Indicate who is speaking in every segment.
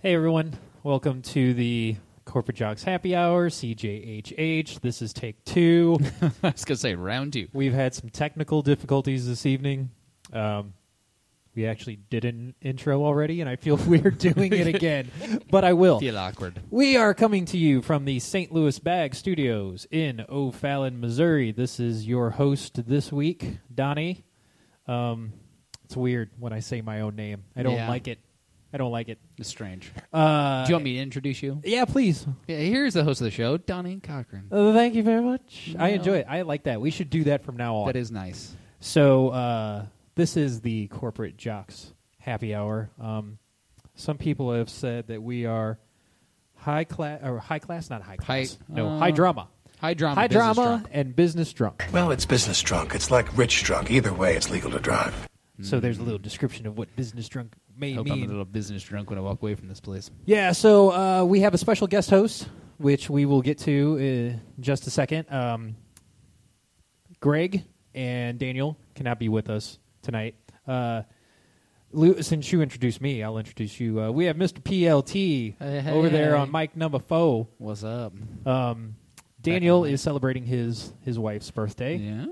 Speaker 1: Hey everyone, welcome to the Corporate Jocks Happy Hour, CJHH. This is take two.
Speaker 2: I was gonna say round two.
Speaker 1: We've had some technical difficulties this evening. Um, we actually did an intro already, and I feel weird doing it again, but I will.
Speaker 2: Feel awkward.
Speaker 1: We are coming to you from the St. Louis Bag Studios in O'Fallon, Missouri. This is your host this week, Donnie. Um, it's weird when I say my own name. I don't
Speaker 2: Yeah.
Speaker 1: like it. I don't like it.
Speaker 2: It's strange.
Speaker 1: Uh,
Speaker 2: Do you want me to introduce you? Oh,
Speaker 1: yeah, please.
Speaker 2: Yeah, here's the host of the show, Donnie Cochran.
Speaker 1: Uh, thank you very much. I
Speaker 2: No.
Speaker 1: enjoy it. I like that. We should do that from now on.
Speaker 2: That is nice.
Speaker 1: So uh, this is the corporate jocks happy hour. Um, some people have said that we are high class or high class, not high
Speaker 2: High-
Speaker 1: class. no,
Speaker 2: uh,
Speaker 1: high drama.
Speaker 2: High drama.
Speaker 1: high
Speaker 2: business
Speaker 1: drama
Speaker 2: drunk.
Speaker 1: and business drunk.
Speaker 3: Well, it's business drunk. It's like rich drunk. Either way, it's legal to drive.
Speaker 1: So there's a little description of what business drunk may
Speaker 2: Mm. Hope I'm a
Speaker 1: mean.
Speaker 2: little business drunk when I walk away from this place.
Speaker 1: Yeah, so uh, we have a special guest host, which we will get to in just a second. Um, Greg and Daniel cannot be with us tonight. Uh, Lou, since you introduced me, I'll introduce you. Uh, we have Mr. PLT
Speaker 2: Hey, hey,
Speaker 1: over there
Speaker 2: hey.
Speaker 1: on mic number four.
Speaker 2: What's up?
Speaker 1: Um, Daniel
Speaker 2: on mic.
Speaker 1: is celebrating his his wife's birthday.
Speaker 2: Yeah.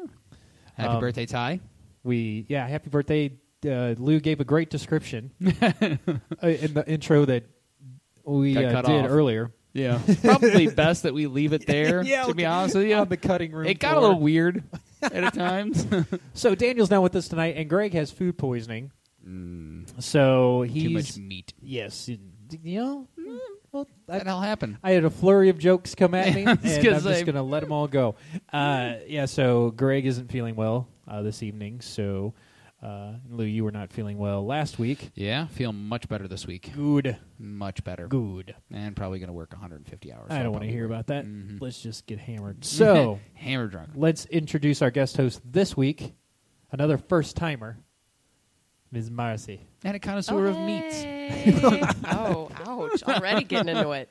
Speaker 2: Happy
Speaker 1: Um,
Speaker 2: birthday, Ty.
Speaker 1: We yeah, happy birthday. Uh, Lou gave a great description uh, in the intro that we
Speaker 2: Got
Speaker 1: uh,
Speaker 2: cut
Speaker 1: did
Speaker 2: off.
Speaker 1: earlier.
Speaker 2: Yeah. Probably best that we leave it there.
Speaker 1: Yeah,
Speaker 2: To be honest with you,
Speaker 1: on the cutting room.
Speaker 2: it got a
Speaker 1: floor.
Speaker 2: little weird at times.
Speaker 1: So Daniel's not with us tonight, and Greg has food poisoning. So he's
Speaker 2: Mm. Too much Mm. meat.
Speaker 1: yes, you know. mm, Well, I,
Speaker 2: That'll happen.
Speaker 1: I had a flurry of jokes come at me,
Speaker 2: I was
Speaker 1: and I'm
Speaker 2: gonna say-
Speaker 1: just gonna let them all go. Uh, yeah, so Greg isn't feeling well uh, this evening. So uh, Lou, you were not feeling well last week.
Speaker 2: Yeah. Feel much better this week.
Speaker 1: Good,
Speaker 2: Much better.
Speaker 1: good.
Speaker 2: And probably gonna work 150 hours.
Speaker 1: I
Speaker 2: I'll
Speaker 1: don't want to
Speaker 2: probably
Speaker 1: hear
Speaker 2: work.
Speaker 1: about that.
Speaker 2: Mm-hmm.
Speaker 1: Let's just get hammered. So
Speaker 2: hammer drunk.
Speaker 1: let's introduce our guest host this week, another first timer, Ms. Marcy.
Speaker 2: and a connoisseur of meats.
Speaker 4: meats. oh, ouch. Already getting into it.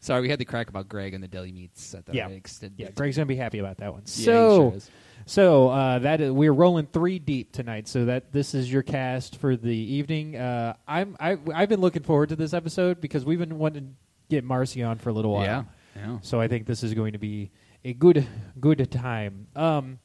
Speaker 2: Sorry, we had the crack about Greg and the deli meats. At the
Speaker 1: Yeah.
Speaker 2: extended.
Speaker 1: Yeah, Greg's gonna be happy about that one.
Speaker 2: Yeah, he
Speaker 1: so,
Speaker 2: sure is.
Speaker 1: so uh, that is, we're rolling three deep tonight. So that this is your cast for the evening. Uh, I'm I, I've been looking forward to this episode because we've been wanting to get Marcy on for a little while.
Speaker 2: yeah, yeah.
Speaker 1: So I think this is going to be a good good time. Um,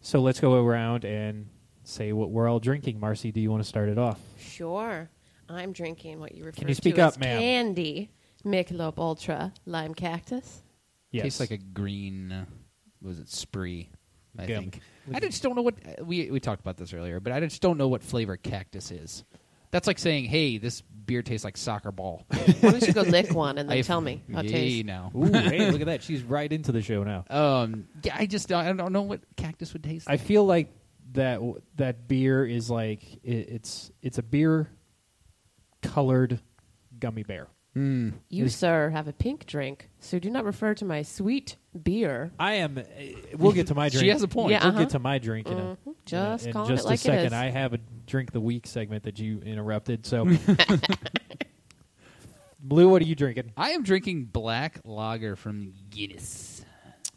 Speaker 1: so let's go around and say what we're all drinking. Marcy, do you want to start it off?
Speaker 4: Sure. I'm drinking what you refer
Speaker 1: you speak
Speaker 4: to
Speaker 1: up,
Speaker 4: as
Speaker 1: ma'am?
Speaker 4: candy Michelob Ultra Lime Cactus.
Speaker 1: Yes.
Speaker 2: Tastes like a green. uh, what Was it spree? I
Speaker 1: Yeah.
Speaker 2: think. I just don't know what uh, we we talked about this earlier, but I just don't know what flavor cactus is. That's like saying, "Hey, this beer tastes like soccer ball."
Speaker 4: Why don't you go lick one and then
Speaker 2: I-
Speaker 4: tell me how it
Speaker 2: Yay,
Speaker 4: tastes?
Speaker 2: now.
Speaker 1: Ooh, hey, look at that! She's right into the show now.
Speaker 2: Um, yeah, I just I don't know what cactus would taste.
Speaker 1: I
Speaker 2: like.
Speaker 1: feel like that w- that beer is like i it's it's a beer colored gummy bear.
Speaker 4: You, sir, have a pink drink, so do not refer to my sweet beer.
Speaker 1: I am. uh, We'll get to my
Speaker 2: She
Speaker 1: drink.
Speaker 2: has a point.
Speaker 1: We'll
Speaker 4: Yeah, uh-huh. Mm-hmm.
Speaker 1: get to my drink in, a, in a-
Speaker 4: Just
Speaker 1: in
Speaker 4: calling
Speaker 1: just
Speaker 4: it like
Speaker 1: a
Speaker 4: it
Speaker 1: second.
Speaker 4: is.
Speaker 1: I have a drink the week segment that you interrupted. So, Blue, what are you drinking?
Speaker 2: I am drinking black lager from Guinness.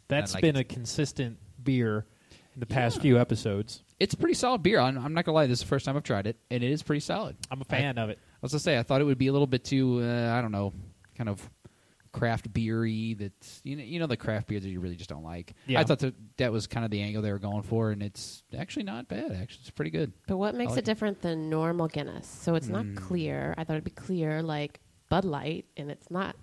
Speaker 1: That's
Speaker 2: like
Speaker 1: been
Speaker 2: it.
Speaker 1: a consistent beer in the past few episodes.
Speaker 2: It's a pretty solid beer. I'm, I'm not gonna lie. This is the first time I've tried it, and it is pretty solid.
Speaker 1: I'm a fan of it.
Speaker 2: I was gonna say I thought it would be a little bit too uh, I don't know, kind of craft beery. That's you know you know the craft beers that you really just don't like.
Speaker 1: Yeah.
Speaker 2: I thought that that was kind of the angle they were going for, and it's actually not bad. Actually, it's pretty good.
Speaker 4: But what
Speaker 1: Oh,
Speaker 4: makes
Speaker 2: like it.
Speaker 4: it different than normal Guinness? So it's
Speaker 1: Hmm.
Speaker 4: not clear. I thought it'd be clear like Bud Light, and it's not.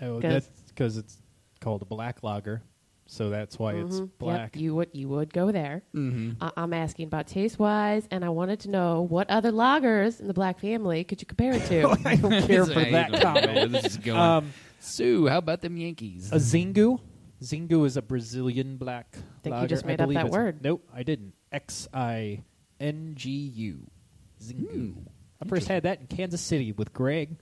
Speaker 1: Oh,
Speaker 4: Good.
Speaker 1: that's because it's called a black lager, so that's why it's
Speaker 4: Mhm. Yep,
Speaker 1: black.
Speaker 4: you would you would go there.
Speaker 2: Mm-hmm.
Speaker 4: I- I'm asking about taste wise, and I wanted to know what other lagers in the black family could you compare it to?
Speaker 1: care for that comment.
Speaker 2: this is going.
Speaker 1: Um, uh,
Speaker 2: Sue, how about them Yankees?
Speaker 1: a Zingu. Zingu is a Brazilian black
Speaker 4: Think you
Speaker 1: lager.
Speaker 4: just
Speaker 1: I
Speaker 4: made up
Speaker 1: believe
Speaker 4: that
Speaker 1: it's-
Speaker 4: word.
Speaker 1: Nope, I didn't. X I N G U.
Speaker 2: Hmm.
Speaker 1: Zingu. I first had that in Kansas City with Greg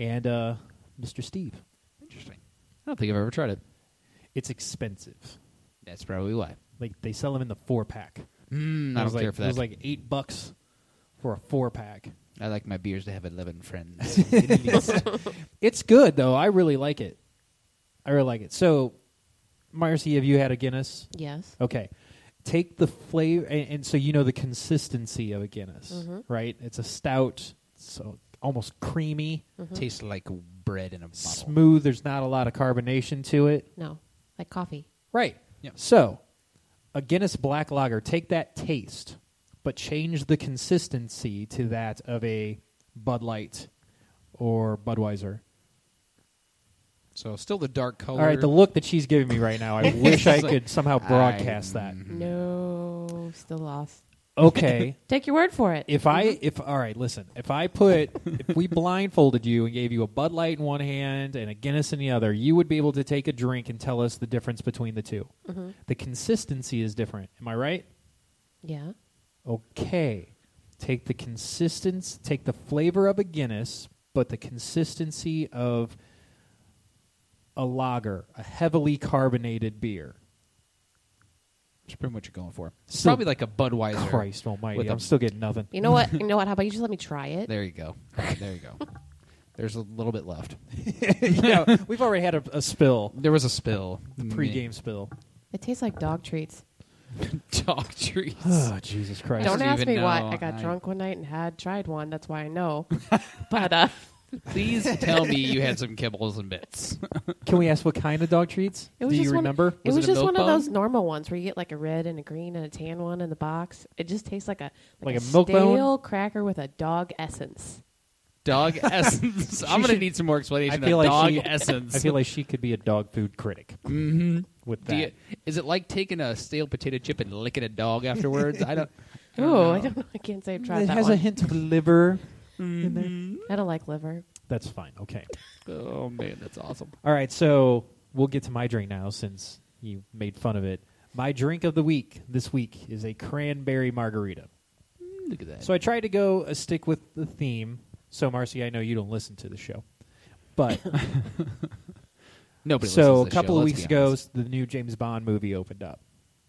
Speaker 1: and uh, Mr. Steve.
Speaker 2: Interesting. I don't think I've ever tried it.
Speaker 1: It's expensive.
Speaker 2: That's probably why.
Speaker 1: Like they sell them in the four pack.
Speaker 2: Mm, I
Speaker 1: it
Speaker 2: don't
Speaker 1: was like,
Speaker 2: care for
Speaker 1: It
Speaker 2: that.
Speaker 1: was like eight bucks for a four pack.
Speaker 2: I like my beers to have eleven friends.
Speaker 1: It's good though. I really like it. I really like it. So, Marcy, have you had a Guinness?
Speaker 4: yes.
Speaker 1: Okay. Take the flavor, and, and so you know the consistency of a Guinness, right? It's a stout, so almost creamy,
Speaker 2: Tastes like bread in a bottle.
Speaker 1: smooth. There's not a lot of carbonation to it.
Speaker 4: No, like coffee.
Speaker 1: Right.
Speaker 2: Yeah.
Speaker 1: So, a Guinness Black Lager, take that taste, but change the consistency to that of a Bud Light or Budweiser.
Speaker 2: so still the dark color.
Speaker 1: All right, the look that she's giving me right now, I wish I
Speaker 2: It's like, Mm-hmm.
Speaker 1: could somehow broadcast that.
Speaker 4: No, still lost.
Speaker 1: Okay.
Speaker 4: Take your word for it.
Speaker 1: If I if all right, listen. If I put if we blindfolded you and gave you a Bud Light in one hand and a Guinness in the other, you would be able to take a drink and tell us the difference between the 2 The consistency is different. Am I right?
Speaker 4: yeah,
Speaker 1: okay, take the consistency, take the flavor of a Guinness, but the consistency of a lager, a heavily carbonated beer.
Speaker 2: That's pretty much what you're going for. It's
Speaker 1: Still-
Speaker 2: probably like a Budweiser.
Speaker 1: Christ Almighty,
Speaker 2: With a-
Speaker 1: I'm still getting nothing.
Speaker 4: you know what? You know what? How about you just let me try it?
Speaker 2: There you go. All right, there you go. There's a little bit left.
Speaker 1: yeah, we've already had a, a spill,
Speaker 2: There was a spill.
Speaker 1: the pregame spill.
Speaker 4: It tastes like dog treats.
Speaker 2: dog treats.
Speaker 1: Oh Jesus Christ!
Speaker 4: Don't
Speaker 2: don't
Speaker 4: ask
Speaker 2: even
Speaker 4: me why.
Speaker 2: know.
Speaker 4: I got
Speaker 2: I-
Speaker 4: drunk one night and had tried one. That's why I know. but uh,
Speaker 2: Please tell me you had some kibbles and bits.
Speaker 1: Can we ask what kind of dog treats?
Speaker 4: it was
Speaker 1: Do
Speaker 4: just
Speaker 1: you
Speaker 4: one,
Speaker 1: remember?
Speaker 4: It
Speaker 2: Was it
Speaker 4: was,
Speaker 2: a
Speaker 4: just
Speaker 2: milk
Speaker 4: one
Speaker 2: bone?
Speaker 4: of those normal ones where you get like a red and a green and a tan one in the box. It just tastes like a
Speaker 1: Like
Speaker 4: like,
Speaker 1: a milk bone?
Speaker 4: stale cracker with a dog essence.
Speaker 2: Dog essence. I'm gonna
Speaker 1: should-
Speaker 2: need some more explanation.
Speaker 1: I feel
Speaker 2: of
Speaker 1: like
Speaker 2: dog
Speaker 1: she-
Speaker 2: essence.
Speaker 1: I feel like she could be a dog food critic. Mm-hmm. With
Speaker 2: Do
Speaker 1: that,
Speaker 2: you- is it like taking a stale potato chip and licking a dog afterwards? I don't. I don't
Speaker 4: Oh, I
Speaker 2: know.
Speaker 4: don't. know. I can't say I've tried
Speaker 1: it
Speaker 4: that
Speaker 1: has a
Speaker 4: one.
Speaker 1: hint of liver in there.
Speaker 4: I don't like liver.
Speaker 1: That's fine. Okay.
Speaker 2: Oh man, that's awesome.
Speaker 1: All right, so we'll get to my drink now since you made fun of it. My drink of the week this week is a cranberry margarita.
Speaker 2: Look at that.
Speaker 1: So I tried to go a stick with the theme. So Marcy, I know you don't listen to the show, but
Speaker 2: Nobody.
Speaker 1: so
Speaker 2: listens to
Speaker 1: a
Speaker 2: this
Speaker 1: couple
Speaker 2: show,
Speaker 1: of
Speaker 2: let's
Speaker 1: weeks
Speaker 2: be
Speaker 1: ago,
Speaker 2: honest.
Speaker 1: s- the new James Bond movie opened up.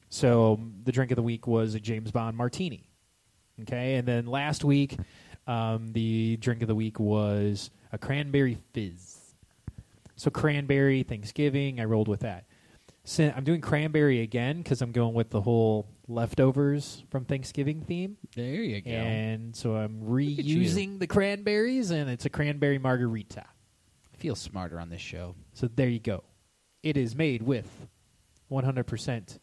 Speaker 1: So um, the drink of the week was a James Bond martini. Okay, and then last week, um, the drink of the week was a cranberry fizz. So cranberry Thanksgiving, I rolled with that. Sin I'm doing cranberry again because I'm going with the whole leftovers from Thanksgiving theme,
Speaker 2: there you go.
Speaker 1: and so I'm
Speaker 2: at you.
Speaker 1: reusing the cranberries, and it's a cranberry margarita.
Speaker 2: I feel smarter on this show.
Speaker 1: So there you go. It is made with 100%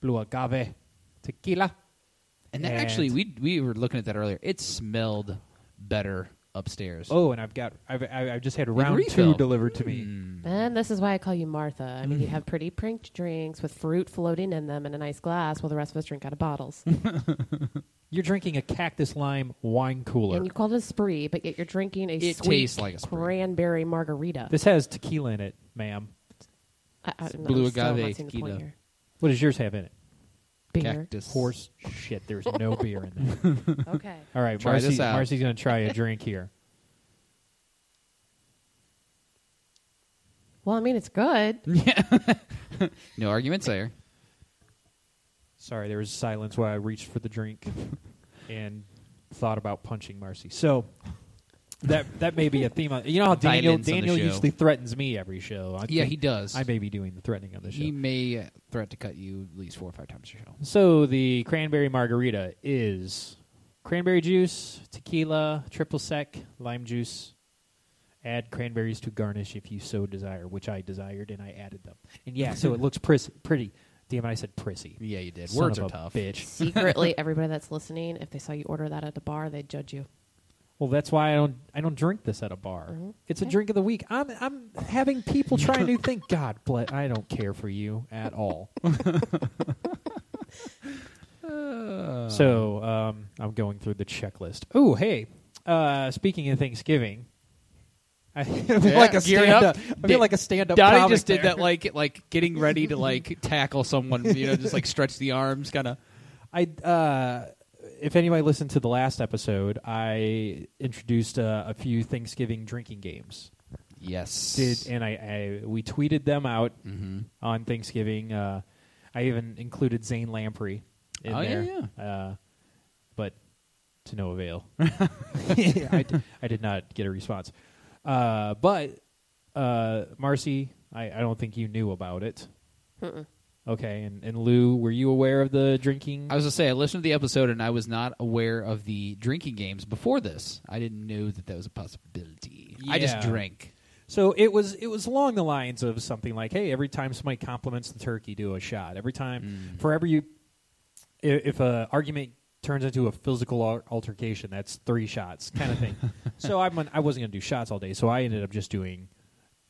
Speaker 1: blue agave tequila.
Speaker 2: And that
Speaker 1: And-
Speaker 2: actually, we we were looking at that earlier. It smelled better upstairs.
Speaker 1: Oh, and I've got I've I, I just had
Speaker 2: Like
Speaker 1: round
Speaker 2: refill. Mm.
Speaker 1: two delivered to me.
Speaker 4: And this is why I call you Martha. I mean, you have pretty prinked drinks with fruit floating in them in a nice glass, while the rest of us drink out of bottles.
Speaker 1: You're drinking a cactus lime wine cooler.
Speaker 4: And you call it a spree, but yet you're drinking a
Speaker 2: It
Speaker 4: sweet
Speaker 2: tastes like a spree.
Speaker 4: cranberry margarita.
Speaker 1: This has tequila in it, ma'am.
Speaker 4: I, I, I'm
Speaker 2: blue
Speaker 4: still not
Speaker 2: agave
Speaker 4: seeing the point
Speaker 2: tequila.
Speaker 4: here.
Speaker 1: What does yours have in it?
Speaker 4: Beer.
Speaker 2: Cactus
Speaker 1: Horse shit. There's no beer in there.
Speaker 4: Okay.
Speaker 1: All right,
Speaker 2: Try
Speaker 1: Marcy,
Speaker 2: this out.
Speaker 1: Marcy's going to try a drink here.
Speaker 4: Well, I mean, it's good.
Speaker 2: No arguments there.
Speaker 1: Sorry, there was silence while I reached for the drink and thought about punching Marcy. So that that may be a theme. On, you know how Daniel
Speaker 2: Violence on the
Speaker 1: Daniel
Speaker 2: show.
Speaker 1: usually threatens me every show. I
Speaker 2: Yeah,
Speaker 1: think
Speaker 2: he does.
Speaker 1: I may be doing the threatening on the show.
Speaker 2: He may threat to cut you at least four or five times your show.
Speaker 1: so the cranberry margarita is cranberry juice, tequila, triple sec, lime juice. Add cranberries to garnish if you so desire, which I desired and I added them. And yeah, so it looks pris- pretty. Damn it, I said prissy.
Speaker 2: Yeah, you did.
Speaker 1: Son
Speaker 2: Words
Speaker 1: of
Speaker 2: are
Speaker 1: a
Speaker 2: tough.
Speaker 1: bitch.
Speaker 4: Secretly, everybody that's listening, if they saw you order that at the bar, they'd judge you.
Speaker 1: Well, that's why I don't I don't drink this at a bar. It's a drink of the week. I'm I'm having people try new thing. God bless. I don't care for you at all.
Speaker 2: Uh-huh. Ah.
Speaker 1: so um, I'm going through the checklist. Oh, hey. Uh, speaking of Thanksgiving, I feel like a
Speaker 2: gearing
Speaker 1: stand up.
Speaker 2: up.
Speaker 1: I feel like a stand up.
Speaker 2: Donnie just did that, like like getting ready to like tackle someone. You know, just like stretch the arms, kind of.
Speaker 1: I uh, if anybody listened to the last episode, I introduced uh, a few Thanksgiving drinking games.
Speaker 2: Yes.
Speaker 1: did and I, I we tweeted them out
Speaker 2: Mhm.
Speaker 1: on Thanksgiving. Uh, I even included Zane Lamprey in
Speaker 2: Oh, yeah,
Speaker 1: there, Uh, but to no avail. I, d- I did not get a response. Uh, but uh, Marcy, I, I don't think you knew about it. Okay, and, and Lou, were you aware of the drinking?
Speaker 2: I was gonna say I listened to the episode and I was not aware of the drinking games before this. I didn't know that that was a possibility. I just
Speaker 1: Yeah.
Speaker 2: drank.
Speaker 1: So it was it was along the lines of something like, hey, every time somebody compliments the turkey, do a shot. Every time,
Speaker 2: Mm.
Speaker 1: for every you, i- if a argument turns into a physical al- altercation, that's three shots, kind of thing. so I'm on, I wasn't gonna do shots all day, so I ended up just doing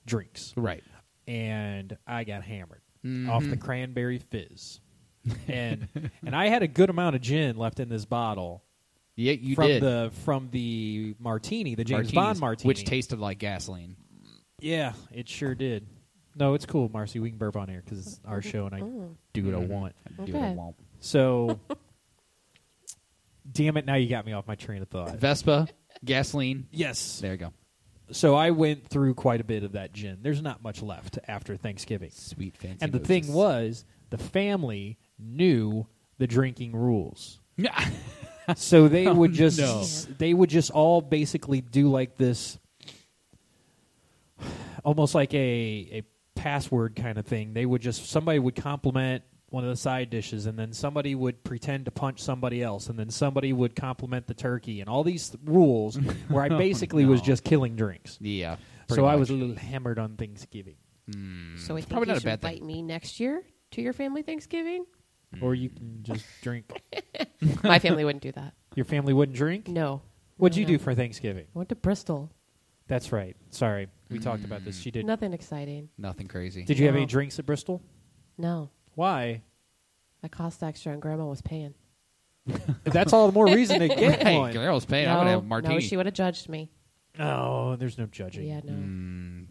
Speaker 1: drinks,
Speaker 2: Right.
Speaker 1: and I got hammered
Speaker 4: Mm-hmm.
Speaker 1: off
Speaker 2: Mm-hmm.
Speaker 1: the cranberry fizz, and and I had a good amount of gin left in this bottle
Speaker 2: Yeah, you
Speaker 1: from
Speaker 2: did.
Speaker 1: the from the martini, the James Bond
Speaker 2: Martinis,
Speaker 1: martini,
Speaker 2: which tasted like gasoline.
Speaker 1: yeah, it sure did. No, it's cool, Marcy. We can burp on air because it's our show, and I do what I want.
Speaker 2: Do what I
Speaker 4: Okay.
Speaker 2: want.
Speaker 1: So, damn it! Now you got me off my train of thought.
Speaker 2: Vespa, gasoline.
Speaker 1: Yes.
Speaker 2: There you go.
Speaker 1: So I went through quite a bit of that gin. There's not much left after Thanksgiving.
Speaker 2: Sweet fancy.
Speaker 1: And the
Speaker 2: Moses.
Speaker 1: thing was, the family knew the drinking rules. so they would just
Speaker 2: Oh, no.
Speaker 1: they would just all basically do like this almost like a a password kind of thing they would just somebody would compliment one of the side dishes and then somebody would pretend to punch somebody else and then somebody would compliment the turkey and all these rules where i basically was just killing drinks
Speaker 2: Oh, yeah.
Speaker 1: so
Speaker 2: pretty
Speaker 1: i
Speaker 2: much. Mm,
Speaker 1: was a little hammered on thanksgiving
Speaker 4: So I think
Speaker 2: probably
Speaker 4: you
Speaker 2: not a
Speaker 4: should
Speaker 2: bad thing.
Speaker 4: invite me next year to your family Thanksgiving.
Speaker 1: or you
Speaker 2: Mm.
Speaker 1: can just drink
Speaker 4: My family wouldn't do that.
Speaker 1: your family wouldn't drink
Speaker 4: No.
Speaker 1: what'd you
Speaker 4: No, no.
Speaker 1: do for thanksgiving
Speaker 4: I went to Bristol.
Speaker 1: that's right sorry we talked about this she did
Speaker 4: Nothing exciting.
Speaker 2: nothing crazy.
Speaker 1: did you have
Speaker 4: No.
Speaker 1: any drinks at bristol Oh.
Speaker 4: No.
Speaker 1: Why?
Speaker 4: I cost extra and grandma was paying.
Speaker 1: That's all the more reason to get
Speaker 2: hey,
Speaker 1: one.
Speaker 2: Guerrero's paying. I'm
Speaker 4: no,
Speaker 2: gonna have a martini.
Speaker 4: no, she would have judged me.
Speaker 1: No, Oh, there's no judging.
Speaker 4: Yeah, no.
Speaker 2: Mm,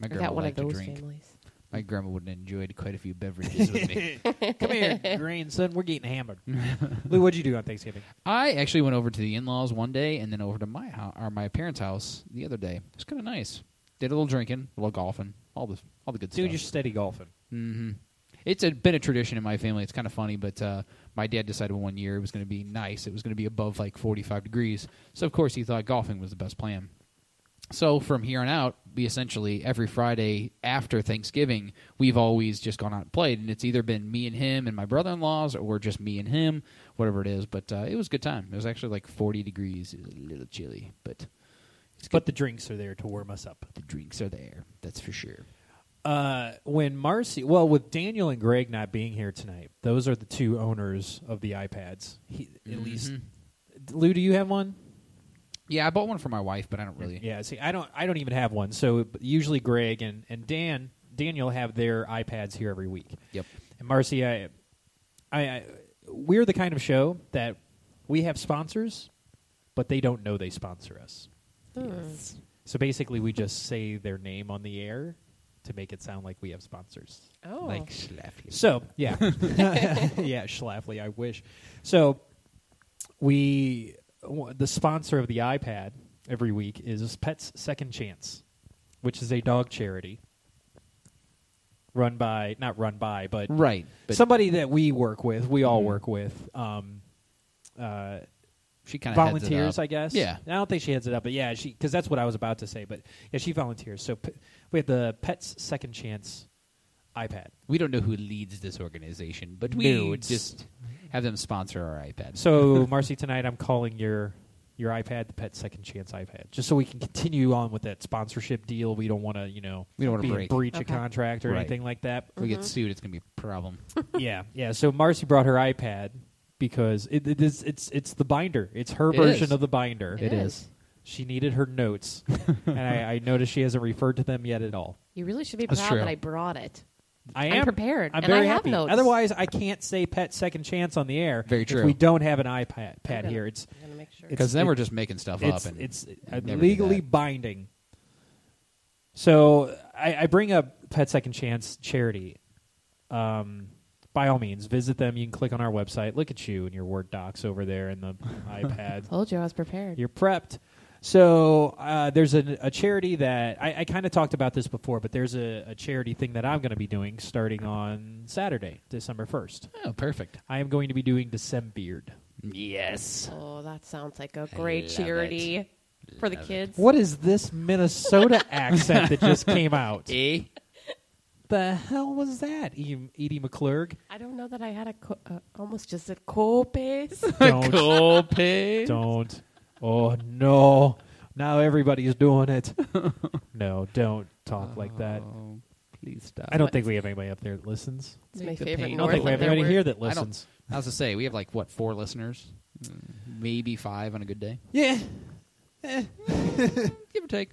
Speaker 2: My
Speaker 4: I
Speaker 2: grandma
Speaker 4: got one of
Speaker 2: liked to
Speaker 4: those
Speaker 2: drink.
Speaker 4: families.
Speaker 2: My grandma would have enjoyed quite a few beverages with me.
Speaker 1: Come here, grandson. We're getting hammered. Lou, what'd you do on Thanksgiving?
Speaker 2: I actually went over to the in-laws one day, and then over to my house or my parents' house the other day. It was kind of nice. Did a little drinking, a little golfing, all the all the good
Speaker 1: Dude,
Speaker 2: stuff.
Speaker 1: you're steady golfing.
Speaker 2: Mm-hmm. It's a, been a tradition in my family. It's kind of funny, but uh, my dad decided one year it was going to be nice. It was going to be above like 45 degrees. So, of course, he thought golfing was the best plan. So, from here on out, we essentially every Friday after Thanksgiving, we've always just gone out and played. And it's either been me and him and my brother in laws or just me and him, whatever it is. But uh, it was a good time. It was actually like 40 degrees. It was a little chilly, but
Speaker 1: But the drinks are there to warm us up.
Speaker 2: the drinks are there. That's for sure.
Speaker 1: Uh, when Marcy, well, with Daniel and Greg not being here tonight, those are the two owners of the iPads. He, At least, Lou, do you have one?
Speaker 2: Yeah, I bought one for my wife, but I don't really.
Speaker 1: Yeah. See, I don't. I don't even have one. So usually Greg and and Dan, Daniel have their iPads here every week.
Speaker 2: Yep.
Speaker 1: And Marcy, I, I, I, we're the kind of show that we have sponsors, but they don't know they sponsor us.
Speaker 4: Hmm.
Speaker 1: So basically, we just say their name on the air to make it sound like we have sponsors.
Speaker 4: Oh.
Speaker 2: Like slap you.
Speaker 1: So yeah, yeah, Schlafly. I wish. So we w- the sponsor of the iPad every week is Pets Second Chance, which is a dog charity run by not run by but
Speaker 2: Right. But Mm-hmm.
Speaker 1: somebody that we work with, we all work with, um,
Speaker 2: she kind of
Speaker 1: volunteers, I guess.
Speaker 2: Yeah.
Speaker 1: And I don't think she heads it up, but yeah, she because that's what I was about to say. But yeah, she volunteers. So p- we had the Pets Second Chance iPad.
Speaker 2: We don't know who leads this organization, but we
Speaker 1: No, it's-
Speaker 2: just have them sponsor our iPad.
Speaker 1: So Marcy, tonight I'm calling your your iPad the Pet Second Chance iPad, just so we can continue on with that sponsorship deal. We don't want to, you know,
Speaker 2: We don't wanna
Speaker 1: be in
Speaker 2: break.
Speaker 1: breach of
Speaker 4: Okay.
Speaker 1: contract or
Speaker 2: Right.
Speaker 1: anything like that.
Speaker 2: If we get sued, it's going to be a problem.
Speaker 1: yeah, yeah. So Marcy brought her iPad because it, it is it's it's the binder. It's her
Speaker 2: It
Speaker 1: version
Speaker 2: is.
Speaker 1: of the binder.
Speaker 4: It It is. is.
Speaker 1: She needed her notes, and I, I noticed she hasn't referred to them yet at all.
Speaker 4: You really should be
Speaker 2: That's
Speaker 4: proud
Speaker 2: true.
Speaker 4: that I brought it.
Speaker 1: I
Speaker 4: I'm
Speaker 1: am
Speaker 4: prepared,
Speaker 1: I'm
Speaker 4: and I
Speaker 1: very
Speaker 4: have
Speaker 1: happy.
Speaker 4: notes.
Speaker 1: Otherwise, I can't say "pet second chance" on the air.
Speaker 2: Very
Speaker 1: if
Speaker 2: true.
Speaker 1: we don't have an iPad pad
Speaker 4: Okay.
Speaker 1: here. It's
Speaker 4: I'm going to make sure.
Speaker 1: It's-
Speaker 2: Because then
Speaker 1: it-
Speaker 2: we're just making stuff
Speaker 1: it's
Speaker 2: up. And
Speaker 1: it's
Speaker 2: never do
Speaker 1: legally
Speaker 2: that.
Speaker 1: binding. So I, I bring up Pet Second Chance charity. Um, by all means, visit them. You can click on our website. Look at you and your Word docs over there and the iPad.
Speaker 4: Told you I was prepared.
Speaker 1: You're prepped. So uh, there's a, a charity that I, I kind of talked about this before, but there's a, a charity thing that I'm going to be doing starting on Saturday, December 1st.
Speaker 2: oh, perfect.
Speaker 1: I am going to be doing Decembeard.
Speaker 2: Yes.
Speaker 4: Oh, that sounds like a
Speaker 2: love
Speaker 4: great charity for the
Speaker 2: Love it.
Speaker 4: kids.
Speaker 1: What is this Minnesota accent that just came out?
Speaker 2: Eh?
Speaker 1: the hell was that, E- Edie McClurg?
Speaker 4: I don't know that I had a co- uh, almost just said co-pays.
Speaker 1: Don't,
Speaker 2: Copays.
Speaker 1: don't. Oh no! Now everybody's doing it. no, don't talk like that.
Speaker 2: Oh, please stop.
Speaker 1: I don't think we have anybody up there that listens.
Speaker 4: It's
Speaker 2: Make the
Speaker 4: my favorite
Speaker 2: pain.
Speaker 1: I don't think we have
Speaker 4: Northlander
Speaker 1: anybody here
Speaker 4: word.
Speaker 1: that
Speaker 2: I don't-
Speaker 1: listens.
Speaker 2: I was to say we have like what four listeners, Mm, maybe five on a good day,
Speaker 1: Yeah,
Speaker 2: give or take.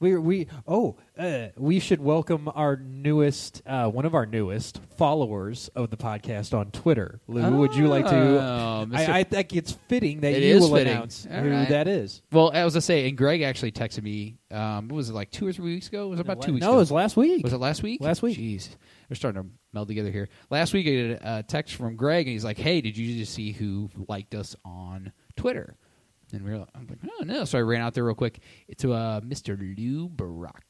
Speaker 1: we we oh uh, we should welcome our newest uh, one of our newest followers of the podcast on Twitter. Lou, would you like to?
Speaker 2: Oh, Mr.
Speaker 1: I, I think it's fitting that
Speaker 2: It
Speaker 1: you
Speaker 2: is
Speaker 1: will
Speaker 2: fitting.
Speaker 1: announce
Speaker 2: All
Speaker 1: who
Speaker 2: right.
Speaker 1: that is.
Speaker 2: well, I was to say, and Greg actually texted me. Um, what was it like two or three weeks ago? It was about two weeks.
Speaker 1: no,
Speaker 2: ago.
Speaker 1: it was last week.
Speaker 2: Was it last week?
Speaker 1: Last week.
Speaker 2: Jeez, we're starting to meld together here. Last week, I get a, a text from Greg, and he's like, "Hey, did you just see who liked us on Twitter?" And we were, like- I'm like, "Oh no!" So I ran out there real quick. It's uh, Mr. Lou Barack.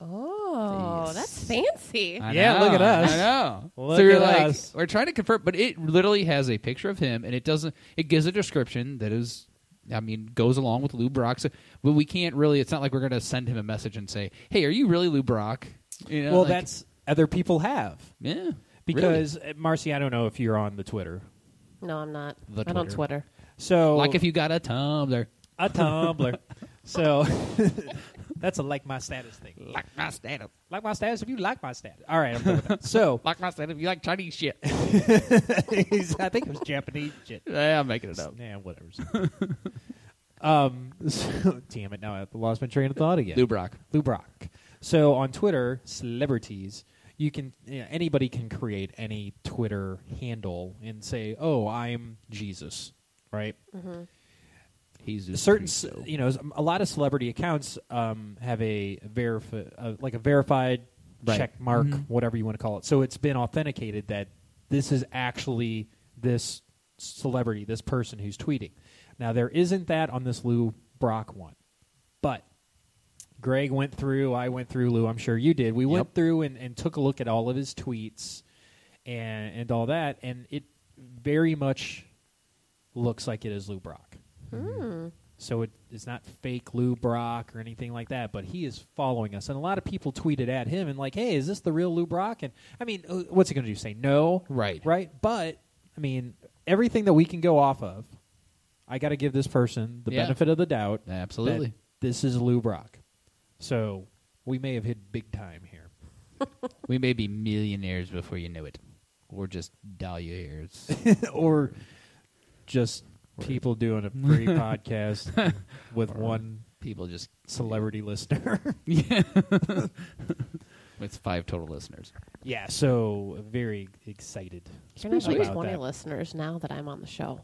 Speaker 4: Oh,
Speaker 2: Yes.
Speaker 4: that's fancy.
Speaker 2: I
Speaker 1: Yeah, look at us.
Speaker 2: I know.
Speaker 1: Look
Speaker 2: so you're
Speaker 1: at
Speaker 2: like,
Speaker 1: us.
Speaker 2: we're trying to confirm, but it literally has a picture of him, and it doesn't. It gives a description that is, I mean, goes along with Lou Brock. So, but we can't really. It's not like we're going to send him a message and say, "Hey, are you really Lou Brock?" You know,
Speaker 1: well,
Speaker 2: like,
Speaker 1: that's other people have
Speaker 2: yeah, really.
Speaker 1: because uh, Marcy. I don't know if you're on the Twitter.
Speaker 4: No, I'm not.
Speaker 2: The
Speaker 4: I'm on
Speaker 2: Twitter.
Speaker 4: Twitter.
Speaker 1: So
Speaker 2: like if you got a Tumblr,
Speaker 1: a Tumblr. so that's a like my status thing.
Speaker 2: like my status,
Speaker 1: Like my status if you like my status. All right, I'm done with that. So
Speaker 2: like my status. If you like Chinese shit,
Speaker 1: he's- I think it was Japanese shit.
Speaker 2: yeah, I'm making it up.
Speaker 1: Yeah, whatever. um, so, damn it! Now I lost my train of thought again.
Speaker 2: Lou Brock.
Speaker 1: Lou Brock. So on Twitter, celebrities, you can you know, anybody can create any Twitter handle and say, "Oh, I'm Jesus," right?
Speaker 2: He's a
Speaker 1: Certain, c- you know, a lot of celebrity accounts um, have a verif- uh, like a verified
Speaker 2: Right.
Speaker 1: check mark, whatever you want to call it. So it's been authenticated that this is actually this celebrity, this person who's tweeting. Now there isn't that on this Lou Brock one, but Greg went through, I went through, Lou, I'm sure you did. We went
Speaker 2: Yep.
Speaker 1: through and, and took a look at all of his tweets and and all that, and it very much looks like it is Lou Brock. So it is not fake Lou Brock or anything like that, but he is following us. And a lot of people tweeted at him and like, "Hey, is this the real Lou Brock?" And I mean, uh, what's he going to do? Say no?
Speaker 2: Right.
Speaker 1: Right? But I mean, everything that we can go off of, I got to give this person the
Speaker 2: Yeah.
Speaker 1: benefit of the doubt
Speaker 2: Absolutely.
Speaker 1: that this is Lou Brock. So we may have hit big time here.
Speaker 2: we may be millionaires before you know it, or just dahlia's.
Speaker 1: or just people doing a free podcast with one
Speaker 2: People just
Speaker 1: celebrity listener.
Speaker 2: with five total listeners.
Speaker 1: yeah, so very excited.
Speaker 4: You're not
Speaker 1: About
Speaker 4: like 20
Speaker 1: that.
Speaker 4: listeners now that I'm on the show.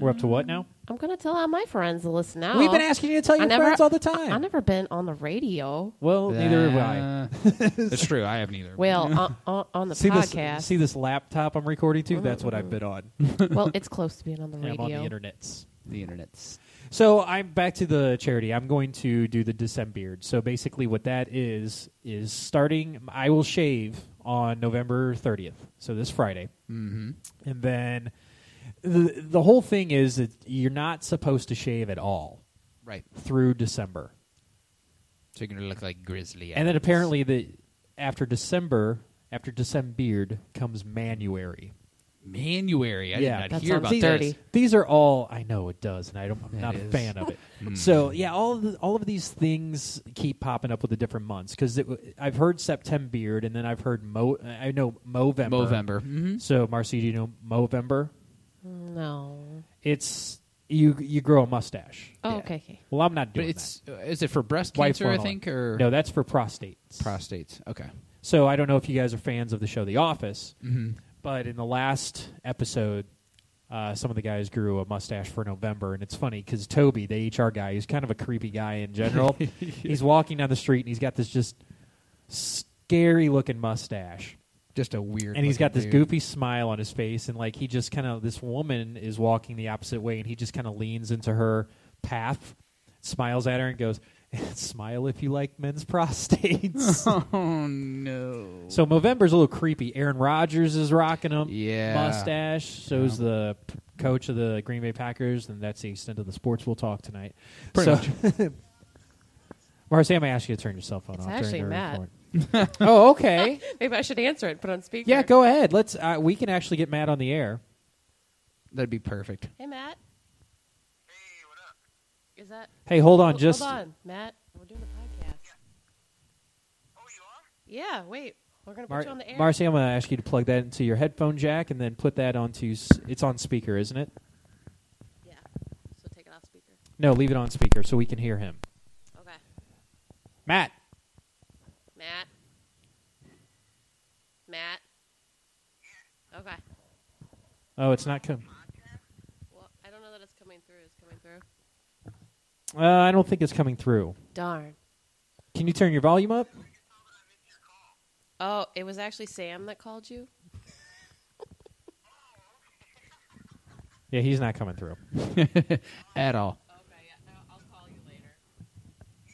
Speaker 1: We're up to what now?
Speaker 4: I'm going to tell all my friends to listen now.
Speaker 1: We've been asking you to tell
Speaker 4: Oh. I
Speaker 1: your
Speaker 4: never-
Speaker 1: friends all the time.
Speaker 4: I've never been on the radio.
Speaker 1: well, neither have I.
Speaker 2: That's Uh, true. I haven't either.
Speaker 4: Well, on, on, on the
Speaker 1: see
Speaker 4: podcast.
Speaker 1: this? See this laptop I'm recording to? That's what I've been on.
Speaker 4: well, it's close to being on the
Speaker 1: I'm
Speaker 4: radio.
Speaker 1: on the internets.
Speaker 2: the internet's
Speaker 1: So I'm back to the charity. I'm going to do the Decembeard. So basically, what that is is starting. I will shave on November 30th. So this Friday,
Speaker 2: mm-hmm.
Speaker 1: and then the the whole thing is that you're not supposed to shave at all
Speaker 2: right.
Speaker 1: through December.
Speaker 2: So you're gonna look like grizzly.
Speaker 1: And then
Speaker 2: Adams.
Speaker 1: apparently, the after December, after Decembeard comes Manuary.
Speaker 2: Manuary. I
Speaker 1: Yeah.
Speaker 2: did not
Speaker 4: That
Speaker 2: hear
Speaker 4: sounds
Speaker 2: about
Speaker 4: dirty.
Speaker 2: this.
Speaker 1: These are all I know it does, and I don't, I'm
Speaker 2: It
Speaker 1: not a
Speaker 2: is. Hmm.
Speaker 1: fan of it. so yeah, all of the, all of these things keep popping up with the different months because I've heard September beard, and then I've heard Mo. I know Movember. Hmm?
Speaker 2: Movember. Mhm.
Speaker 1: So Marcy, do you know Movember?
Speaker 4: Mm, No.
Speaker 1: It's you you grow a mustache.
Speaker 4: Oh,
Speaker 2: Yeah.
Speaker 4: okay, okay.
Speaker 1: Well, I'm not
Speaker 2: But
Speaker 1: doing
Speaker 2: it's uh, is it for breast
Speaker 1: that. Wife
Speaker 2: cancer? I
Speaker 1: went on.
Speaker 2: think or
Speaker 1: no, that's for prostates.
Speaker 2: prostates. Okay.
Speaker 1: So I don't know if you guys are fans of the show The Office,
Speaker 2: Mm-hmm.
Speaker 1: but in the last episode, uh, some of the guys grew a mustache for November, and it's funny because Toby, the HR guy, he's kind of a creepy guy in general. He's walking down the street and he's got this just scary looking mustache,
Speaker 2: Just a weird.
Speaker 1: and he's got this
Speaker 2: looking beard.
Speaker 1: goopy smile on his face, and like he just kind of this woman is walking the opposite way, and he just kind of leans into her path, smiles at her, and goes. Smile if you like men's prostates.
Speaker 2: Oh no.
Speaker 1: So Movember's a little creepy. Aaron Rodgers is rocking them.
Speaker 2: Yeah.
Speaker 1: Mustache. So is
Speaker 2: Yeah.
Speaker 1: the p- coach of the Green Bay Packers, and that's the extent of the sports we'll talk tonight.
Speaker 2: Pretty
Speaker 1: so, much. Marcy, I'm gonna ask you to turn your cell phone
Speaker 4: It's
Speaker 1: off.
Speaker 4: actually
Speaker 1: during the
Speaker 4: Matt.
Speaker 1: recording. oh, okay.
Speaker 4: Maybe I should answer it. Put on speaker.
Speaker 1: Yeah, go ahead. Let's. Uh, we can actually get Matt on the air.
Speaker 2: That'd be perfect.
Speaker 4: Hey, Matt. Hey, what up? Is that?
Speaker 1: Hey, hold on.
Speaker 4: Hol-
Speaker 1: just
Speaker 4: hold on, Matt. We're doing a podcast. Yeah. Oh, you are? Yeah. Wait. We're gonna put
Speaker 1: Mar-
Speaker 4: you on the air.
Speaker 1: Marcy, I'm going to ask you to plug that into your headphone jack and then put that onto. S- it's on speaker, isn't it?
Speaker 4: Yeah. So take it off speaker.
Speaker 1: No, leave it on speaker so we can hear him.
Speaker 4: Okay.
Speaker 1: Matt,
Speaker 4: Matt. Matt. Okay.
Speaker 1: oh, it's not coming.
Speaker 4: Well, I don't know that it's coming through. It's coming through.
Speaker 1: Uh, I don't think it's coming through.
Speaker 4: Darn.
Speaker 1: Can you turn your volume up?
Speaker 4: Oh, it was actually Sam that called you.
Speaker 1: Yeah, he's not coming through.
Speaker 2: At all.
Speaker 4: Okay. Yeah. No, I'll call you later.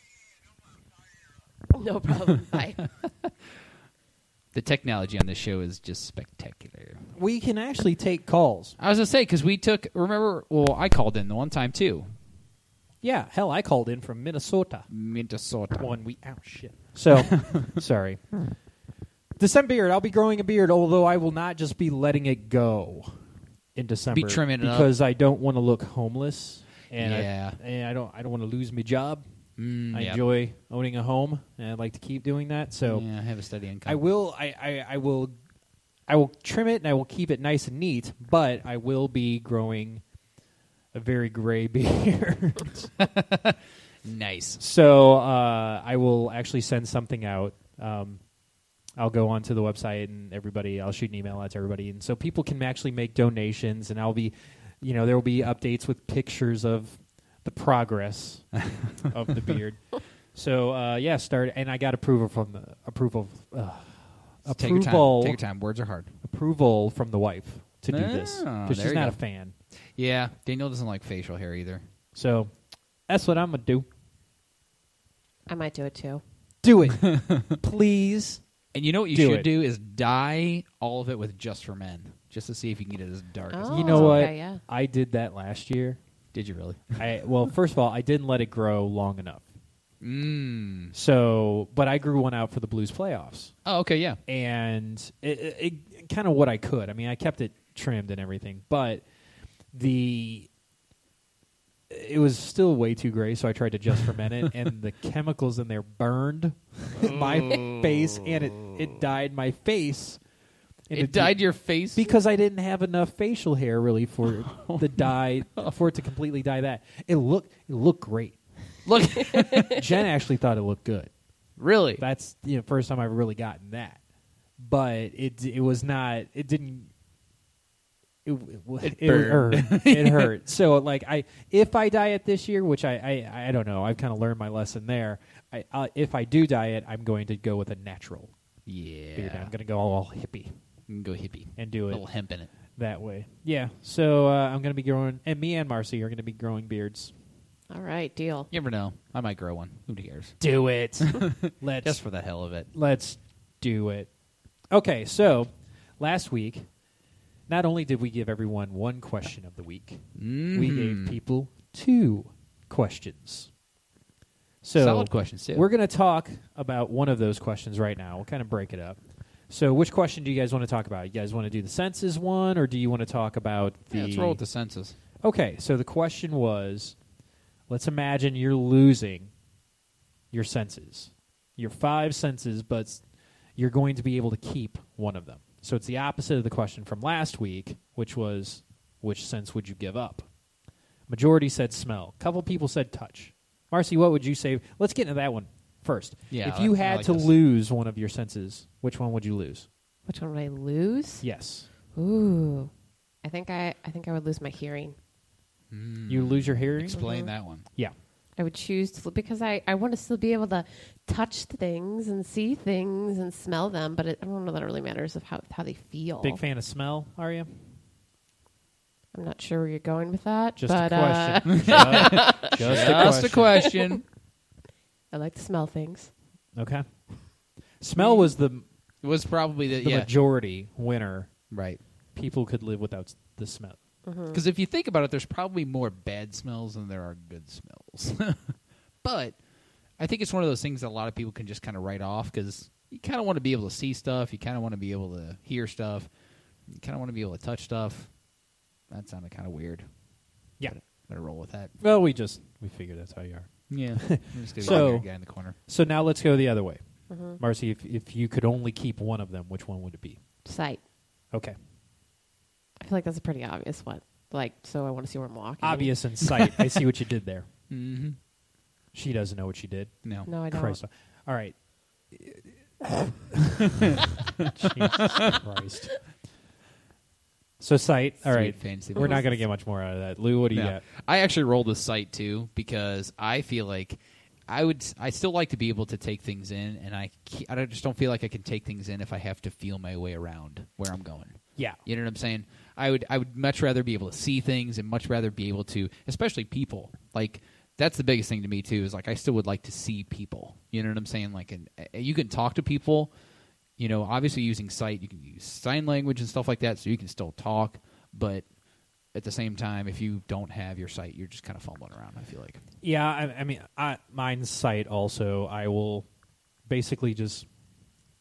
Speaker 4: No problem. Bye.
Speaker 2: The technology on this show is just spectacular.
Speaker 1: We can actually take calls.
Speaker 2: I was gonna say because we took. Remember, well, I called in the one time too.
Speaker 1: Yeah, hell, I called in from Minnesota
Speaker 2: Minnesota.
Speaker 1: one week. Oh shit. So, sorry. December beard. I'll be growing a beard, although I will not just be letting it go in December.
Speaker 2: trimming it up.
Speaker 1: because I don't want to look homeless, and
Speaker 2: Yeah.
Speaker 1: I, and I don't I don't want to lose my job.
Speaker 2: Mm,
Speaker 1: I
Speaker 2: yeah.
Speaker 1: enjoy owning a home, and I'd like to keep doing that. So
Speaker 2: Yeah, I have a study income.
Speaker 1: I will. I, I, I will. I will trim it and I will keep it nice and neat, but I will be growing a very gray beard.
Speaker 2: Nice.
Speaker 1: so uh, I will actually send something out. Um, I'll go onto the website and everybody. I'll shoot an email out to everybody, and so people can actually make donations. And I'll be, you know, there will be updates with pictures of the progress of the beard. So uh, yeah, start. And I got approval from the approval. Uh,
Speaker 2: So Take your time.
Speaker 1: approval
Speaker 2: Take your time. Words are hard.
Speaker 1: approval from the wife to do this
Speaker 2: Ah,
Speaker 1: because
Speaker 2: there
Speaker 1: she's
Speaker 2: you
Speaker 1: not
Speaker 2: go.
Speaker 1: a fan.
Speaker 2: Yeah, Daniel doesn't like facial hair either.
Speaker 1: So that's what I'm gonna do.
Speaker 4: I might do it too.
Speaker 1: Do it, please.
Speaker 2: And you know what you
Speaker 1: Do
Speaker 2: should
Speaker 1: it.
Speaker 2: do is dye all of it with just for men, just to see if you can get it as dark. as
Speaker 4: Oh.
Speaker 1: you know what?
Speaker 4: okay, yeah.
Speaker 1: I did that last year.
Speaker 2: Did you really?
Speaker 1: I well, first of all, I didn't let it grow long enough.
Speaker 2: Mm.
Speaker 1: So, but I grew one out for the Blues playoffs,
Speaker 2: Oh, okay, yeah.
Speaker 1: and it, it, it kind of what I could. I mean, I kept it trimmed and everything, but the it was still way too gray, so I tried to just ferment it, and the chemicals in there burned my face, and it it dyed my face. in a
Speaker 2: It
Speaker 1: deep-
Speaker 2: dyed your face.
Speaker 1: because I didn't have enough facial hair really for the dye for it to completely dye that. It looked it looked great.
Speaker 2: Look,
Speaker 1: Jen actually thought it looked good.
Speaker 2: really.
Speaker 1: That's the you know, first time I've really gotten that. But it it was not. It didn't. It it, it
Speaker 2: burned.
Speaker 1: hurt. It hurt. So like I, if I dye it this year, which I I, I don't know. I've kind of learned my lesson there. I, I if I do dye it, I'm going to go with a natural
Speaker 2: yeah.
Speaker 1: beard. I'm going to go all hippie
Speaker 2: You can go hippie.
Speaker 1: and do
Speaker 2: A
Speaker 1: it
Speaker 2: little hemp in it.
Speaker 1: that way. Yeah. So uh, I'm going to be growing, and me and Marcy are going to be growing beards.
Speaker 4: All right. Deal.
Speaker 2: You never know. I might grow one. Who cares?
Speaker 1: Do it. let's
Speaker 2: Just for the hell of it.
Speaker 1: let's do it. Okay. So last week, not only did we give everyone one question of the week, we
Speaker 2: Mm-hmm.
Speaker 1: gave people two questions. So
Speaker 2: Solid questions too.
Speaker 1: We're going to talk about one of those questions right now. We'll kind of break it up. So, which question do you guys want to talk about? You guys want to do the census one, or do you want to talk about the?
Speaker 2: Yeah, let's roll with the census.
Speaker 1: Okay, so the question was let's imagine you're losing your senses, your five senses, but s- you're going to be able to keep one of them. So it's the opposite of the question from last week, which was which sense would you give up? Majority said smell. Couple people said touch. Marcy, what would you say? Let's get into that one first.
Speaker 2: Yeah,
Speaker 1: if you
Speaker 2: I- I
Speaker 1: had
Speaker 2: like
Speaker 1: to
Speaker 2: this.
Speaker 1: lose one of your senses, which one would you lose?
Speaker 4: Which one would I lose?
Speaker 1: Yes.
Speaker 4: Ooh. I think I. I think I would lose my hearing.
Speaker 1: You lose
Speaker 2: Mm,
Speaker 1: your hearing?
Speaker 2: Explain that one.
Speaker 1: Yeah.
Speaker 4: I would choose to because I, I want to still be able to touch things and see things and smell them, but it, I don't know that it really matters of how, how they feel.
Speaker 2: Oh.
Speaker 1: Big fan of smell, are you?
Speaker 4: I'm not sure where you're going with that,
Speaker 1: Just
Speaker 4: but
Speaker 1: a
Speaker 4: Uh,
Speaker 1: question. just, just
Speaker 2: Just a question.
Speaker 4: I like to smell things.
Speaker 1: Okay. Smell was the,
Speaker 2: it was probably the,
Speaker 1: the
Speaker 2: yeah.
Speaker 1: majority winner.
Speaker 2: Right.
Speaker 1: People could live without s- the smell.
Speaker 2: Because if you think about it, there's probably more bad smells than there are good smells. but I think it's one of those things that a lot of people can just kind of write off because you kind of want to be able to see stuff. You kind of want to be able to hear stuff. You kind of want to be able to touch stuff. That sounded kind of weird.
Speaker 1: Yeah.
Speaker 2: But I'm gonna roll with that.
Speaker 1: Well, we just we figured that's how you are.
Speaker 2: Yeah. I'm just gonna
Speaker 1: So-
Speaker 2: be the weird guy in the corner.
Speaker 1: So now let's go the other way,
Speaker 2: Mm-hmm.
Speaker 1: Marcy. If if you could only keep one of them, which one would it be?
Speaker 4: Sight.
Speaker 1: Okay,
Speaker 4: I feel like that's a pretty obvious one. Like, so I want to see where I'm walking.
Speaker 1: obvious and sight. I see what you did there.
Speaker 2: Mm-hmm.
Speaker 1: She doesn't know what she did.
Speaker 2: No.
Speaker 4: No, I don't.
Speaker 1: Christ. All right. Jesus Christ. So sight. All right.
Speaker 2: Sweet fancy
Speaker 1: We're not
Speaker 2: voice.
Speaker 1: going to get much more out of that. Lou, what do you
Speaker 2: No.
Speaker 1: got?
Speaker 2: I actually rolled with sight too because I feel like I would. I still like to be able to take things in, and I ca- I don't- just don't feel like I can take things in if I have to feel my way around where I'm going.
Speaker 1: Yeah.
Speaker 2: You know what I'm saying? I would I would much rather be able to see things and much rather be able to especially people. Like that's the biggest thing to me too is like I still would like to see people. You know what I'm saying? Like and uh, you can talk to people, you know, obviously using sight, you can use sign language and stuff like that so you can still talk, but at the same time if you don't have your sight, you're just kind of fumbling around, I feel like.
Speaker 1: Yeah, I, I mean, I, mine's sight also. I will basically just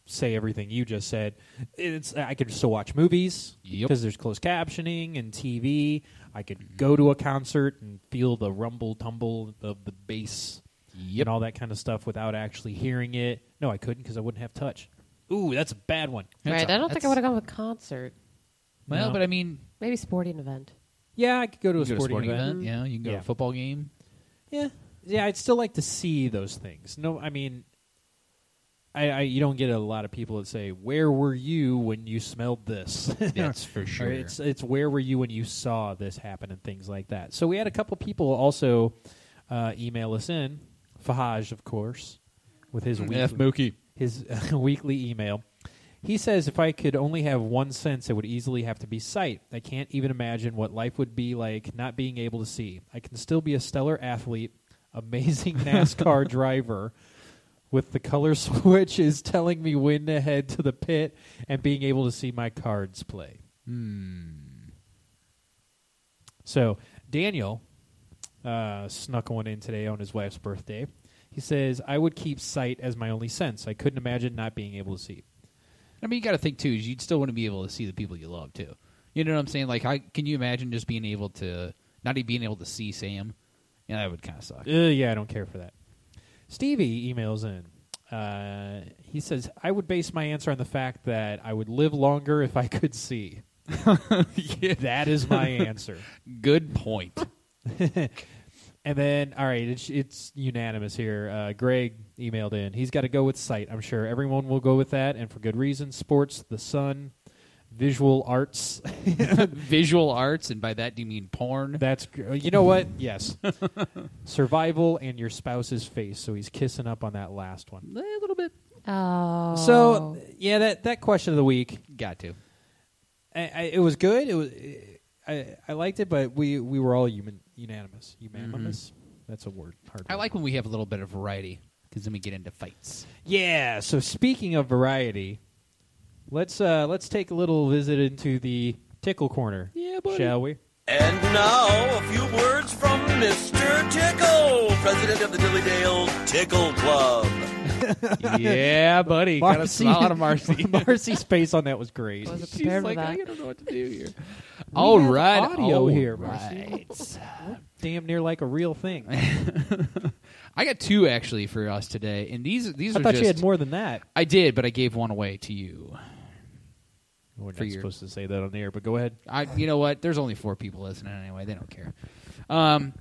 Speaker 1: say everything you just said. It's I could still watch movies
Speaker 2: Yep.
Speaker 1: because there's closed captioning and TV. I could go to a concert and feel the rumble tumble of the bass
Speaker 2: Yep.
Speaker 1: and all that kind of stuff without actually hearing it. No, I couldn't because I wouldn't have touch. Ooh, that's a bad one.
Speaker 2: That's
Speaker 4: Right.
Speaker 2: a-
Speaker 4: I don't think I
Speaker 2: that's-
Speaker 4: would have gone with concert.
Speaker 2: Well,
Speaker 1: No.
Speaker 2: but I mean,
Speaker 4: Maybe sporting event.
Speaker 1: Yeah, I could go to
Speaker 2: you
Speaker 1: a
Speaker 2: can go
Speaker 1: sporting, event.
Speaker 2: Yeah, you can go
Speaker 1: Yeah.
Speaker 2: to a football game.
Speaker 1: Yeah, yeah. I'd still like to see those things. No, I mean, I, I you don't get a lot of people that say, "Where were you when you smelled this?"
Speaker 2: That's for
Speaker 1: Or
Speaker 2: sure.
Speaker 1: it's uh, it's where were you when you saw this happen and things like that. So we had a couple people also uh, email us in. Fahaj, of course, with his
Speaker 2: F.
Speaker 1: weekly,
Speaker 2: Mookie.
Speaker 1: his weekly email. He says, if I could only have one sense, it would easily have to be sight. I can't even imagine what life would be like not being able to see. I can still be a stellar athlete, amazing NASCAR driver, with the color switch is telling me when to head to the pit and being able to see my cards play. Hmm. So Daniel uh, snuck one in today on his wife's birthday. He says, "I would keep sight as my only sense. I couldn't imagine not being able to see."
Speaker 2: I mean, you got to think too. Is you'd still want to be able to see the people you love too. You know what I'm saying? Like, I can you imagine just being able to not even being able to see Sam? Yeah, that would kind of suck.
Speaker 1: Uh, yeah, I don't care for that. Stevie emails in. Uh, he says, "I would base my answer on the fact that I would live longer if I could see." That is my answer.
Speaker 2: Good point.
Speaker 1: And then, all right, it's, it's unanimous here. Uh, Greg emailed in. He's got to go with sight. I'm sure everyone will go with that, and for good reason. Sports, the sun, visual arts.
Speaker 2: Visual arts, and by that do you mean porn?
Speaker 1: That's gr- you know what? Yes, survival and your spouse's face. So he's kissing up on that last one.
Speaker 2: Eh, a little bit.
Speaker 4: Oh.
Speaker 1: So yeah, that that question of the week.
Speaker 2: Got to.
Speaker 1: I, I, it was good. It was. I, I liked it, but we, we were all human, unanimous. Unanimous.
Speaker 2: Mm-hmm.
Speaker 1: That's a word. Hard
Speaker 2: I
Speaker 1: word.
Speaker 2: like when we have a little bit of variety because then we get into fights.
Speaker 1: Yeah. So speaking of variety, let's uh, let's take a little visit into the tickle corner.
Speaker 2: Yeah, buddy.
Speaker 1: Shall we?
Speaker 5: And now, a few words from Mr. Tickle, president of the Dilly Dale Tickle Club.
Speaker 2: yeah, buddy. Got a smile out of Marcy.
Speaker 1: Marcy's face on that was great.
Speaker 4: I wasn't
Speaker 2: She's
Speaker 4: prepared for
Speaker 2: like, I
Speaker 4: that.
Speaker 2: don't know what to do here. all right,
Speaker 1: audio
Speaker 2: all
Speaker 1: here, Marcy.
Speaker 2: right.
Speaker 1: Damn near like a real thing.
Speaker 2: I got two actually for us today, and these these
Speaker 1: I
Speaker 2: are
Speaker 1: thought
Speaker 2: just
Speaker 1: you had more than that.
Speaker 2: I did, but I gave one away to you.
Speaker 1: We're
Speaker 2: For
Speaker 1: not
Speaker 2: your-
Speaker 1: supposed to say that on the air, but go ahead.
Speaker 2: I, you know what? There's only four people listening anyway. They don't care. Um,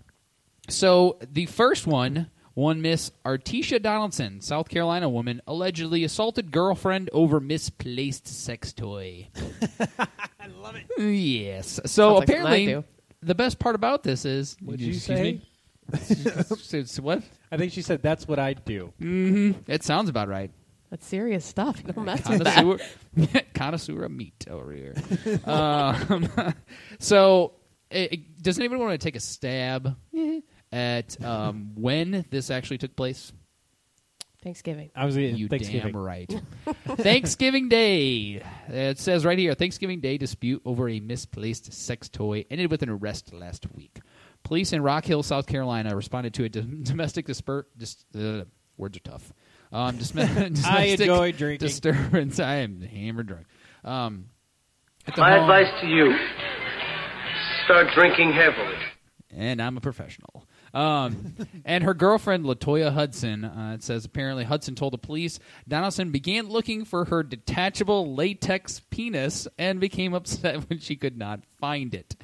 Speaker 2: so the first one, one Miss Artisha Donaldson, South Carolina woman, allegedly assaulted girlfriend over misplaced sex toy. I love it. Yes. So
Speaker 4: Sounds like something I
Speaker 2: apparently,
Speaker 4: do.
Speaker 2: the best part about this is.
Speaker 1: What'd you
Speaker 2: excuse me? S- s- what? Mm-hmm.
Speaker 1: I think she said that's what I do.
Speaker 2: It sounds about right.
Speaker 4: That's serious stuff. Don't mess with that.
Speaker 2: connoisseur, connoisseur of meat over here. um, so, it, it- does anybody want to take a stab at um, when this actually took place?
Speaker 4: Thanksgiving.
Speaker 1: I was gonna-
Speaker 2: You
Speaker 1: Thanksgiving.
Speaker 2: damn right. Thanksgiving Day. It says right here Thanksgiving Day dispute over a misplaced sex toy ended with an arrest last week. Police in Rock Hill, South Carolina responded to a dom- domestic disper- dis- uh, words are tough. Um, dismi-
Speaker 1: I
Speaker 2: domestic
Speaker 1: enjoy drinking.
Speaker 2: disturbance. I am hammered drunk. Um, at the
Speaker 6: My
Speaker 2: home-
Speaker 6: advice to you start drinking heavily.
Speaker 2: and I'm a professional. Um, and her girlfriend Latoya Hudson. Uh, it says apparently Hudson told the police Donaldson began looking for her detachable latex penis and became upset when she could not find it.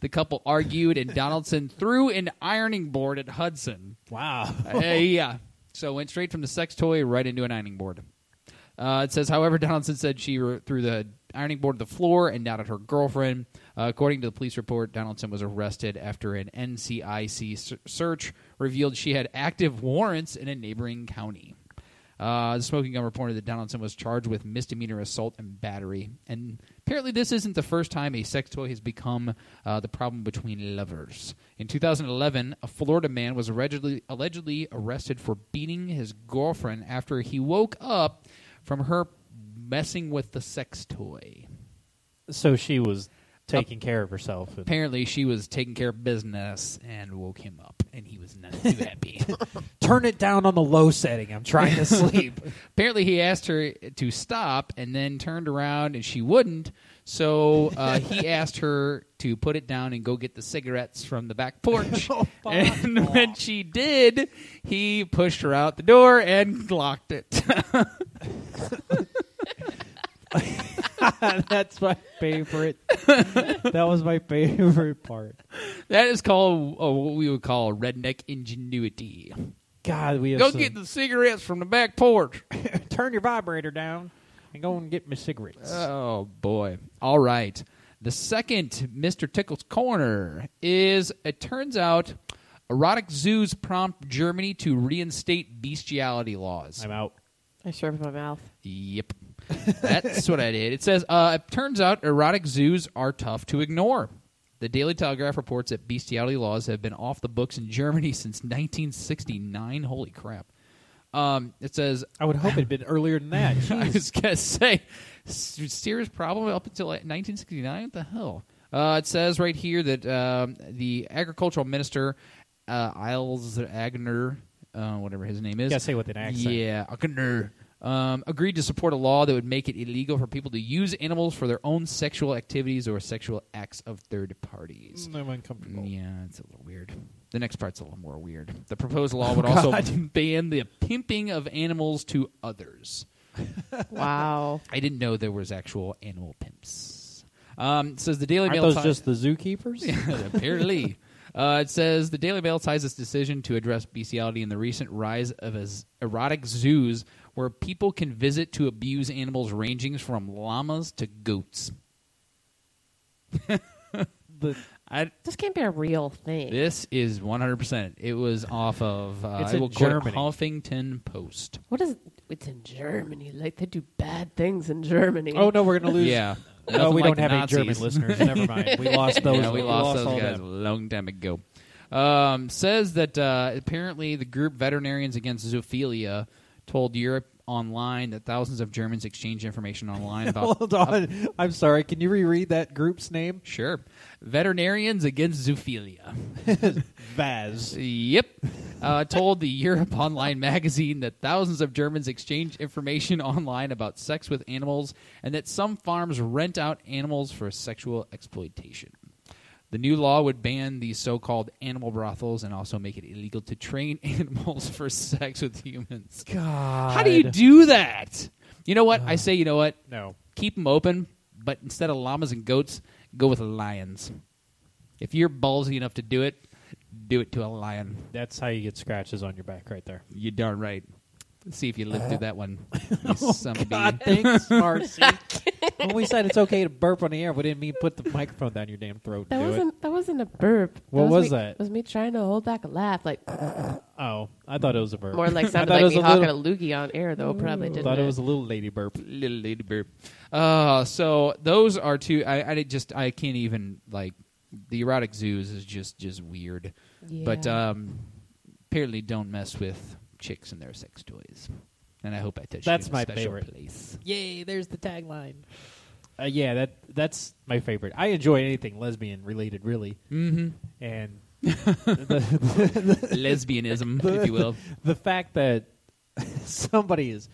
Speaker 2: The couple argued, and Donaldson threw an ironing board at Hudson.
Speaker 1: Wow.
Speaker 2: Uh, yeah. So went straight from the sex toy right into an ironing board. Uh, it says, however, Donaldson said she re- threw the ironing board to the floor and not at her girlfriend. Uh, according to the police report, Donaldson was arrested after an NCIC ser- search revealed she had active warrants in a neighboring county. Uh, the smoking gun reported that Donaldson was charged with misdemeanor assault and battery. And apparently, this isn't the first time a sex toy has become uh, the problem between lovers. In 2011, a Florida man was allegedly, allegedly arrested for beating his girlfriend after he woke up from her messing with the sex toy.
Speaker 1: So she
Speaker 2: Uh,
Speaker 1: was taking care of herself. and-
Speaker 2: Apparently, she was taking care of business and woke him up, and he was not too happy.
Speaker 1: Turn it down on the low setting. I'm trying to sleep.
Speaker 2: Apparently, he asked her to stop and then turned around and she wouldn't. So uh, he asked her to put it down and go get the cigarettes from the back porch. and when she did, he pushed her out the door and locked it.
Speaker 1: That's my favorite. that was my favorite part.
Speaker 2: that is called uh, what we would call redneck ingenuity.
Speaker 1: God, we have
Speaker 2: Go
Speaker 1: some-
Speaker 2: get the cigarettes from the back porch.
Speaker 1: turn your vibrator down and go and get me cigarettes.
Speaker 2: Oh boy! All right. The second Mr. Tickle's corner is it turns out erotic zoos prompt Germany to reinstate bestiality laws.
Speaker 1: I'm out.
Speaker 4: I sure my mouth.
Speaker 2: Yep. That's what I did. It says, uh, it turns out erotic zoos are tough to ignore. The Daily Telegraph reports that bestiality laws have been off the books in Germany since 1969. Holy crap. Um, it says,
Speaker 1: I would hope it'd been earlier than that.
Speaker 2: I was gonna say s- serious problem up until like, 1969. What the hell? Uh, it says right here that um, the agricultural minister uh, Isles Agner, uh, whatever his name is,
Speaker 1: Gotta say with an accent.
Speaker 2: Yeah, Agner. Um, agreed to support a law that would make it illegal for people to use animals for their own sexual activities or sexual acts of third parties. Mm,
Speaker 1: I'm uncomfortable.
Speaker 2: Yeah, it's a little weird. The next part's a little more weird. The
Speaker 1: Oh,
Speaker 2: proposed law would also ban the pimping of animals to others.
Speaker 4: Wow.
Speaker 2: I didn't know there was actual animal pimps. Um, it says the Daily
Speaker 1: Aren't
Speaker 2: Mail.
Speaker 1: those
Speaker 2: ti-
Speaker 1: just the zookeepers?
Speaker 2: apparently. Uh, it says the Daily Mail ties its decision to address bestiality in the recent rise of as- erotic zoos where people can visit to abuse animals ranging from llamas to goats.
Speaker 1: The-
Speaker 2: I,
Speaker 4: This can't be a real thing.
Speaker 2: this is 100%. It was off of uh,
Speaker 1: It's
Speaker 2: I
Speaker 1: in
Speaker 2: will quote
Speaker 1: Germany.
Speaker 2: Huffington Post.
Speaker 4: What is? It's in Germany. Like they do bad things in Germany.
Speaker 1: oh no, we're gonna lose.
Speaker 2: Yeah.
Speaker 1: No, we
Speaker 2: Nothing like
Speaker 1: don't have
Speaker 2: Nazis.
Speaker 1: any German listeners. Never mind. We lost those.
Speaker 2: yeah, we, lost,
Speaker 1: all
Speaker 2: those guys
Speaker 1: them.
Speaker 2: a long time ago. Um, says that uh, apparently the group Veterinarians Against Zoophilia told Europe Online that thousands of Germans exchange information online about.
Speaker 1: Hold on. I'm sorry. Can you reread that group's name?
Speaker 2: Sure. Veterinarians Against Zoophilia.
Speaker 1: Vaz.
Speaker 2: Yep. Uh, told the Europe Online magazine that thousands of Germans exchange information online about sex with animals and that some farms rent out animals for sexual exploitation. The new law would ban these so called animal brothels and also make it illegal to train animals for sex with humans.
Speaker 1: God.
Speaker 2: How do you do that? You know what? I say, you know what?
Speaker 1: No.
Speaker 2: Keep them open, but instead of llamas and goats, go with lions. If you're ballsy enough to do it, do it to a lion.
Speaker 1: That's how you get scratches on your back, right there.
Speaker 2: You darn right. See if you live through that one. You
Speaker 1: Oh,
Speaker 2: son of a bee.
Speaker 1: Ah, thanks, Marcy. when we said it's okay to burp on the air, we didn't mean put the microphone down your damn throat. and
Speaker 4: that
Speaker 1: do it.
Speaker 4: wasn't. That wasn't a burp.
Speaker 1: What
Speaker 4: that
Speaker 1: was
Speaker 4: me,
Speaker 1: that?
Speaker 4: Was me trying to hold back a laugh, like
Speaker 1: Oh, I thought it was a burp.
Speaker 4: more like
Speaker 1: I thought it
Speaker 4: sounded like
Speaker 1: was
Speaker 4: me
Speaker 1: a little-
Speaker 4: hawking a loogie on air, though. Probably didn't.
Speaker 1: thought it was a little lady burp.
Speaker 2: Little lady bird. Uh, so those are two. I, I did just I can't even like the erotic zoos is just just weird. But
Speaker 4: Yeah.
Speaker 2: um, apparently, don't mess with chicks and their sex toys. And I hope I touched. you
Speaker 1: That's
Speaker 2: in a
Speaker 1: my
Speaker 2: special
Speaker 1: favorite.
Speaker 2: Place.
Speaker 1: Yay! There's the tagline. Uh, yeah, that that's my favorite. I enjoy anything lesbian related, really.
Speaker 2: Mm-hmm.
Speaker 1: And
Speaker 2: Lesbianism, if you will.
Speaker 1: the fact that somebody is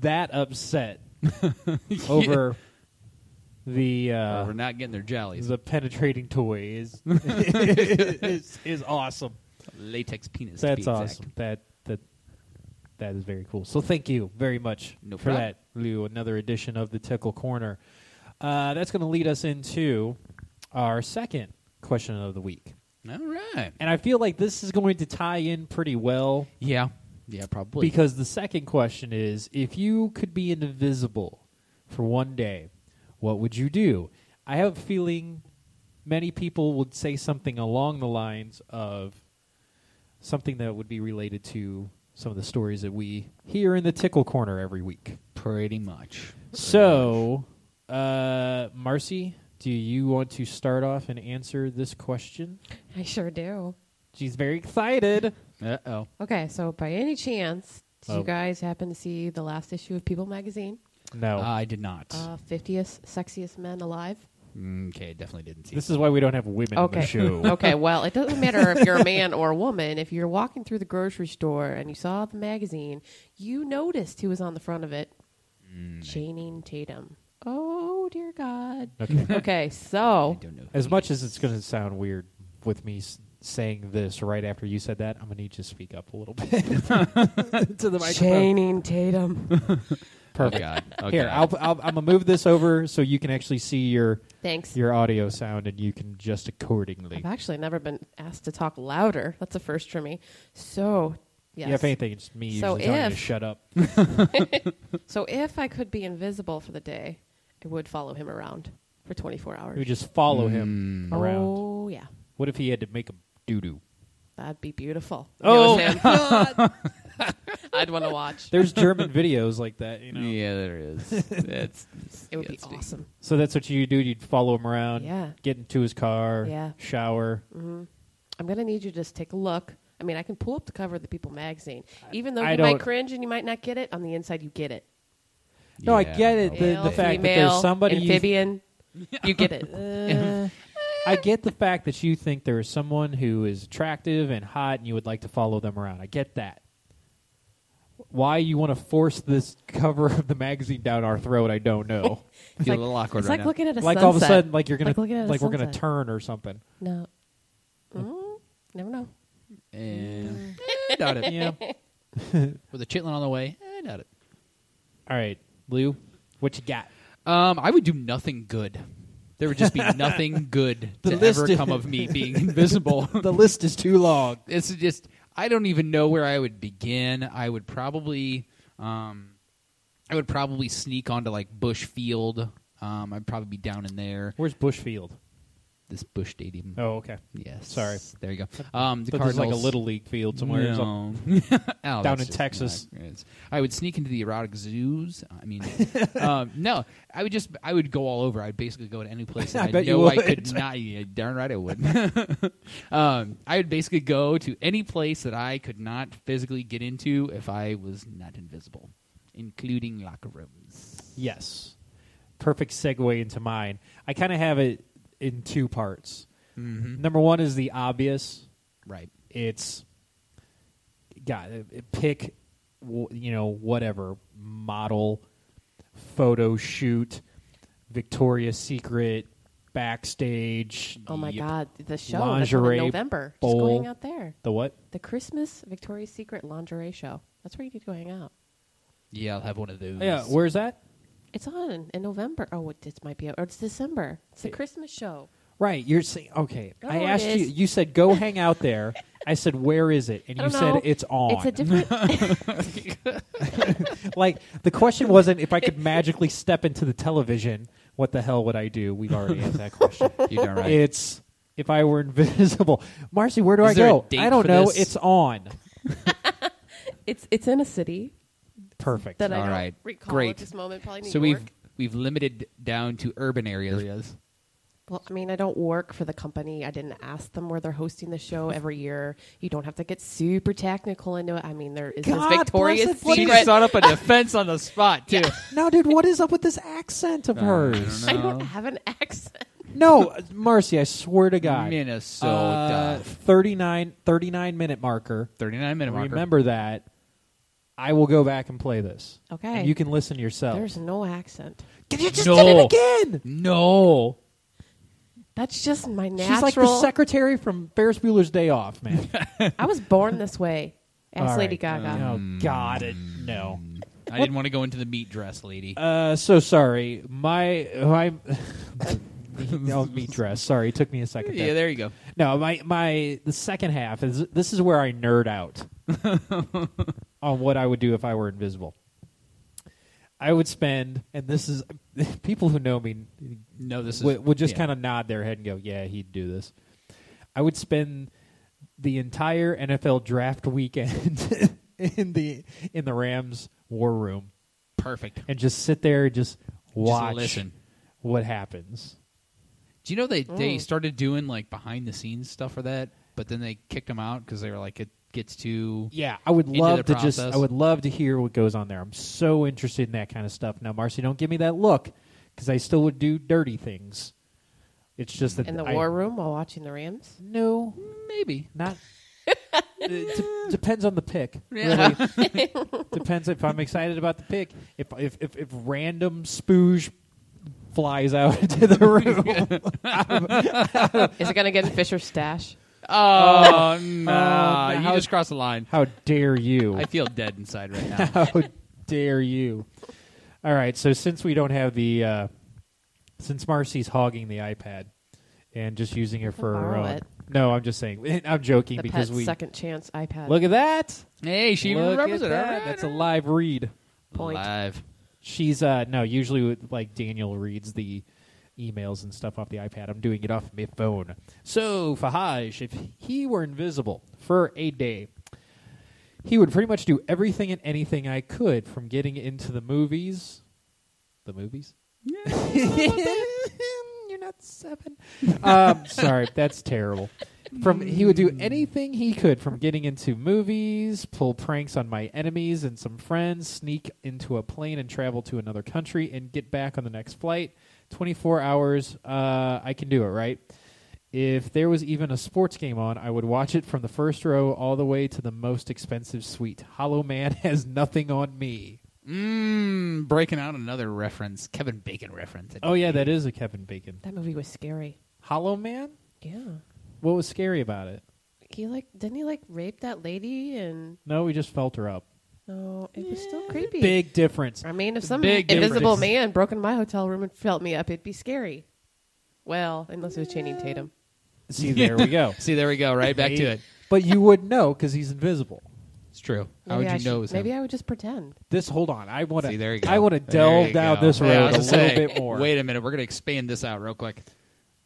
Speaker 1: that upset over the uh,
Speaker 2: we're not getting their jellies.
Speaker 1: the penetrating toy is is, is awesome.
Speaker 2: latex penis. to be
Speaker 1: That's
Speaker 2: exact.
Speaker 1: awesome. That that that is very cool. So thank you very much
Speaker 2: No
Speaker 1: for
Speaker 2: problem.
Speaker 1: that, Lou. Another edition of the Tickle Corner. Uh, that's going to lead us into our second question of the week,
Speaker 2: All right.
Speaker 1: and I feel like this is going to tie in pretty well
Speaker 2: Yeah. Yeah, probably.
Speaker 1: because the second question is if you could be invisible for one day, what would you do? I have a feeling many people would say something along the lines of something that would be related to some of the stories that we hear in the tickle corner every week.
Speaker 2: pretty much.
Speaker 1: So, uh, Marcy, do you want to start off and answer this question?
Speaker 4: I sure do.
Speaker 1: She's very excited.
Speaker 2: Uh oh.
Speaker 4: Okay, so by any chance, did
Speaker 1: Oh.
Speaker 4: you guys happen to see the last issue of People magazine?
Speaker 1: No.
Speaker 2: I did not.
Speaker 4: Uh, 50th sexiest men alive.
Speaker 2: okay, Mm, definitely didn't see.
Speaker 1: this is why we don't have women on the
Speaker 4: Okay.
Speaker 1: show.
Speaker 4: okay, well, it doesn't matter if you're a man or a woman. If you're walking through the grocery store and you saw the magazine, you noticed who was on the front of it.
Speaker 1: Mm,
Speaker 4: Channing Tatum. Oh, dear God.
Speaker 1: Okay.
Speaker 4: Okay, so
Speaker 2: I don't know.
Speaker 1: As much as it's going to sound weird with me s- saying this right after you said that, I'm going to need you to speak up a little bit to the microphone.
Speaker 4: Channing Tatum.
Speaker 1: Perfect.
Speaker 2: Oh God. Oh,
Speaker 1: Here, I'll,
Speaker 2: God.
Speaker 1: I'll, I'm going to move this over so you can actually see your
Speaker 4: Thanks.
Speaker 1: your audio sound and you can just accordingly.
Speaker 4: I've actually never been asked to talk louder. That's a first for me. So, yes.
Speaker 1: Yeah, if anything, it's me
Speaker 4: So
Speaker 1: usually telling you to
Speaker 4: if-
Speaker 1: shut up.
Speaker 4: So if I could be invisible for the day, I would follow him around for 24 hours.
Speaker 1: We just follow him around.
Speaker 4: Oh yeah,
Speaker 1: What if he had to make a doo doo?
Speaker 4: that'd be beautiful.
Speaker 1: Oh.
Speaker 4: It was him. I'd want to watch.
Speaker 1: There's German videos like that, you know.
Speaker 2: Yeah, there is. That's.
Speaker 4: It would be
Speaker 2: that's-
Speaker 4: awesome.
Speaker 1: So that's what you do. You'd follow him around,
Speaker 4: Yeah.
Speaker 1: get into his car,
Speaker 4: Yeah.
Speaker 1: shower.
Speaker 4: I'm gonna need you to just take a look. I mean, I can pull up the cover of the People magazine, even though
Speaker 1: I
Speaker 4: you
Speaker 1: don't-
Speaker 4: might cringe and you might not get it. On the inside, you get it.
Speaker 1: No, I
Speaker 2: Yeah,
Speaker 1: get it. The,
Speaker 4: Male,
Speaker 1: the fact that
Speaker 4: female,
Speaker 1: there's somebody you
Speaker 4: amphibian, you get it. Uh,
Speaker 1: I get the fact that you think there is someone who is attractive and hot and you would like to follow them around. I get that. Why you want to force this cover of the magazine down our throat, I don't know.
Speaker 2: Feel
Speaker 4: like-
Speaker 2: a little awkward
Speaker 4: it's
Speaker 2: right
Speaker 4: like
Speaker 2: now.
Speaker 4: looking at a
Speaker 1: like
Speaker 4: sunset.
Speaker 1: all of a sudden like you're gonna
Speaker 4: Like looking at a
Speaker 1: like we're gonna
Speaker 4: sunset.
Speaker 1: turn or something.
Speaker 4: no,
Speaker 1: Hmm?
Speaker 4: Mm, never know.
Speaker 2: And Eh, doubt it.
Speaker 1: Yeah.
Speaker 2: With a chitlin on the way. Eh, doubt it.
Speaker 1: all right. Lou, what you got?
Speaker 2: Um, I would do nothing good. There would just be nothing good
Speaker 1: The
Speaker 2: to
Speaker 1: list
Speaker 2: ever
Speaker 1: is-
Speaker 2: come of me being invisible.
Speaker 1: The list is too long.
Speaker 2: it's just I don't even know where I would begin. I would probably um, I would probably sneak onto like Bush Field. Um, I'd probably be down in there.
Speaker 1: Where's Bushfield?
Speaker 2: This Bush Stadium.
Speaker 1: Oh, okay.
Speaker 2: yes.
Speaker 1: sorry.
Speaker 2: There you go. Um, the
Speaker 1: But there's
Speaker 2: Cardinals
Speaker 1: like a little league field somewhere. or something.
Speaker 2: No. Oh, that's
Speaker 1: in
Speaker 2: just
Speaker 1: Texas.
Speaker 2: not- it's- I would sneak into the erotic zoos. I mean, um, no, I would just I would go all over. I'd basically go to any place. That
Speaker 1: I
Speaker 2: I,
Speaker 1: bet you
Speaker 2: know I
Speaker 1: would.
Speaker 2: could not. Yeah, darn right, I would. um, I would basically go to any place that I could not physically get into if I was not invisible, including locker rooms.
Speaker 1: Yes. Perfect segue into mine. I kind of have it in two parts. Mm-hmm. Number one is the obvious.
Speaker 2: Right.
Speaker 1: it's God, uh, pick wh- you know whatever model photo shoot Victoria's Secret backstage
Speaker 4: Oh my
Speaker 1: Yep.
Speaker 4: God, the show that's on
Speaker 1: Lingerie
Speaker 4: in November.
Speaker 1: bowl.
Speaker 4: Just going out there.
Speaker 1: the what
Speaker 4: The Christmas Victoria's Secret lingerie show. That's where you need to go hang out.
Speaker 2: Yeah, I'll have one of those.
Speaker 1: yeah where's that
Speaker 4: It's on in November. Oh, it, it might be. Or it's December. It's the Christmas show.
Speaker 1: right you're saying okay
Speaker 4: No,
Speaker 1: I
Speaker 4: it
Speaker 1: asked you
Speaker 4: is.
Speaker 1: you said go hang out there I said where is it and
Speaker 4: I
Speaker 1: you
Speaker 4: don't
Speaker 1: said
Speaker 4: know.
Speaker 1: it's on
Speaker 4: It's a different.
Speaker 1: like the question wasn't if I could magically step into the television what the hell would I do we've already asked that question
Speaker 2: You're darn right.
Speaker 1: It's if I were invisible. Marcy, where do
Speaker 2: Is
Speaker 1: I
Speaker 2: there a
Speaker 1: go?
Speaker 2: date
Speaker 1: I don't
Speaker 2: for
Speaker 1: know.
Speaker 2: this?
Speaker 1: It's on.
Speaker 4: it's it's in a city
Speaker 1: Perfect.
Speaker 4: that I
Speaker 2: All
Speaker 4: don't
Speaker 2: right.
Speaker 4: recall
Speaker 2: Great.
Speaker 4: at this moment. Probably New
Speaker 2: so
Speaker 4: York.
Speaker 2: we've we've limited down to urban areas.
Speaker 4: Well, I mean, I don't work for the company. I didn't ask them where they're hosting the show every year. You don't have to get super technical into it. I mean, there is
Speaker 1: God
Speaker 4: this
Speaker 1: bless
Speaker 4: Victoria's
Speaker 1: it, what
Speaker 2: She
Speaker 1: is-
Speaker 4: Secret.
Speaker 2: just thought up a defense on the spot too.
Speaker 1: now, dude, what is up with this accent of hers?
Speaker 2: Uh, I
Speaker 4: I
Speaker 2: don't know.
Speaker 4: don't have an accent.
Speaker 1: No, Marcy, I swear to God. Uh,
Speaker 2: Minnesota.
Speaker 1: 39, 39 minute marker.
Speaker 2: 39 minute marker.
Speaker 1: Remember that. I will go back and play this.
Speaker 4: Okay.
Speaker 1: And you can listen yourself.
Speaker 4: There's no accent.
Speaker 1: can you just
Speaker 2: No.
Speaker 1: did it again?
Speaker 2: No.
Speaker 4: That's just my natural.
Speaker 1: She's like the secretary from Ferris Bueller's Day Off, man.
Speaker 4: I was born this way. Ask
Speaker 1: All
Speaker 4: Lady
Speaker 1: right.
Speaker 4: Gaga.
Speaker 1: Oh God, it, no.
Speaker 2: I didn't want to go into the meat dress, lady.
Speaker 1: Uh, so sorry. My my. no, meat dress. Sorry, it took me a second.
Speaker 2: yeah,
Speaker 1: there.
Speaker 2: there you go.
Speaker 1: No, my my the second half is this is where I nerd out on what I would do if I were invisible. I would spend, and this is people who know me
Speaker 2: No, this is
Speaker 1: would, would just
Speaker 2: yeah.
Speaker 1: kind of nod their head and go, "Yeah, he'd do this." I would spend the entire NFL draft weekend in the in the Rams war room
Speaker 2: perfect.
Speaker 1: and just sit there, just watch
Speaker 2: listen.
Speaker 1: what happens.
Speaker 2: Do you know they
Speaker 4: Mm.
Speaker 2: they started doing like behind the scenes stuff for that, but then they kicked them out because they were like it gets too.
Speaker 1: Yeah, I would
Speaker 2: Into
Speaker 1: love to
Speaker 2: the
Speaker 1: just.
Speaker 2: process.
Speaker 1: I would love to hear what goes on there. I'm so interested in that kind of stuff. Now, Marcy, don't give me that look because I still would do dirty things. It's just that
Speaker 4: In the
Speaker 1: I-
Speaker 4: war room while watching the Rams.
Speaker 1: No,
Speaker 2: Maybe.
Speaker 1: not. it de- depends on the pick.
Speaker 2: Yeah.
Speaker 1: Really, depends if I'm excited about the pick. If if if, if random spooge flies out into the room,
Speaker 4: Is it going to get in Fisher's stash?
Speaker 2: Oh no! you
Speaker 1: how-
Speaker 2: just crossed the line.
Speaker 1: how dare you?
Speaker 2: I feel dead inside right now.
Speaker 1: How dare you? All right. So since we don't have the, uh, since Marcy's hogging the iPad and just using it for her
Speaker 4: borrow
Speaker 1: own.
Speaker 4: it.
Speaker 1: No, I'm just saying. I'm joking
Speaker 4: The
Speaker 1: because
Speaker 4: pet's
Speaker 1: we
Speaker 4: second chance iPad.
Speaker 1: look at that.
Speaker 2: Hey, she
Speaker 1: Look
Speaker 2: remembers
Speaker 1: at
Speaker 2: it.
Speaker 1: that. That's a live read.
Speaker 4: point.
Speaker 2: Live.
Speaker 1: She's uh no. Usually, with, like Daniel reads the emails and stuff off the iPad. I'm doing it off my phone. So Fahaj, if he were invisible for a day, he would pretty much do everything and anything I could, from getting into the movies, the movies. You're not seven. um, sorry, that's terrible. From he would do anything he could, from getting into movies, pull pranks on my enemies and some friends, sneak into a plane and travel to another country, and get back on the next flight. Twenty-four hours. Uh, I can do it, right? If there was even a sports game on, I would watch it from the first row all the way to the most expensive suite. Hollow Man has nothing on me.
Speaker 2: Mmm. Breaking out another reference, Kevin Bacon reference.
Speaker 1: Oh yeah, that is a Kevin Bacon.
Speaker 4: That movie was scary.
Speaker 1: Hollow Man?
Speaker 4: Yeah.
Speaker 1: What was scary about it?
Speaker 4: He like didn't he like rape that lady and
Speaker 1: No, we just felt her up.
Speaker 4: no, it was still creepy.
Speaker 1: Big difference.
Speaker 4: I mean, if some
Speaker 2: Big
Speaker 4: invisible
Speaker 2: difference.
Speaker 4: man broke in my hotel room and felt me up, it'd be scary. Well, unless it was Channing Tatum.
Speaker 1: See, there we go.
Speaker 2: See, there we go. Right back to it.
Speaker 1: But you would know because he's invisible.
Speaker 2: It's true. How would
Speaker 4: Maybe
Speaker 2: you
Speaker 4: I should-
Speaker 2: know? it was
Speaker 4: Maybe
Speaker 2: him?
Speaker 4: I would just pretend.
Speaker 1: This hold on. I want
Speaker 2: See, there you
Speaker 1: to.
Speaker 2: go.
Speaker 1: I want to delve down this road a
Speaker 2: a
Speaker 1: little bit more.
Speaker 2: Wait a minute. We're gonna expand this out real quick.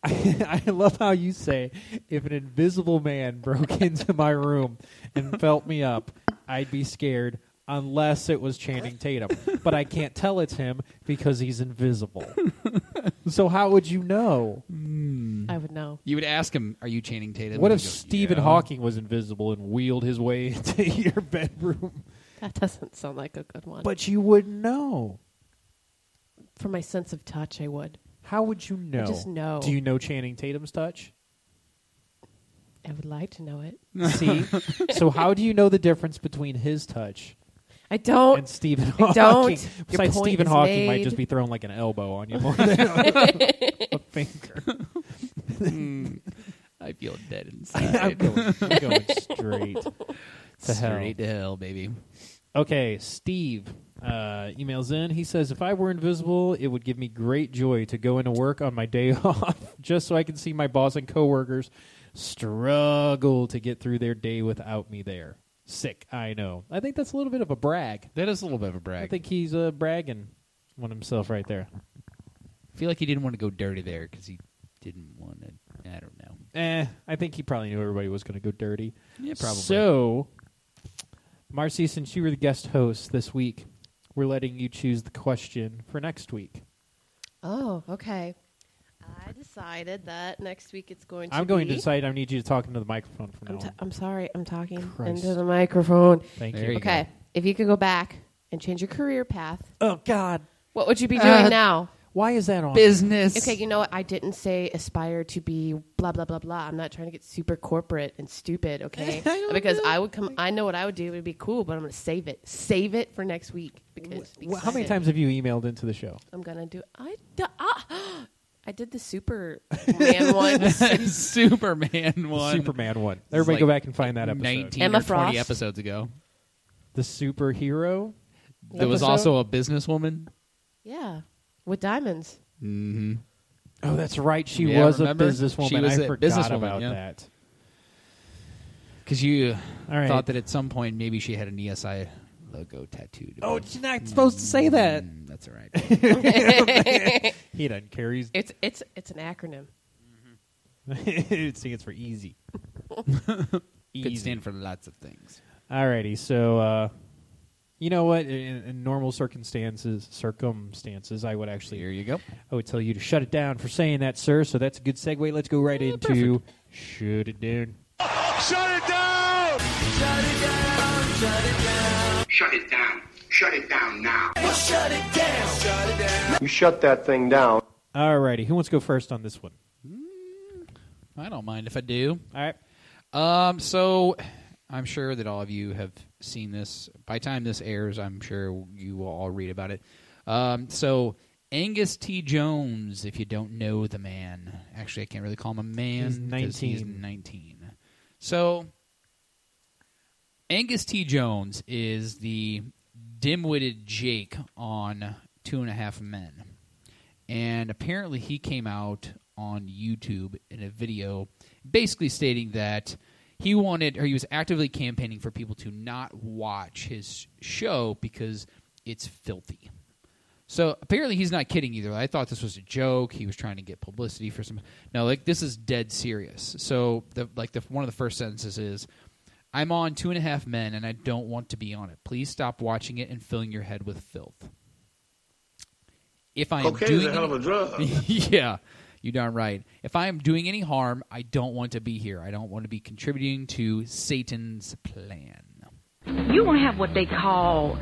Speaker 1: I love how you say if an invisible man broke into my room and felt me up, I'd be scared unless it was Channing Tatum. But I can't tell it's him because he's invisible. so how would you know?
Speaker 4: I would know.
Speaker 2: You would ask him, "Are you Channing Tatum?"
Speaker 1: What
Speaker 2: And
Speaker 1: if
Speaker 2: he'd go,
Speaker 1: Stephen
Speaker 2: "Yeah."
Speaker 1: Hawking was invisible and wheeled his way into your bedroom?
Speaker 4: That doesn't sound like a good one.
Speaker 1: But you wouldn't know.
Speaker 4: for my sense of touch, I would.
Speaker 1: How would you know?
Speaker 4: just know.
Speaker 1: Do you know Channing Tatum's touch?
Speaker 4: I would like to know it.
Speaker 1: See? so how do you know the difference between his touch
Speaker 4: I don't.
Speaker 1: and Stephen
Speaker 4: I
Speaker 1: Hawking.
Speaker 4: don't. Your
Speaker 1: Besides,
Speaker 4: point
Speaker 1: Stephen
Speaker 4: is
Speaker 1: Hawking might
Speaker 4: made.
Speaker 1: just be throwing like an elbow on you more than a, a finger.
Speaker 2: I feel dead inside.
Speaker 1: I'm going, I'm going straight to hell.
Speaker 2: Straight to hell, baby.
Speaker 1: Okay, Steve uh, emails in. He says, If I were invisible, it would give me great joy to go into work on my day off just so I can see my boss and coworkers struggle to get through their day without me there. Sick, I know. I think that's a little bit of a brag.
Speaker 2: That is a little bit of a
Speaker 1: I
Speaker 2: brag.
Speaker 1: think he's uh, bragging on himself right there.
Speaker 2: I feel like he didn't want to go dirty there because he didn't want to. I don't know.
Speaker 1: Eh, I think he probably knew everybody was going to go dirty.
Speaker 2: Yeah, probably.
Speaker 1: So, Marcy, since you were the guest host this week, we're letting you choose the question for next week.
Speaker 4: Oh, okay. I decided that next week it's going to.
Speaker 1: I'm going to
Speaker 4: be-
Speaker 1: decide. I need you to talk into the microphone from
Speaker 4: I'm,
Speaker 1: now.
Speaker 4: t-
Speaker 1: on.
Speaker 4: I'm sorry. I'm talking
Speaker 1: Christ.
Speaker 4: into the microphone.
Speaker 1: Thank
Speaker 2: There
Speaker 1: you.
Speaker 2: you
Speaker 4: Okay, if you could go back and change your career path,
Speaker 1: Oh God.
Speaker 4: what would you be doing now?
Speaker 1: Why is that on?
Speaker 2: business.
Speaker 4: Okay, you know what? I didn't say aspire to be blah blah blah blah. I'm not trying to get super corporate and stupid, okay? because I would come. I know what I would do. It would be cool, but I'm going to save it. Save it for next week because
Speaker 1: Wh- How many
Speaker 4: excited.
Speaker 1: times have you emailed into the show?
Speaker 4: I'm going to do? I d- ah, I did the Superman once.
Speaker 2: Superman one.
Speaker 1: Superman one. Everybody go
Speaker 2: like
Speaker 1: back and find that episode.
Speaker 2: 19
Speaker 4: Emma
Speaker 2: or 20
Speaker 4: Frost.
Speaker 2: episodes ago.
Speaker 1: The superhero.
Speaker 2: There was
Speaker 1: Episode?
Speaker 2: also a businesswoman.
Speaker 4: yeah, with diamonds.
Speaker 1: Oh, that's right. She
Speaker 2: Yeah,
Speaker 1: was
Speaker 2: remember?
Speaker 1: a businesswoman.
Speaker 2: She was
Speaker 1: I
Speaker 2: a
Speaker 1: forgot
Speaker 2: businesswoman,
Speaker 1: about
Speaker 2: yeah.
Speaker 1: that.
Speaker 2: Because you
Speaker 1: All right.
Speaker 2: thought that at some point maybe she had an ESI logo tattooed.
Speaker 1: Oh, she's not supposed to say that.
Speaker 2: Mm, that's all right.
Speaker 1: He doesn't care. He's
Speaker 4: It's it's it's an acronym.
Speaker 1: it stands for easy.
Speaker 2: Could stand for lots of things.
Speaker 1: Alrighty, so uh, you know what? In, in normal circumstances, circumstances, I would actually
Speaker 2: Here you go.
Speaker 1: I would tell you to shut it down for saying that, sir. So that's a good segue. Let's go right into shut it down.
Speaker 7: Shut it down. Shut it down now.
Speaker 6: You shut that thing down.
Speaker 1: Alrighty, who wants to go first on this one?
Speaker 2: I don't mind if I do.
Speaker 1: All right,
Speaker 2: Um, so I'm sure that all of you have seen this. By the time this airs, I'm sure you will all read about it. Um, so Angus T. Jones, if you don't know the man, actually I can't really call him a man.
Speaker 1: He's
Speaker 2: 'cause He's
Speaker 1: 19.
Speaker 2: 19. So Angus T. Jones is the dim-witted Jake on Two and a Half Men, and apparently he came out on YouTube in a video, basically stating that he wanted or he was actively campaigning for people to not watch his show because it's filthy. So apparently he's not kidding either. I thought this was a joke. He was trying to get publicity for some. No, like this is dead serious. So the like the one of the first sentences is, "I'm on Two and a Half Men, and I don't want to be on it. Please stop watching it and filling your head with filth." If I am doing any-
Speaker 7: drug.
Speaker 2: yeah, you darn right. If I am doing any harm, I don't want to be here. I don't want to be contributing to Satan's plan.
Speaker 8: You don't have what they call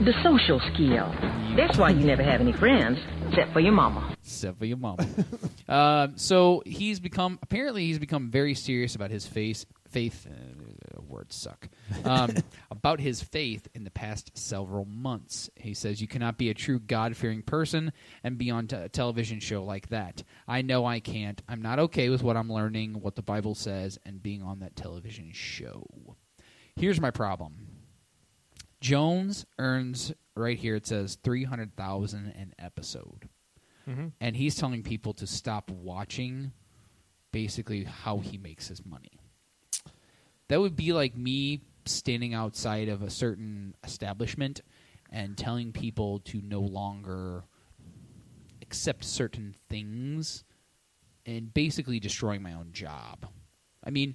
Speaker 8: the social skill. That's why you never have any friends, except for your mama.
Speaker 2: Except for your mom. um, so he's become apparently he's become very serious about his face faith. Uh, words suck. Um, about his faith in the past several months. He says you cannot be a true God fearing person and be on t- a television show like that. I know I can't. I'm not okay with what I'm learning, what the Bible says, and being on that television show. Here's my problem. Jones earns right here. It says three hundred thousand an episode, and he's telling people to stop watching. Basically, how he makes his money. That would be like me standing outside of a certain establishment and telling people to no longer accept certain things, and basically destroying my own job. I mean,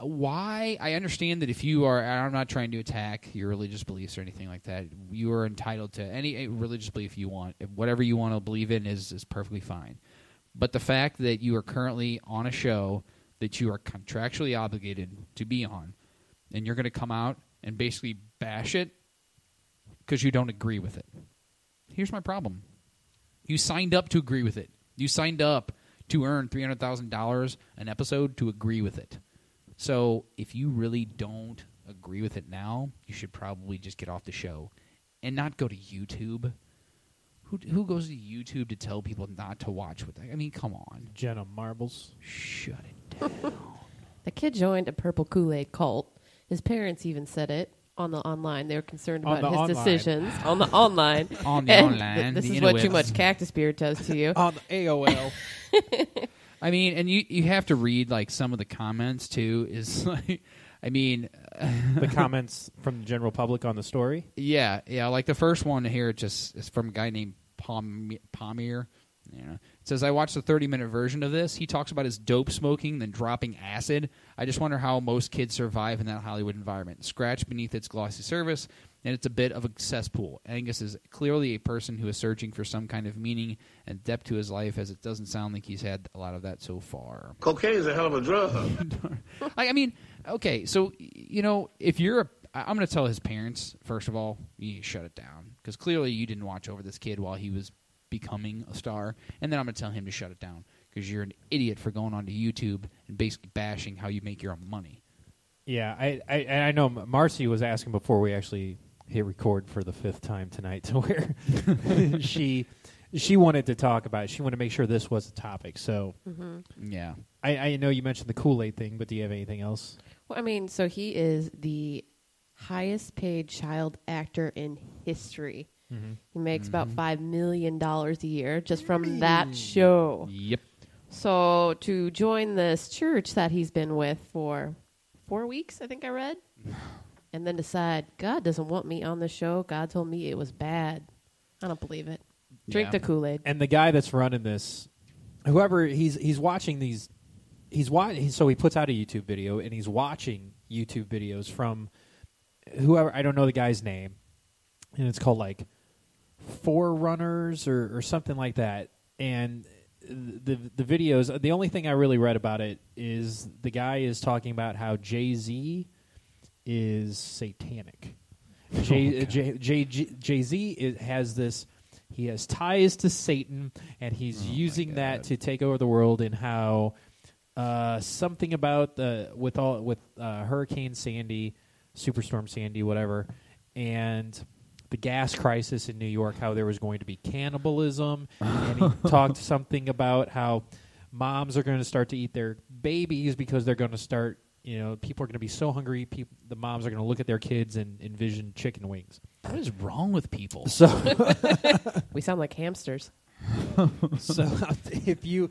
Speaker 2: why I understand that if you are and I'm not trying to attack your religious beliefs or anything like that. You are entitled to any religious belief you want. Whatever you want to believe in is is perfectly fine. But the fact that you are currently on a show that you are contractually obligated to be on and you're going to come out and basically bash it because you don't agree with it. Here's my problem. You signed up to agree with it. You signed up to earn $300,000 an episode to agree with it. So if you really don't agree with it now, you should probably just get off the show and not go to YouTube. Who, who goes to YouTube to tell people not to watch what they, I mean, come on.
Speaker 1: Jenna Marbles.
Speaker 2: Shut it down.
Speaker 4: The kid joined a purple Kool Aid cult. His parents even said it on the online. They were concerned
Speaker 1: On
Speaker 4: about
Speaker 1: the
Speaker 4: his
Speaker 1: online.
Speaker 4: decisions on the online.
Speaker 2: On the
Speaker 4: And
Speaker 2: online,
Speaker 4: th- this
Speaker 2: the Uh,
Speaker 4: is what too
Speaker 2: interwebs.
Speaker 4: much cactus beer does to you.
Speaker 1: On the AOL.
Speaker 2: I mean, and you, you have to read like some of the comments too. Is like, I mean,
Speaker 1: the comments from the general public on the story.
Speaker 2: Yeah, yeah. Like the first one here, it just is from a guy named Pom- Pomir. Yeah. It says I watched the 30 minute version of this. He talks about his dope smoking, then dropping acid. I just wonder how most kids survive in that Hollywood environment. Scratch beneath its glossy surface, and it's a bit of a cesspool. Angus is clearly a person who is searching for some kind of meaning and depth to his life, as it doesn't sound like he's had a lot of that so far.
Speaker 7: Cocaine is a hell of a drug.
Speaker 2: Like, I mean, okay, so y- you know, if you're a, I- I'm going to tell his parents first of all, you need to shut it down because clearly you didn't watch over this kid while he was becoming a star, and then I'm going to tell him to shut it down because you're an idiot for going onto YouTube and basically bashing how you make your own money.
Speaker 1: Yeah, I, I and I know M- Marcy was asking before we actually hit record for the fifth time tonight to where she she wanted to talk about it. She wanted to make sure this was a topic. So
Speaker 2: Yeah.
Speaker 1: I, I know you mentioned the Kool Aid thing, but do you have anything else?
Speaker 4: Well, I mean, so he is the highest paid child actor in history.
Speaker 2: Mm-hmm.
Speaker 4: He makes about five million dollars a year just from that show.
Speaker 2: Yep.
Speaker 4: So to join this church that he's been with for four weeks, I think I read, and then decide God doesn't want me on the show. God told me it was bad. I don't believe it. Drink
Speaker 2: Yeah.
Speaker 4: the Kool Aid.
Speaker 1: And the guy that's running this, whoever he's he's watching these, he's watching. So he puts out a YouTube video and he's watching YouTube videos from whoever I don't know the guy's name, and it's called like Forerunners or or something like that. And the the videos. The only thing I really read about it is the guy is talking about how Jay Z is satanic. Jay Jay Jay Jay Z is- has this. He has ties to Satan, and he's using that to take over the world. And how uh, something about the with all with uh, Hurricane Sandy, Superstorm Sandy, whatever, and the gas crisis in New York. How there was going to be cannibalism, and he talked something about how moms are going to start to eat their babies because they're going to start. You know, people are going to be so hungry. People, the moms are going to look at their kids and envision chicken wings.
Speaker 2: What is wrong with people?
Speaker 1: So
Speaker 4: We sound like hamsters.
Speaker 1: so if you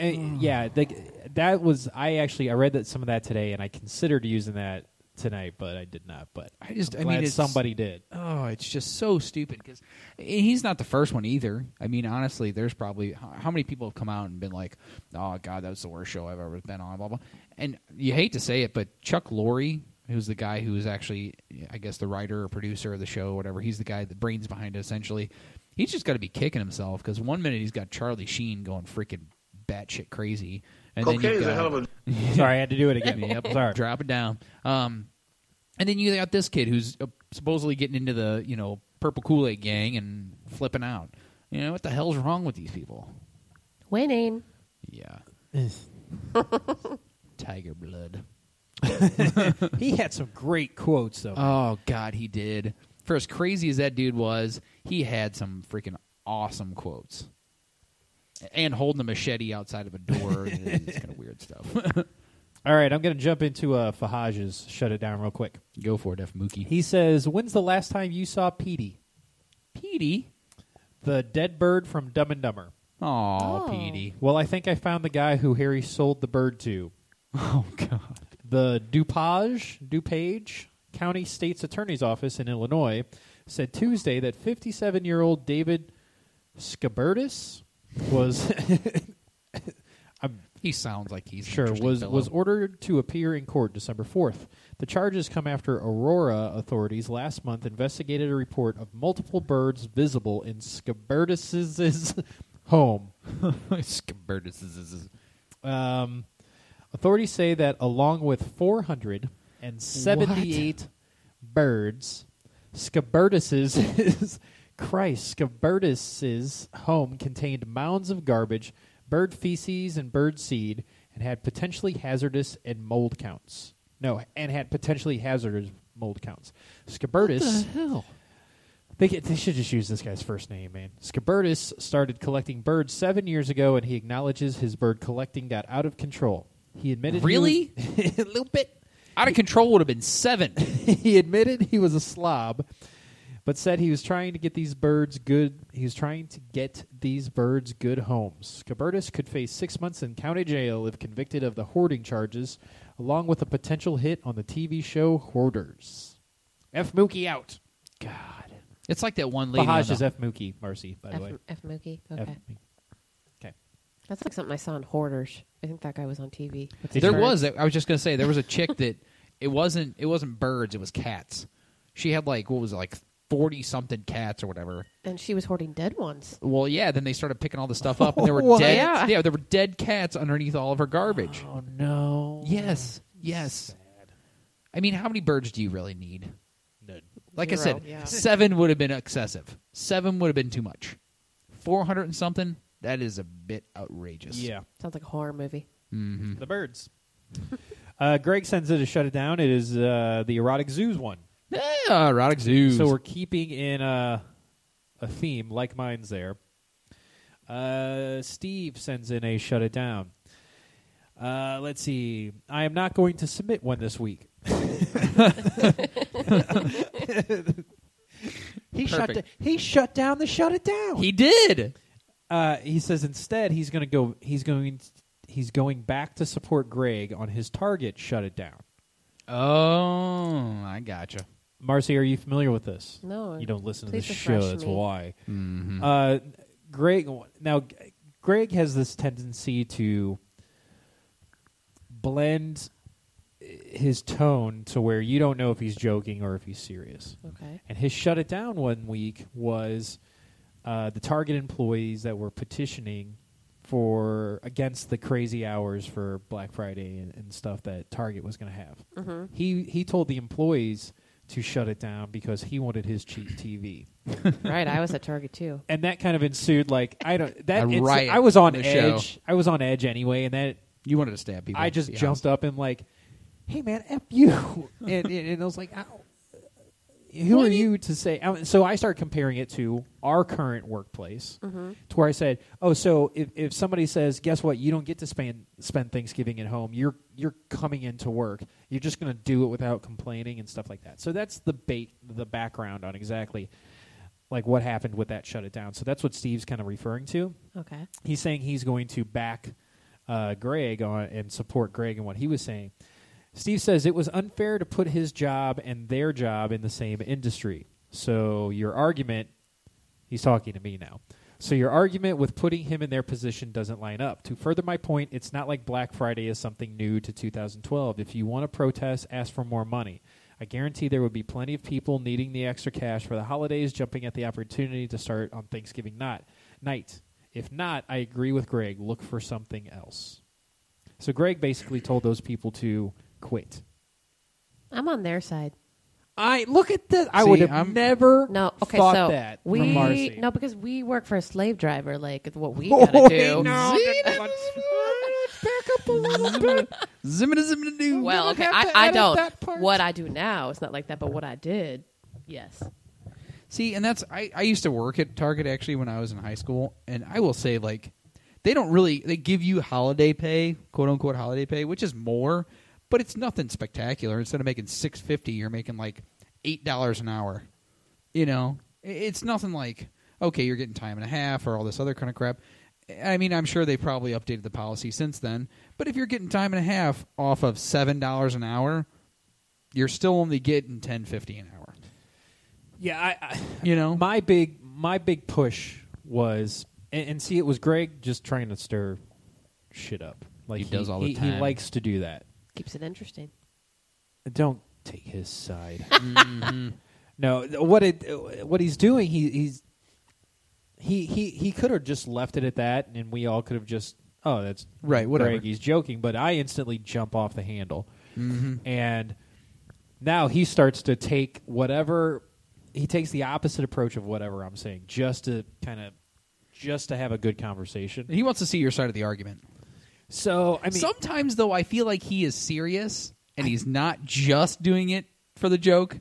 Speaker 1: uh, yeah the, that was i actually i read that some of that today and i considered using that tonight but i did not but
Speaker 2: I just-
Speaker 1: I'm
Speaker 2: I mean,
Speaker 1: glad
Speaker 2: it's-
Speaker 1: somebody did
Speaker 2: oh, it's just so stupid because he's not the first one either. I mean, honestly, there's probably how how many people have come out and been like, "Oh God, that was the worst show I've ever been on." Blah blah. And you hate to say it, but Chuck Lorre, who's the guy who is actually, I guess, the writer or producer of the show, or whatever. He's the guy, the brains behind it, essentially. He's just got to be kicking himself because one minute he's got Charlie Sheen going freaking batshit crazy, and then
Speaker 7: Cocaine
Speaker 2: you've
Speaker 7: is
Speaker 2: got,
Speaker 7: a hell of a.
Speaker 1: sorry i had to do it again
Speaker 2: Yep.
Speaker 1: sorry
Speaker 2: Drop it down. Um, and then you got this kid who's uh, supposedly getting into the you know purple Kool Aid gang and flipping out. You know what the hell's wrong with these people?
Speaker 4: Winning.
Speaker 2: Yeah, tiger blood.
Speaker 1: he had some great quotes though
Speaker 2: Oh God, he did. For as crazy as that dude was, he had some freaking awesome quotes. And holding a machete outside of a door, it's kind of weird stuff.
Speaker 1: all right i'm gonna jump into uh fahaj's shut it down real quick
Speaker 2: Go for it, F Mookie.
Speaker 1: he says when's the last time you saw Petey?
Speaker 2: Petey.
Speaker 1: the dead bird from dumb and dumber
Speaker 2: Aw,
Speaker 4: Oh.
Speaker 2: Petey.
Speaker 1: well i think i found the guy who harry sold the bird to
Speaker 2: Oh God.
Speaker 1: The DuPage, DuPage County State's Attorney's Office in Illinois said Tuesday that 57 year old David Scabertis was
Speaker 2: He sounds like he's an
Speaker 1: sure
Speaker 2: interesting
Speaker 1: was
Speaker 2: fellow.
Speaker 1: was ordered to appear in court December 4th. The charges come after Aurora authorities last month investigated a report of multiple birds visible in Scabertis's home.
Speaker 2: Scabertus.
Speaker 1: Um, authorities say that along with 478 birds, Scabertus's is Christ Scabertus's home contained mounds of garbage, bird feces, and bird seed, and had potentially hazardous and mold counts. No, and had potentially hazardous mold counts. Scabertus.
Speaker 2: hell?
Speaker 1: They, get, they should just use this guy's first name, man. Scabertus started collecting birds seven years ago, and he acknowledges his bird collecting got out of control. He admitted he
Speaker 2: Really?
Speaker 1: was- a little bit.
Speaker 2: Out of control would have been seven.
Speaker 1: he admitted he was a slob, but said he was trying to get these birds good. He was trying to get these birds good homes. Scabertus could face six months in county jail if convicted of the hoarding charges, along with a potential hit on the TV show Hoarders. F Mookie out. God.
Speaker 2: It's like that one lady. on
Speaker 1: Bahaj
Speaker 2: the-
Speaker 1: is F Mookie, Marcy, by the
Speaker 4: F,
Speaker 1: way.
Speaker 4: F Mookie.
Speaker 1: F-
Speaker 4: Okay.
Speaker 1: Okay.
Speaker 4: That's like something I saw in Hoarders. I think that guy was on TV. with
Speaker 1: Did
Speaker 4: his
Speaker 2: there
Speaker 1: you-
Speaker 4: bird.
Speaker 2: was. I was just gonna say there was a chick that it wasn't. It wasn't birds. It was cats. She had like what was it, like forty something cats or whatever.
Speaker 4: and she was hoarding dead ones.
Speaker 2: Well, yeah. Then they started picking all the stuff up, and there were
Speaker 1: What?
Speaker 2: dead.
Speaker 4: Yeah.
Speaker 2: there were dead cats underneath all of her garbage.
Speaker 1: Oh no.
Speaker 2: yes. Yes. I mean, how many birds do you really need? Like I
Speaker 4: Zero,
Speaker 2: said,
Speaker 4: yeah.
Speaker 2: seven would have been excessive. Seven would have been too much. 400 and something, that is a bit outrageous.
Speaker 1: Yeah.
Speaker 4: Sounds like a horror movie.
Speaker 2: Hmm.
Speaker 1: The birds. uh, Greg sends it to shut it down. It is uh, the erotic zoos one.
Speaker 2: Yeah, erotic zoos.
Speaker 1: So we're keeping in a, a theme like mine's there. Uh, Steve sends in a shut it down. Uh, let's see. I am not going to submit one this week. he shut.
Speaker 2: Perfect.
Speaker 1: da- he shut down the shut it down.
Speaker 2: he did.
Speaker 1: uh, he says instead he's going to go. He's going. He's going back to support Greg on his target. Shut it down.
Speaker 2: Oh, I gotcha.
Speaker 1: Marcy, are you familiar with this?
Speaker 4: No.
Speaker 1: You don't listen to the
Speaker 4: Please
Speaker 1: show.
Speaker 4: refresh
Speaker 1: That's
Speaker 4: me.
Speaker 1: why. Uh, Greg now, G- Greg has this tendency to blend his tone to where you don't know if he's joking or if he's serious.
Speaker 4: Okay.
Speaker 1: And his shut it down one week was uh, the Target employees that were petitioning for against the crazy hours for Black Friday and, and stuff that Target was going to have. He he told the employees to shut it down because he wanted his cheap TV.
Speaker 4: right. I was at Target too.
Speaker 1: And that kind of ensued like I don't that
Speaker 2: A
Speaker 1: it's-
Speaker 2: riot
Speaker 1: I was on
Speaker 2: in
Speaker 1: edge.
Speaker 2: the show.
Speaker 1: I was on edge anyway and that
Speaker 2: You wanted to stab people.
Speaker 1: I just
Speaker 2: Yeah.
Speaker 1: jumped up and like, hey man, f you, and, and, and I was like, ow. who are you to say? I mean, So I started comparing it to our current workplace, to where I said, oh, so if, if somebody says, guess what, you don't get to spend spend Thanksgiving at home, you're you're coming into work, you're just gonna do it without complaining and stuff like that. So that's the bait, the background on exactly. Like what happened with that shut it down. So that's what Steve's kind of referring to
Speaker 4: Okay.
Speaker 1: he's saying he's going to back uh, Greg on and support Greg in what he was saying. Steve says it was unfair to put his job and their job in the same industry. So your argument, he's talking to me now. So your argument with putting him in their position doesn't line up. To further my point, it's not like Black Friday is something new to 2012. If you want to protest, ask for more money. I guarantee there would be plenty of people needing the extra cash for the holidays, jumping at the opportunity to start on Thanksgiving night. Night. If not, I agree with Greg. Look for something else. So Greg basically told those people to quit.
Speaker 4: I'm on their side.
Speaker 1: I look at this. I
Speaker 2: See,
Speaker 1: would have
Speaker 2: I'm-
Speaker 1: never
Speaker 4: No, okay,
Speaker 1: thought
Speaker 4: so
Speaker 1: that
Speaker 4: we
Speaker 1: from Marcy. Oh,
Speaker 4: no because we work for a slave driver. Like what we gotta do.
Speaker 2: Zimina, zimina, doo.
Speaker 4: Well, okay, I, I don't. What I do now, it's not like that. But what I did, yes.
Speaker 2: See, and that's I, I used to work at Target actually when I was in high school, and I will say like they don't really they give you holiday pay, quote unquote holiday pay, which is more, but it's nothing spectacular. Instead of making six fifty, you're making like eight dollars an hour. You know, I- it's nothing like okay, you're getting time and a half or all this other kind of crap. I mean, I'm sure they probably updated the policy since then, but if you're getting time and a half off of seven dollars an hour, you're still only getting ten fifty an hour.
Speaker 1: yeah, I, I,
Speaker 2: You know,
Speaker 1: my big my big push was and, and see it was Greg just trying to stir shit up. Like
Speaker 2: He does all the
Speaker 1: he- He
Speaker 2: time.
Speaker 1: likes to do that.
Speaker 4: Keeps it interesting.
Speaker 1: don't take his side.
Speaker 2: Mm-hmm.
Speaker 1: No, th- what it uh, what he's doing, he he's he he he could have just left it at that, and we all could have just oh that's
Speaker 2: Right, whatever.
Speaker 1: Greg, he's joking, but I instantly jump off the handle,
Speaker 2: Mm-hmm.
Speaker 1: and now he starts to take whatever he takes the opposite approach of whatever I'm saying, just to kind of just to have a good conversation.
Speaker 2: He wants to see your side of the argument.
Speaker 1: So I mean,
Speaker 2: Sometimes, though, I feel like he is serious and he's not just doing it for the joke,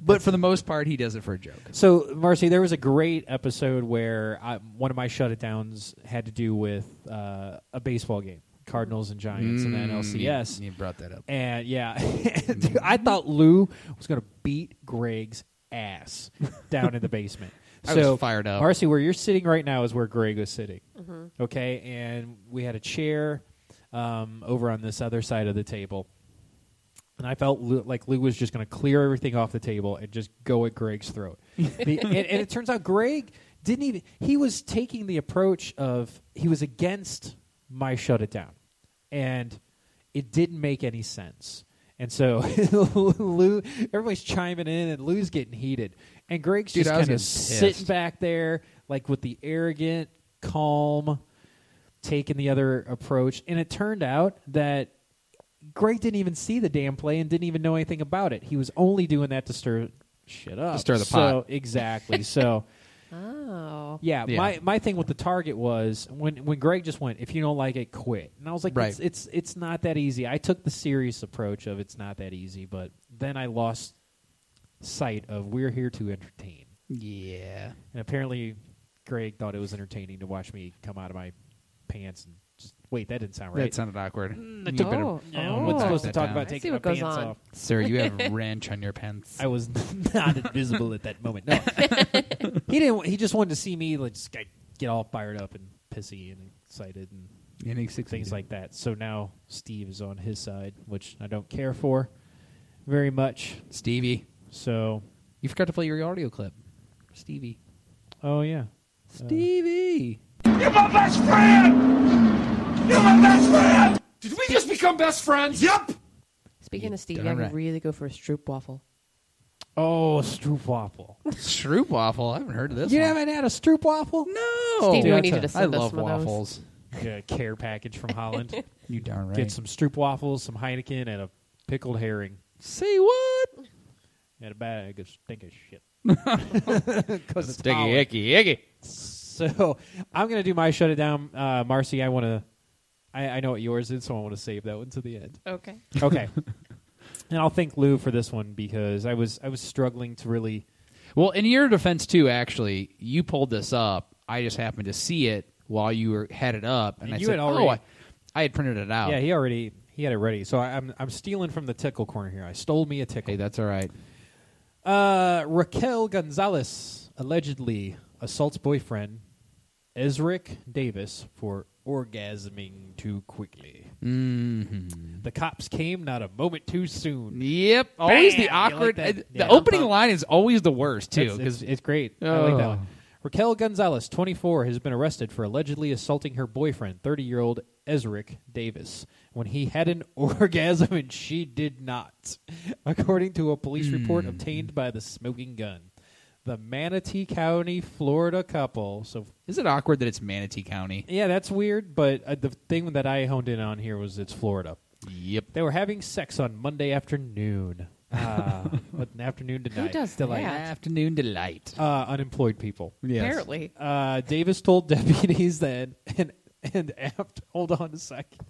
Speaker 2: but for the most part, he does it for a joke.
Speaker 1: So, Marcy, there was a great episode where I, one of my shut it downs had to do with uh, a baseball game, Cardinals and Giants,
Speaker 2: Mm,
Speaker 1: and NLCS.
Speaker 2: You brought that up.
Speaker 1: And yeah,
Speaker 2: Mm-hmm.
Speaker 1: Dude, I thought Lou was going to beat Greg's ass down in the basement.
Speaker 2: I was
Speaker 1: so
Speaker 2: fired up.
Speaker 1: Marcy, where you're sitting right now is where Greg was sitting. Okay, and we had a chair um, over on this other side of the table, and I felt Lou, like Lou was just going to clear everything off the table and just go at Greg's throat. The- and, and it turns out Greg didn't even. He was taking the approach of he was against my shut it down, and it didn't make any sense. And so Lou, everybody's chiming in, and Lou's getting heated, and Greg's
Speaker 2: Dude,
Speaker 1: just
Speaker 2: I was
Speaker 1: kind of
Speaker 2: getting
Speaker 1: sitting
Speaker 2: pissed.
Speaker 1: back there, like with the arrogant, calm, taking the other approach. And it turned out that Greg didn't even see the damn play and didn't even know anything about it. He was only doing that to stir shit up,
Speaker 2: stir the
Speaker 1: So-
Speaker 2: pot.
Speaker 1: exactly. so
Speaker 4: Oh.
Speaker 1: Yeah,
Speaker 2: Yeah.
Speaker 1: my my thing with the target was when when Greg just went, if you don't like it, quit. And I was like,
Speaker 2: Right.
Speaker 1: it's, it's it's not that easy. I took the serious approach of it's not that easy, but then I lost sight of we're here to entertain.
Speaker 2: Yeah.
Speaker 1: And apparently, Greg thought it was entertaining to watch me come out of my pants and just wait. That didn't sound right.
Speaker 2: That sounded awkward. You
Speaker 4: don't-
Speaker 2: better-
Speaker 4: Oh.
Speaker 1: Yeah, we're supposed to
Speaker 2: That
Speaker 1: talk
Speaker 2: down.
Speaker 1: about
Speaker 2: I
Speaker 4: see
Speaker 1: taking my
Speaker 4: what
Speaker 1: pants
Speaker 4: goes on.
Speaker 1: off.
Speaker 2: Sir, you have ranch on your pants.
Speaker 1: I was not invisible at that moment. No, he didn't. He just wanted to see me like just get- get all fired up and pissy and excited and
Speaker 2: And he succeeded.
Speaker 1: things like that. So now Steve is on his side, which I don't care for very much.
Speaker 2: Stevie.
Speaker 1: So,
Speaker 2: You forgot to play your audio clip. Stevie.
Speaker 1: oh yeah,
Speaker 2: Stevie.
Speaker 5: You're my best friend! You're my best friend! Did we just become best friends? Yep!
Speaker 4: Speaking
Speaker 2: You
Speaker 4: of Steve, I
Speaker 2: done
Speaker 4: could
Speaker 2: right.
Speaker 4: really go for a stroop waffle.
Speaker 1: oh stroopwafel.
Speaker 2: Stroop waffle. I haven't heard of this.
Speaker 1: you
Speaker 2: one.
Speaker 1: haven't had a stroopwafel?
Speaker 2: No.
Speaker 1: Dude,
Speaker 4: Steve, we
Speaker 1: Oh, I
Speaker 4: need
Speaker 1: tell-
Speaker 4: you to
Speaker 2: I
Speaker 4: send us
Speaker 2: love
Speaker 4: one of those.
Speaker 2: waffles.
Speaker 1: Get a care package from Holland.
Speaker 2: You darn right.
Speaker 1: Get some stroopwafels, some Heineken, and a pickled herring,
Speaker 2: Say what?
Speaker 1: and a bag of stinking shit.
Speaker 2: Because it's
Speaker 1: Holland.
Speaker 2: icky, icky.
Speaker 1: So I'm gonna do my shut it down, uh, Marcy. I want to. I, I know what yours is, so I want to save that one to the end.
Speaker 4: Okay.
Speaker 1: Okay. and I'll thank Lou for this one because I was I was struggling to really.
Speaker 2: Well, in your defense too, actually, you pulled this up. I just happened to see it while you were had it up, and,
Speaker 1: And
Speaker 2: I
Speaker 1: you
Speaker 2: said,
Speaker 1: had already-
Speaker 2: "Oh, I, I had printed it out."
Speaker 1: Yeah, he already he had it ready. So I, I'm I'm stealing from the tickle corner here. I stole me a tickle.
Speaker 2: hey, that's all right.
Speaker 1: Uh, Raquel Gonzalez allegedly assaults boyfriend Ezric Davis for orgasming too quickly.
Speaker 2: Mm-hmm.
Speaker 1: The cops came not a moment too soon.
Speaker 2: Yep, always the
Speaker 1: You like
Speaker 2: awkward.
Speaker 1: that?
Speaker 2: uh, the
Speaker 1: Yeah. Uh-huh.
Speaker 2: opening line is always the worst too,
Speaker 1: It's, it's,
Speaker 2: because
Speaker 1: it's great. I like that
Speaker 2: Oh.
Speaker 1: one. Raquel Gonzalez, 24, has been arrested for allegedly assaulting her boyfriend, 30 year old Ezric Davis, when he had an orgasm and she did not, according to a police
Speaker 2: Hmm.
Speaker 1: report obtained by the smoking gun. The Manatee County, Florida couple. So,
Speaker 2: is it awkward that it's Manatee County?
Speaker 1: yeah, that's weird, but uh, the thing that I honed in on here was it's Florida.
Speaker 2: Yep.
Speaker 1: They were having sex on Monday afternoon. Ah, what an afternoon tonight.
Speaker 4: does
Speaker 1: Delight.
Speaker 4: that?
Speaker 2: Afternoon delight.
Speaker 1: Uh, unemployed people.
Speaker 2: Yes.
Speaker 4: Apparently.
Speaker 1: Uh, Davis told deputies that and and after hold on a second.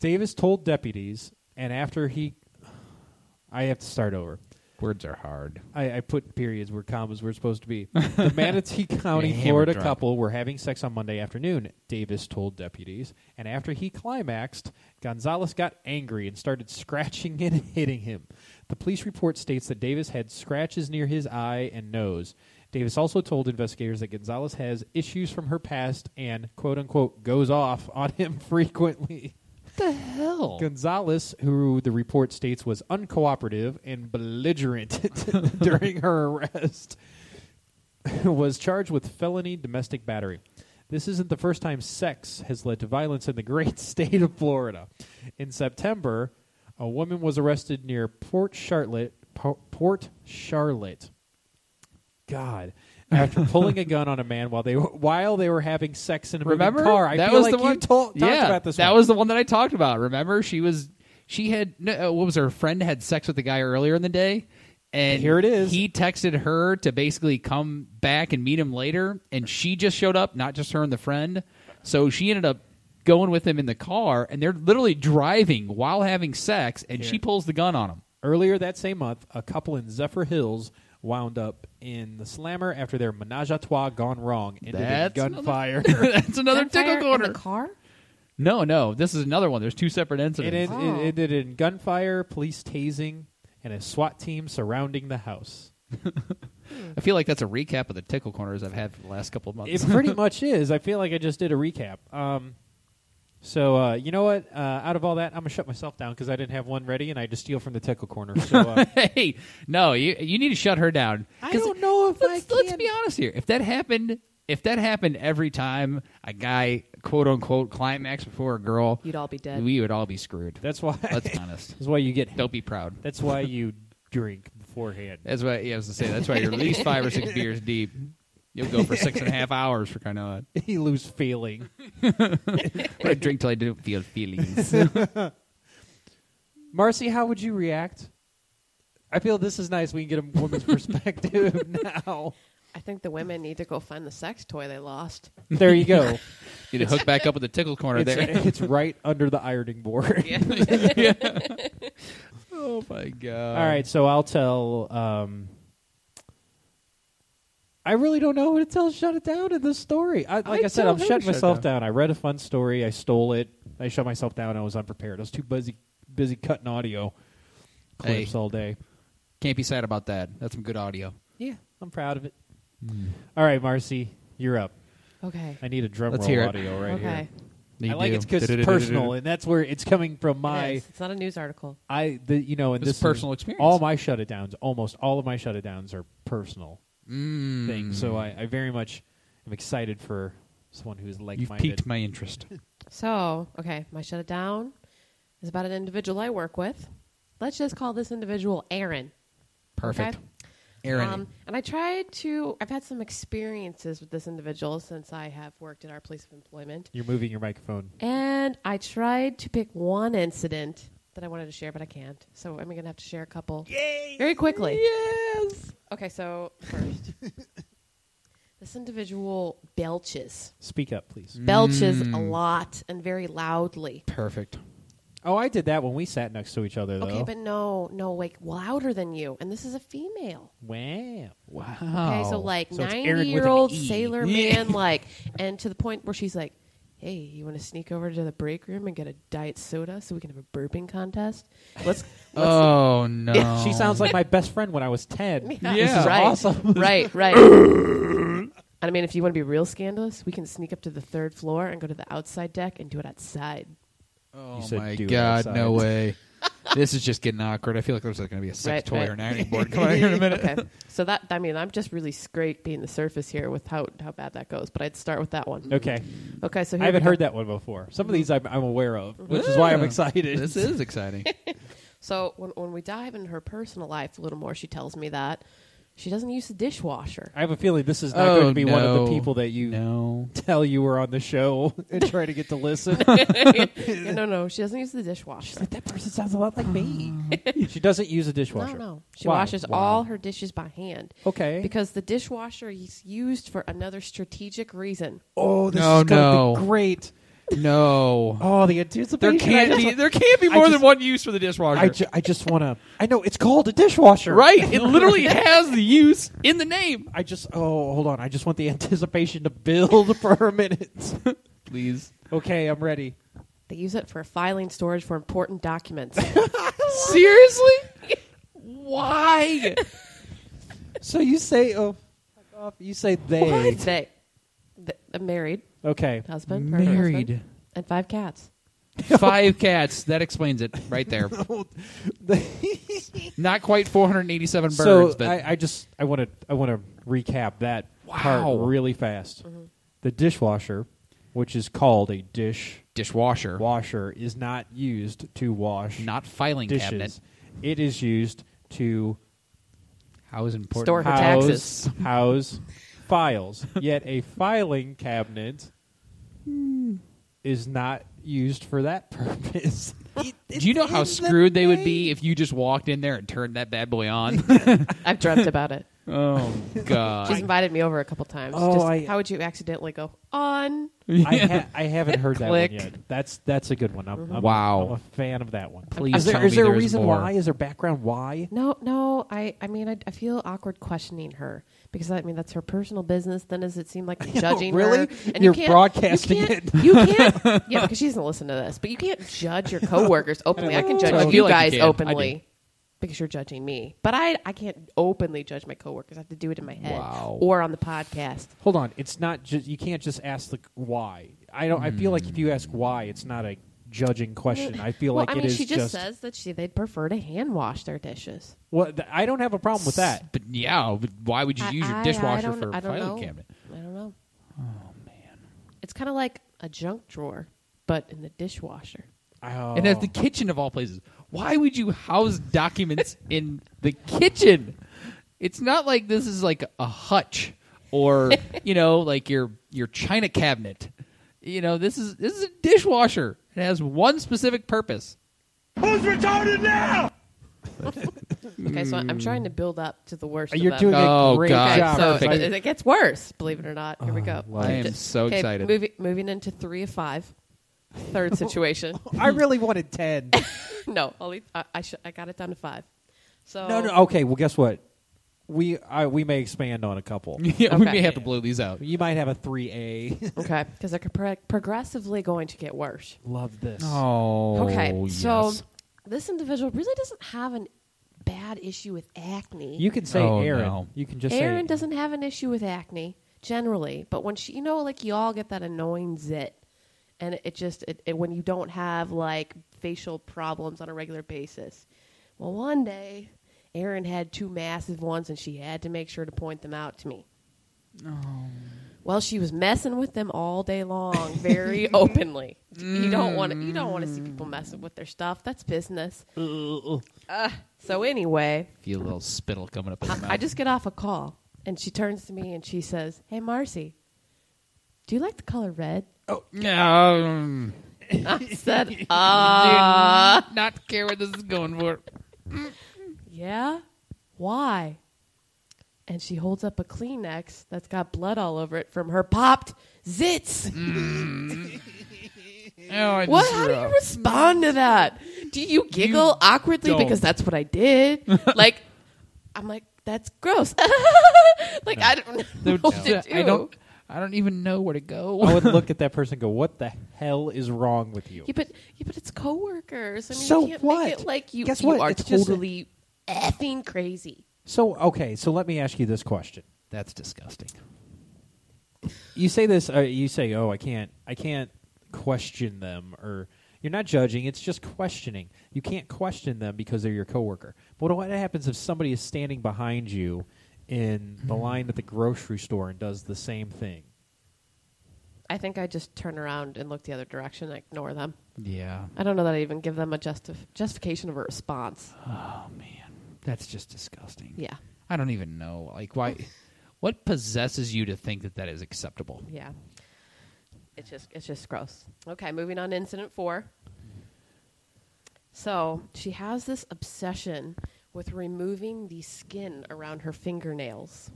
Speaker 1: Davis told deputies and after he I have to start over.
Speaker 2: Words are hard.
Speaker 1: I, I put periods where commas were supposed to be. The Manatee County,
Speaker 2: You're hammered
Speaker 1: Florida
Speaker 2: drunk.
Speaker 1: couple were having sex on Monday afternoon, Davis told deputies. And after he climaxed, Gonzalez got angry and started scratching and hitting him. The police report states that Davis had scratches near his eye and nose. Davis also told investigators that Gonzalez has issues from her past and, quote unquote, goes off on him frequently.
Speaker 2: Hell.
Speaker 1: Gonzalez, who the report states was uncooperative and belligerent during her arrest, was charged with felony domestic battery. This isn't the first time sex has led to violence in the great state of Florida. In September, a woman was arrested near Port Charlotte, Po- Port Charlotte, God. After pulling a gun on a man while they were, while they were having sex in a moving
Speaker 2: Remember?
Speaker 1: car, I
Speaker 2: that
Speaker 1: feel
Speaker 2: was
Speaker 1: like
Speaker 2: the one.
Speaker 1: you tol- talked
Speaker 2: yeah,
Speaker 1: about this.
Speaker 2: that
Speaker 1: one.
Speaker 2: was the one that I talked about. Remember, she was she had no, uh, what was her friend had sex with the guy earlier in the day, and
Speaker 1: Here it is.
Speaker 2: He texted her to basically come back and meet him later, and she just showed up, not just her and the friend. So she ended up going with him in the car, and they're literally driving while having sex, and she pulls the gun on him.
Speaker 1: Earlier that same month, a couple in Zephyr Hills wound up in the slammer after their menage a trois gone wrong ended
Speaker 2: That's
Speaker 1: in
Speaker 2: another-
Speaker 1: gunfire.
Speaker 2: That's another
Speaker 4: Gunfire
Speaker 2: tickle
Speaker 4: in
Speaker 2: corner.
Speaker 4: the car?
Speaker 2: No, no, this is another one. There's two separate
Speaker 1: it, end-
Speaker 2: incidents.
Speaker 4: Oh.
Speaker 1: it ended in gunfire, police tasing, and a SWAT team surrounding the house.
Speaker 2: I feel like that's a recap of the tickle corners I've had for the last couple of months.
Speaker 1: It pretty much is. I feel like I just did a recap. Um, so uh, you know what? Uh, out of all that, I'm gonna shut myself down because I didn't have one ready, and I just steal from the tickle corner. So uh,
Speaker 2: hey, no, you you need to shut her down.
Speaker 1: I
Speaker 2: 'Cause
Speaker 1: don't know if I
Speaker 2: let's, Let's
Speaker 1: can-
Speaker 2: be honest here. If that happened, if that happened every time a guy quote unquote climax before a girl,
Speaker 4: You'd all be dead.
Speaker 2: We would all be screwed.
Speaker 1: that's why.
Speaker 2: let's be honest.
Speaker 1: That's why you get.
Speaker 2: Don't be proud.
Speaker 1: That's why you drink beforehand.
Speaker 2: That's why yeah, I was gonna say. That's why you're at least five or six beers deep. You'll go for six and a half hours for kind of.
Speaker 1: you lose feeling.
Speaker 2: I drink till I don't feel feelings.
Speaker 1: Marcy, how would you react? I feel this is nice. We can get a woman's perspective now.
Speaker 4: I think the women need to go find the sex toy they lost.
Speaker 1: There you go.
Speaker 2: You need to hook back up with the tickle corner
Speaker 1: it's,
Speaker 2: there.
Speaker 1: it's right under the ironing board.
Speaker 2: oh my god!
Speaker 1: All right, so I'll tell. Um, I really don't know what to tell. Shut it down in this story. I, like I, said,
Speaker 2: tell
Speaker 1: I'm
Speaker 2: her to
Speaker 1: shutting
Speaker 2: shut it
Speaker 1: myself
Speaker 2: down.
Speaker 1: down. I read a fun story. I stole it. I shut myself down. I was unprepared. I was too busy busy cutting audio
Speaker 2: Hey.
Speaker 1: clips all day.
Speaker 2: Can't be sad about that. That's some good audio.
Speaker 1: Yeah, I'm proud of it. All right, Marcy, you're up.
Speaker 4: Okay.
Speaker 1: I need a drum
Speaker 2: Let's
Speaker 1: roll
Speaker 2: hear it.
Speaker 1: audio right
Speaker 4: okay.
Speaker 1: here. I like it because it's personal, and that's where it's coming from.
Speaker 4: It
Speaker 1: My
Speaker 4: is. It's not a news article.
Speaker 1: I the you know, and
Speaker 2: This
Speaker 1: this,
Speaker 2: is personal
Speaker 1: is-
Speaker 2: experience.
Speaker 1: All my shut it downs, almost all of my shut it downs are personal
Speaker 2: Mm. Hmm.
Speaker 1: things. So I, I very much am excited for someone who's like
Speaker 2: You've
Speaker 1: minded.
Speaker 2: piqued my interest.
Speaker 4: So, okay, my shut it down is about an individual I work with. Let's just call this individual Aaron.
Speaker 2: Perfect.
Speaker 4: Okay.
Speaker 2: Aaron,
Speaker 4: Um, and I tried to, I've had some experiences with this individual since I have worked at our place of employment.
Speaker 1: You're moving your microphone.
Speaker 4: And I tried to pick one incident that I wanted to share, but I can't. So I'm going to have to share a couple. Yay! Very quickly. Yes! Okay, so first, this individual belches.
Speaker 1: Speak up,
Speaker 2: Hmm.
Speaker 1: please.
Speaker 4: Belches a
Speaker 2: Mm.
Speaker 4: lot and very loudly.
Speaker 2: perfect.
Speaker 1: Oh, I did that when we sat next to each other, though.
Speaker 4: Okay, but no, no, like louder than you. And this is a female.
Speaker 1: wow.
Speaker 2: Wow.
Speaker 4: Okay, so like
Speaker 1: Oh, So it's Eric with an
Speaker 4: 90 year old
Speaker 1: E.
Speaker 4: sailor man, like, and to the point where she's like, hey, you want to sneak over to the break room and get a diet soda so we can have a burping contest? Let's, let's
Speaker 2: Oh no.
Speaker 1: She sounds like my best friend when I was ten.
Speaker 4: Yeah,
Speaker 2: This is
Speaker 4: right.
Speaker 1: awesome.
Speaker 4: right, right. I mean, if you want to be real scandalous, we can sneak up to the third floor and go to the outside deck and do it outside.
Speaker 2: Oh
Speaker 1: You said
Speaker 2: my
Speaker 1: do it
Speaker 2: god!
Speaker 1: outside.
Speaker 2: No way. this is just getting awkward. I feel like there's going to be a sex
Speaker 4: Right,
Speaker 2: toy
Speaker 4: right.
Speaker 2: or an ironing board coming out here in a minute.
Speaker 4: Okay, so that I mean, I'm just really scraping the surface here with how how bad that goes. But I'd start with that one.
Speaker 1: Okay,
Speaker 4: Okay, so here
Speaker 1: I haven't
Speaker 4: we go.
Speaker 1: heard that one before. Some of these I'm, I'm aware of, which is why I'm
Speaker 2: Yeah.
Speaker 1: excited.
Speaker 2: This is exciting.
Speaker 4: So when when we dive into her personal life a little more, she tells me that she doesn't use the dishwasher.
Speaker 1: I have a feeling this is not going to be one of the people that you
Speaker 2: No.
Speaker 1: tell you were on the show and try to get to listen.
Speaker 4: Yeah, no, no, she doesn't use the dishwasher.
Speaker 1: that person sounds a lot like me. she doesn't use a
Speaker 4: No,
Speaker 1: dishwasher.
Speaker 4: no, she
Speaker 1: Why?
Speaker 4: washes
Speaker 1: Why?
Speaker 4: all her dishes by hand.
Speaker 1: Okay.
Speaker 4: because the dishwasher is used for another strategic reason.
Speaker 1: oh, this
Speaker 2: No,
Speaker 1: is going to
Speaker 2: no.
Speaker 1: be great.
Speaker 2: No.
Speaker 1: Oh, the anticipation.
Speaker 2: there
Speaker 1: I
Speaker 2: can't
Speaker 1: just
Speaker 2: be.
Speaker 1: wa-
Speaker 2: There can't be
Speaker 1: I
Speaker 2: more
Speaker 1: just-
Speaker 2: than one use for the dishwasher.
Speaker 1: I, ju- I just want to. I know it's called a dishwasher,
Speaker 2: right. It literally has the use in the name.
Speaker 1: I just. Oh, hold on. I just want the anticipation to build for a minute.
Speaker 2: Please.
Speaker 1: okay, I'm ready.
Speaker 4: They use it for filing storage for important documents.
Speaker 2: Seriously? Why?
Speaker 1: So you say, oh, fuck off. You say they.
Speaker 4: They, they, a married
Speaker 1: Okay.
Speaker 4: husband, or her husband,
Speaker 2: Married.
Speaker 4: and five cats.
Speaker 2: Five cats. That explains it right there. Not quite 487 birds,
Speaker 1: so
Speaker 2: but
Speaker 1: I, I just I want to I want to recap that
Speaker 2: Wow.
Speaker 1: part really fast.
Speaker 4: Mm-hmm.
Speaker 1: The dishwasher, which is called a dish
Speaker 2: dishwasher.
Speaker 1: washer, is not used to wash
Speaker 2: Not filing
Speaker 1: dishes.
Speaker 2: cabinet.
Speaker 1: It is used to
Speaker 2: How is important?
Speaker 4: Store For
Speaker 1: house
Speaker 4: taxes.
Speaker 1: house files. Yet a filing cabinet is not used for that purpose.
Speaker 2: Do you know how screwed they would be if you just walked in there and turned that bad boy on?
Speaker 4: I've dreamt about it.
Speaker 2: oh
Speaker 4: She's
Speaker 2: God!
Speaker 4: invited me over a couple times.
Speaker 1: Oh,
Speaker 4: Just,
Speaker 1: I-
Speaker 4: how would you accidentally go on?
Speaker 1: I, ha- I haven't heard that one
Speaker 4: Click.
Speaker 1: yet. That's that's a good one. I'm, I'm-
Speaker 2: Wow.
Speaker 1: I'm a fan of that one.
Speaker 2: Please
Speaker 1: is there,
Speaker 2: tell
Speaker 1: is
Speaker 2: me
Speaker 1: there a
Speaker 2: there's
Speaker 1: reason
Speaker 2: more.
Speaker 1: why? Is there background why?
Speaker 4: No, no. I, I mean, I, I feel awkward questioning her because I mean that's her personal business. Then does it seem like I'm judging
Speaker 1: really?
Speaker 4: her? And
Speaker 1: You're
Speaker 4: you can't,
Speaker 1: broadcasting
Speaker 4: you can't, it. You can't. yeah, because she doesn't listen to this. But you can't judge your coworkers openly. I can judge
Speaker 2: I feel
Speaker 4: you
Speaker 2: like you
Speaker 4: guys
Speaker 2: can. I do.
Speaker 4: openly because you're judging me. But I, I can't openly judge my coworkers. I have to do it in my head
Speaker 2: Wow.
Speaker 4: or on the podcast.
Speaker 1: Hold on. It's not just you can't just ask the why. I don't. I feel like if you ask why, it's not a judging question. I feel
Speaker 4: well,
Speaker 1: like
Speaker 4: I
Speaker 1: it
Speaker 4: mean,
Speaker 1: is
Speaker 4: she just, says that she they'd prefer to hand wash their dishes.
Speaker 1: Well, th- I don't have a problem with that.
Speaker 2: But yeah, but why would you
Speaker 4: I-
Speaker 2: use
Speaker 4: I-
Speaker 2: your
Speaker 4: I
Speaker 2: dishwasher
Speaker 4: don't-
Speaker 2: for
Speaker 4: I
Speaker 2: a
Speaker 4: don't
Speaker 2: filing
Speaker 4: know.
Speaker 2: cabinet?
Speaker 4: I don't know. Oh man, it's kind of like a junk drawer, but in the dishwasher.
Speaker 1: Oh.
Speaker 2: And that's the kitchen of all places. Why would you house documents in the kitchen? It's not like this is like a hutch or you know like your your china cabinet. You know this is this is a dishwasher. It has one specific purpose.
Speaker 4: Okay, so I'm trying to build up to the worst.
Speaker 1: Uh, You're
Speaker 4: of
Speaker 1: doing
Speaker 4: them.
Speaker 2: Oh,
Speaker 1: a great
Speaker 2: God. Oh,
Speaker 4: Okay,
Speaker 1: job.
Speaker 4: so
Speaker 2: perfect.
Speaker 4: it, it gets worse. Believe it or not. Here we go.
Speaker 2: I am so
Speaker 4: Okay,
Speaker 2: excited.
Speaker 4: Moving, moving into three of five. Third situation.
Speaker 1: I really wanted ten.
Speaker 4: no, I'll leave, I, I, sh- I got it down to five. So
Speaker 1: no, no. Okay. Well, guess what? We I, we may expand on a couple.
Speaker 2: yeah, we may
Speaker 4: Okay.
Speaker 2: have to blow these out.
Speaker 1: you might have a three A.
Speaker 4: Okay, because they're pro- progressively going to get worse.
Speaker 1: Love this.
Speaker 2: Oh,
Speaker 4: okay, so this individual really doesn't have an bad issue with acne.
Speaker 1: You can say
Speaker 2: Oh,
Speaker 1: Aaron.
Speaker 2: no.
Speaker 1: You can just
Speaker 4: Aaron
Speaker 1: say
Speaker 4: doesn't have an issue with acne generally, but when she, you know, like you all get that annoying zit, and it, it just it, it, when you don't have like facial problems on a regular basis. Well, one day, Aaron had two massive ones, and she had to make sure to point them out to me.
Speaker 1: Oh.
Speaker 4: Well, she was messing with them all day long, very openly. You don't want to, you don't want to see
Speaker 1: Mm.
Speaker 4: people messing with their stuff. That's business. Uh, so anyway,
Speaker 2: feel a little spittle coming up. In your mouth.
Speaker 4: I just get off a call, and she turns to me and she says, "Hey, Marcy, do you like the color red?"
Speaker 2: Oh, Um,
Speaker 4: I said, "Uh,
Speaker 2: do not care where this is going for.
Speaker 4: yeah. Why?" And she holds up a Kleenex that's got blood all over it from her popped zits.
Speaker 2: Mm-hmm. Oh, I
Speaker 4: What?
Speaker 2: just-
Speaker 4: How do you respond to that? Do you giggle awkwardly
Speaker 2: don't.
Speaker 4: because that's what I did? like, I'm like, that's gross. like, I don't know
Speaker 2: Dude,
Speaker 4: what to do.
Speaker 2: I don't. I don't even know where to go.
Speaker 1: I would look at that person and go, "What the hell is wrong with you?"
Speaker 4: Yeah, but yeah, but it's coworkers. I mean,
Speaker 1: So
Speaker 4: you can't Make
Speaker 1: what?
Speaker 4: it like you,
Speaker 1: Guess
Speaker 4: you
Speaker 1: what?
Speaker 4: are
Speaker 1: It's just-
Speaker 4: totally effing crazy.
Speaker 1: So okay, so let me ask you this question.
Speaker 2: That's disgusting.
Speaker 1: You say this. Uh, you say, "Oh, I can't. I can't question them." Or you're not judging. It's just questioning. You can't question them because they're your coworker. But what happens if somebody is standing behind you in the line at the grocery store and does the same thing?
Speaker 4: I think I just turn around and look the other direction and ignore them.
Speaker 2: Yeah,
Speaker 4: I don't know that I even give them a justif- justification of a response.
Speaker 2: Oh, that's just disgusting.
Speaker 4: Yeah.
Speaker 2: I don't even know. Like, why? what possesses you to think that that is acceptable?
Speaker 4: Yeah. It's just it's just gross. Okay, moving on to incident 4. So, she has this obsession with removing the skin around her fingernails.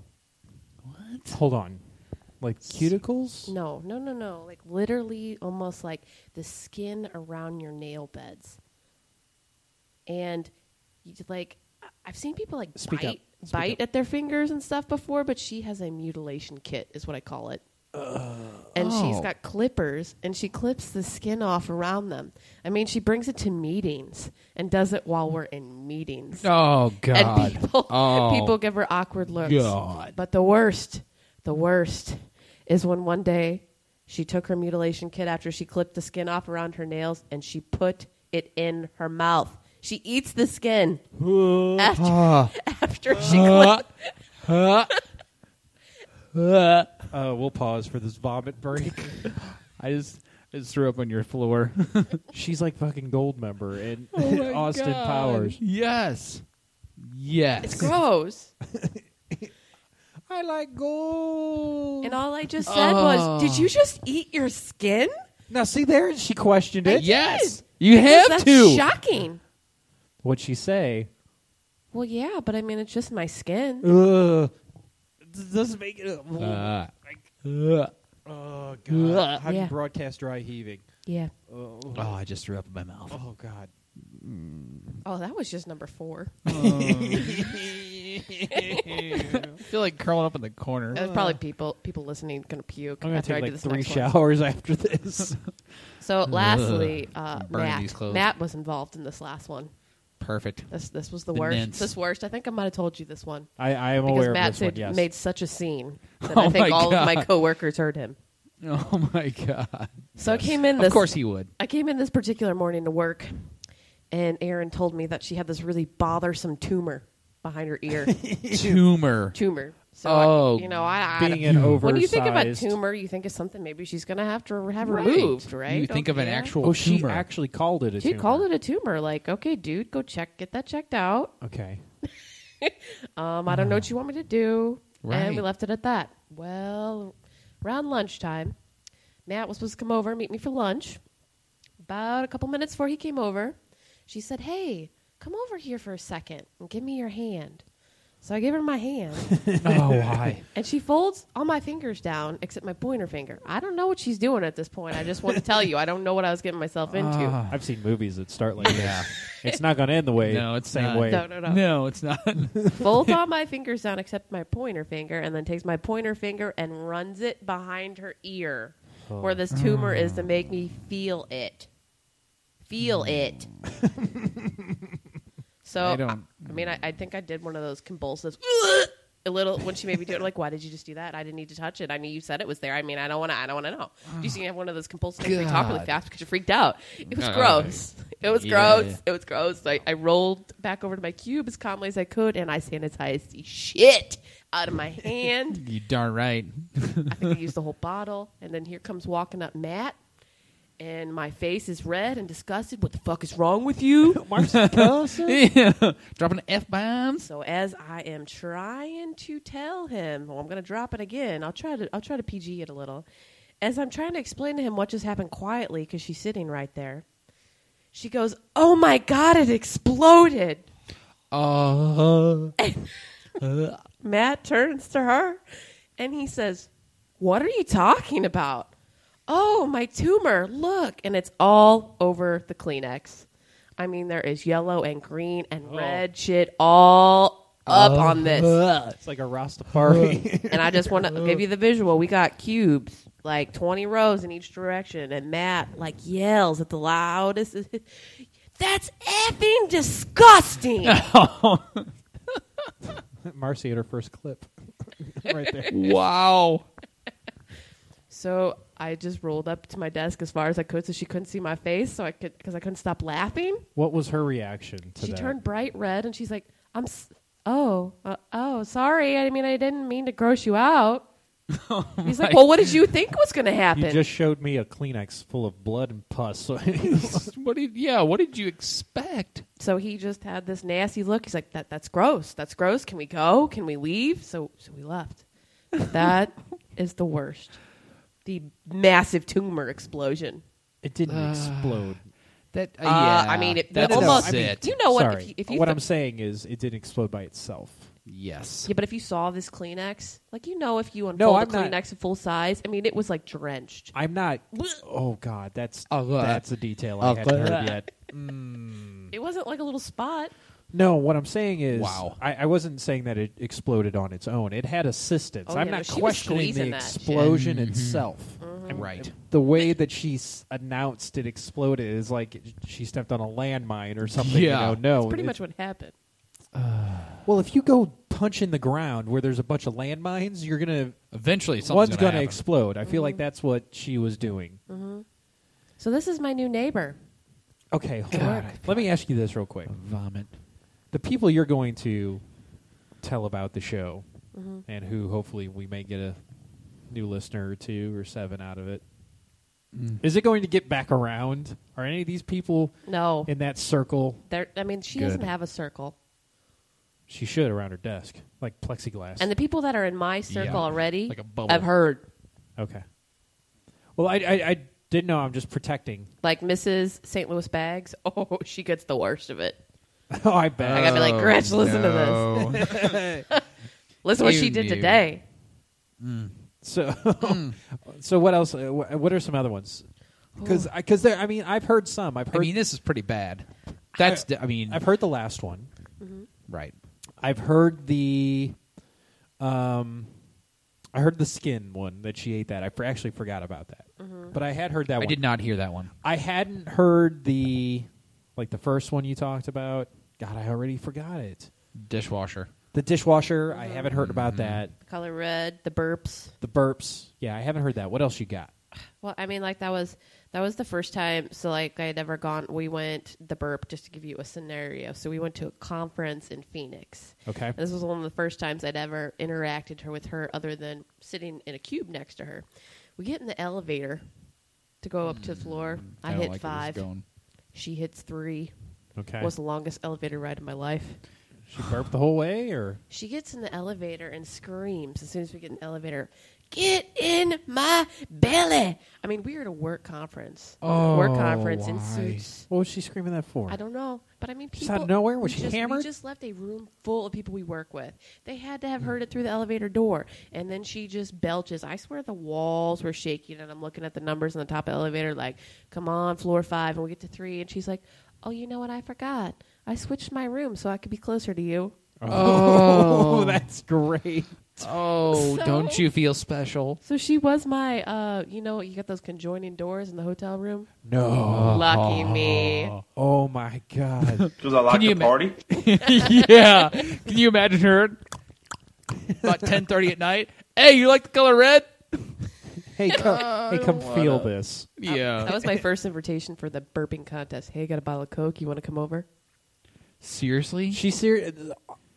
Speaker 1: Hold on, like cuticles?
Speaker 4: No, no, no, no. Like literally almost like the skin around your nail beds. And you just, like I- I've seen people like
Speaker 1: Speak up.
Speaker 4: bite
Speaker 1: Speak
Speaker 4: bite
Speaker 1: up.
Speaker 4: at their fingers and stuff before, but she has a mutilation kit is what I call it.
Speaker 1: Uh,
Speaker 4: and she's
Speaker 2: Oh.
Speaker 4: got clippers and she clips the skin off around them. I mean, she brings it to meetings and does it while we're in meetings.
Speaker 2: Oh
Speaker 4: And people, people give her awkward looks.
Speaker 2: God.
Speaker 4: But the worst, the worst is when one day she took her mutilation kit after she clipped the skin off around her nails and she put it in her mouth. She eats the skin after,
Speaker 2: Ah.
Speaker 4: after she clipped.
Speaker 1: Uh, we'll pause for this vomit break.
Speaker 2: I just I just threw up on your floor.
Speaker 1: She's like fucking gold member and
Speaker 4: Oh
Speaker 1: Austin Powers.
Speaker 2: Yes.
Speaker 4: It's
Speaker 2: Yes.
Speaker 4: gross.
Speaker 1: I like gold.
Speaker 4: And all I just said was, "Did you just eat your skin?"
Speaker 1: Now see there, she questioned it.
Speaker 2: Yes. You have
Speaker 4: that's
Speaker 2: to.
Speaker 4: shocking.
Speaker 1: What'd she say?
Speaker 4: Well, yeah, but I mean, it's just my skin.
Speaker 1: Ugh. This doesn't make it.
Speaker 2: Uh,
Speaker 1: oh god! How do
Speaker 4: Yeah.
Speaker 1: you broadcast dry heaving?
Speaker 4: Yeah.
Speaker 2: oh, I just threw up in my mouth.
Speaker 1: Oh god!
Speaker 4: Oh, that was just number four.
Speaker 2: I feel like curling up in the corner.
Speaker 4: There's probably people people listening gonna puke
Speaker 1: I'm gonna
Speaker 4: after I
Speaker 1: take
Speaker 4: do
Speaker 1: like
Speaker 4: this
Speaker 1: three
Speaker 4: next one.
Speaker 1: showers after this.
Speaker 4: So lastly, uh,
Speaker 2: burning
Speaker 4: Matt
Speaker 2: these clothes.
Speaker 4: Matt was involved in this last one.
Speaker 2: Perfect.
Speaker 4: This this was the,
Speaker 2: The
Speaker 4: worst.
Speaker 2: nynx.
Speaker 4: This worst. I think I might have told you this one
Speaker 1: I, I am
Speaker 4: because
Speaker 1: aware
Speaker 4: Matt
Speaker 1: of this one.
Speaker 4: said,
Speaker 1: Yes.
Speaker 4: made such a scene that
Speaker 2: Oh
Speaker 4: I think
Speaker 2: my
Speaker 4: all of my
Speaker 2: God.
Speaker 4: coworkers heard him.
Speaker 2: Oh my god.
Speaker 4: So I came in. This,
Speaker 2: of course he would.
Speaker 4: I came in this particular morning to work, and Erin told me that she had this really bothersome tumor behind her ear.
Speaker 2: Tumor.
Speaker 4: tumor. So
Speaker 2: Oh,
Speaker 4: I, you know, I, I
Speaker 1: being an oversized.
Speaker 4: when you think about tumor, you think of something maybe she's going to have to have removed, right?
Speaker 2: You think of an
Speaker 4: Yeah.
Speaker 2: actual
Speaker 1: Oh, she
Speaker 2: tumor.
Speaker 1: actually called it a
Speaker 4: She
Speaker 1: tumor.
Speaker 4: called it a tumor. Like, okay, dude, go check, get that checked out.
Speaker 1: Okay.
Speaker 4: Um, I don't know what you want me to do, and we
Speaker 2: Ah. Right.
Speaker 4: left it at that. Well, around lunchtime, Matt was supposed to come over and meet me for lunch. About a couple minutes before he came over, she said, "Hey, come over here for a second and give me your hand. So I give her my hand,
Speaker 2: oh, why?
Speaker 4: and she folds all my fingers down except my pointer finger. I don't know what she's doing at this point. I just want to tell you, I don't know what I was getting myself into.
Speaker 1: I've seen movies that start like this. It's not going to end the way.
Speaker 2: No, it's
Speaker 1: same
Speaker 2: not.
Speaker 1: way.
Speaker 4: no, no, no.
Speaker 2: No, it's not.
Speaker 4: folds all my fingers down except my pointer finger and then takes my pointer finger and runs it behind her ear where this tumor is to make me feel it. Feel it. so
Speaker 2: Hmm. I
Speaker 4: I,
Speaker 2: don't-
Speaker 4: I mean I, I think I did one of those convulsive a little when she made me do it like why did you just do that? I didn't need to touch it. I mean you said it was there. I mean I don't wanna I don't wanna know. you seem to have one of those compulsive things where you talk really
Speaker 2: God.
Speaker 4: fast because you freaked out. It was
Speaker 2: God.
Speaker 4: gross. It was
Speaker 2: Yeah.
Speaker 4: gross. It was gross. I, I rolled back over to my cube as calmly as I could, and I sanitized the shit out of my hand.
Speaker 2: you darn right.
Speaker 4: I think I used the whole bottle. And then here comes walking up Matt, and my face is red and disgusted. What the fuck is wrong with you?
Speaker 2: Dropping f bombs.
Speaker 4: so as I am trying to tell him, well, I'm going to drop it again. I'll try to I'll try to PG it a little. As I'm trying to explain to him what just happened quietly, because she's sitting right there, she goes, "Oh my god, it exploded."
Speaker 2: Uh,
Speaker 4: Matt turns to her and he says, What are you talking about? Oh, my tumor. Look. And it's all over the Kleenex. I mean, there is yellow and green and red shit all up on this.
Speaker 1: It's like a Rastafari.
Speaker 4: And I just want to give you the visual. We got cubes, like 20 rows in each direction. And Matt, like, yells at the loudest. That's effing disgusting.
Speaker 1: Marcy at her first clip. right there.
Speaker 2: wow.
Speaker 4: So I just rolled up to my desk as far as I could, so she couldn't see my face, so I could because I couldn't stop laughing.
Speaker 1: What was her reaction to
Speaker 4: she
Speaker 1: that?
Speaker 4: turned bright red, and she's like, "I'm, s- oh, uh, oh, sorry. I mean, I didn't mean to gross you out." He's like, "Well, what did Oh you think was going to happen?"
Speaker 1: you just showed me a Kleenex full of blood and pus. So
Speaker 2: What did? Yeah. What did you expect?
Speaker 4: so he just had this nasty look. He's like, "That that's gross. That's gross. Can we go? Can we leave?" So so we left. That is the worst. The massive tumor explosion.
Speaker 1: it didn't explode.
Speaker 2: That. Uh,
Speaker 4: Uh,
Speaker 2: yeah.
Speaker 4: I mean, it,
Speaker 2: That's
Speaker 4: almost.
Speaker 1: I mean,
Speaker 2: it.
Speaker 4: you know what?
Speaker 1: Sorry.
Speaker 4: If you, if you
Speaker 1: what
Speaker 4: th-
Speaker 1: I'm saying is it didn't explode by itself.
Speaker 2: yes.
Speaker 4: Yeah, but if you saw this Kleenex, like you know, if you unfold
Speaker 1: No,
Speaker 4: a
Speaker 1: I'm not-
Speaker 4: Kleenex in full size, I mean, it was like drenched.
Speaker 1: I'm not. Oh God, that's
Speaker 2: Oh, God.
Speaker 1: that's a detail
Speaker 2: Oh,
Speaker 1: I haven't
Speaker 2: God.
Speaker 1: heard yet.
Speaker 4: It wasn't like a little spot.
Speaker 1: No, what I'm saying is,
Speaker 2: Wow.
Speaker 1: I, I wasn't saying that it exploded on its own. It had assistance.
Speaker 4: Oh,
Speaker 1: I'm
Speaker 4: yeah, no,
Speaker 1: not
Speaker 4: she was
Speaker 1: questioning
Speaker 4: squeezing
Speaker 1: the
Speaker 4: that shit. Mm-hmm.
Speaker 1: explosion itself.
Speaker 2: Right.
Speaker 1: The way that she s- announced it exploded is like she stepped on a landmine or something.
Speaker 2: Yeah.
Speaker 1: You know, no,
Speaker 4: That's pretty
Speaker 1: Oh, it-
Speaker 4: much what happened.
Speaker 1: Well, if you go punch in the ground where there's a bunch of landmines, you're gonna
Speaker 2: Eventually, something's
Speaker 1: one's
Speaker 2: going
Speaker 1: gonna,
Speaker 2: to happen.
Speaker 1: explode. I feel
Speaker 4: Mm-hmm.
Speaker 1: like that's what she was doing.
Speaker 4: So this is my new neighbor.
Speaker 1: Okay, hold on. Let me ask you this real quick.
Speaker 2: Vomit.
Speaker 1: the people you're going to tell about the show
Speaker 4: Mm-hmm.
Speaker 1: and who hopefully we may get a new listener or two or seven out of it. Is
Speaker 2: Mm.
Speaker 1: it going to get back around are any of these people
Speaker 4: No,
Speaker 1: in that circle
Speaker 4: there. I mean, she
Speaker 1: Good.
Speaker 4: doesn't have a circle,
Speaker 1: she should around her desk like plexiglass
Speaker 4: and the people that are in my circle
Speaker 2: Yeah.
Speaker 4: already,
Speaker 2: Like a bubble.
Speaker 4: I've heard
Speaker 1: okay well I, I i didn't know i'm just protecting
Speaker 4: like Mrs. St. Louis Bags. Oh, she gets the worst of it.
Speaker 1: oh i
Speaker 4: I
Speaker 1: bet
Speaker 4: gotta be like, Gretch, listen to
Speaker 2: to this.
Speaker 4: this. Listen to what
Speaker 2: You
Speaker 4: she did
Speaker 2: knew.
Speaker 4: today.
Speaker 1: so
Speaker 2: Hmm.
Speaker 1: so what else uh, wh- what are some other ones because because there i mean i've heard some i've
Speaker 2: I
Speaker 1: heard
Speaker 2: mean, this is pretty bad. That's. the- I, mean,
Speaker 1: i've heard the last one
Speaker 2: right.
Speaker 1: I've heard the, um, I heard the skin one that she ate. That I for- actually forgot about that, but I had heard that
Speaker 2: Mm-hmm. I
Speaker 1: one.
Speaker 2: did not hear that one.
Speaker 1: I hadn't heard the, like the first one you talked about. God, I already forgot it.
Speaker 2: Dishwasher.
Speaker 1: The dishwasher. I haven't heard about that.
Speaker 4: Color red, the burps.
Speaker 1: The burps. Yeah, I haven't heard that. What else you got?
Speaker 4: Well, I mean, like that was that was the first time. So, like, I had never gone. We went the burp just to give you a scenario. So, we went to a conference in Phoenix.
Speaker 1: Okay.
Speaker 4: And this was one of the first times I'd ever interacted her with her, other than sitting in a cube next to her. We get in the elevator to go up to the floor.
Speaker 2: Mm,
Speaker 4: I,
Speaker 2: don't
Speaker 4: hit
Speaker 2: like where this
Speaker 4: five.
Speaker 2: is going.
Speaker 4: She hits three.
Speaker 1: Okay.
Speaker 4: Was the longest elevator ride of my life.
Speaker 1: She burped the whole way, or
Speaker 4: She gets in the elevator and screams as soon as we get in the elevator. Get in my belly. I mean, we are at a work conference.
Speaker 1: Oh,
Speaker 4: work conference in
Speaker 2: why?
Speaker 4: suits.
Speaker 1: What was she screaming that for?
Speaker 4: I don't know, but I mean, people.
Speaker 1: Just out of nowhere? Was
Speaker 4: we
Speaker 1: she
Speaker 4: just,
Speaker 1: hammered?
Speaker 4: We just left a room full of people we work with. They had to have heard it through the elevator door, and then she just belches. I swear the walls were shaking, and I'm looking at the numbers on the top of the elevator, like, "Come on, floor five, and we get to three. And she's like, "Oh, you know what? I forgot. I switched my room so I could be closer to you."
Speaker 1: Oh, that's great.
Speaker 2: Oh,
Speaker 4: So-
Speaker 2: don't you feel special?
Speaker 4: So she was my, uh, you know, you got those conjoining doors in the hotel room.
Speaker 1: No.
Speaker 4: Lucky me.
Speaker 1: Oh my god.
Speaker 7: Because I like
Speaker 2: you
Speaker 7: the
Speaker 2: ima-
Speaker 7: party.
Speaker 2: yeah. Can you imagine her about ten thirty at night? Hey, you like the color red?
Speaker 4: Oh,
Speaker 1: hey, come, hey, come feel this.
Speaker 2: Yeah.
Speaker 4: That was my first invitation for the burping contest. Hey, got a bottle of Coke? You want to come over?
Speaker 2: Seriously?
Speaker 1: She serious.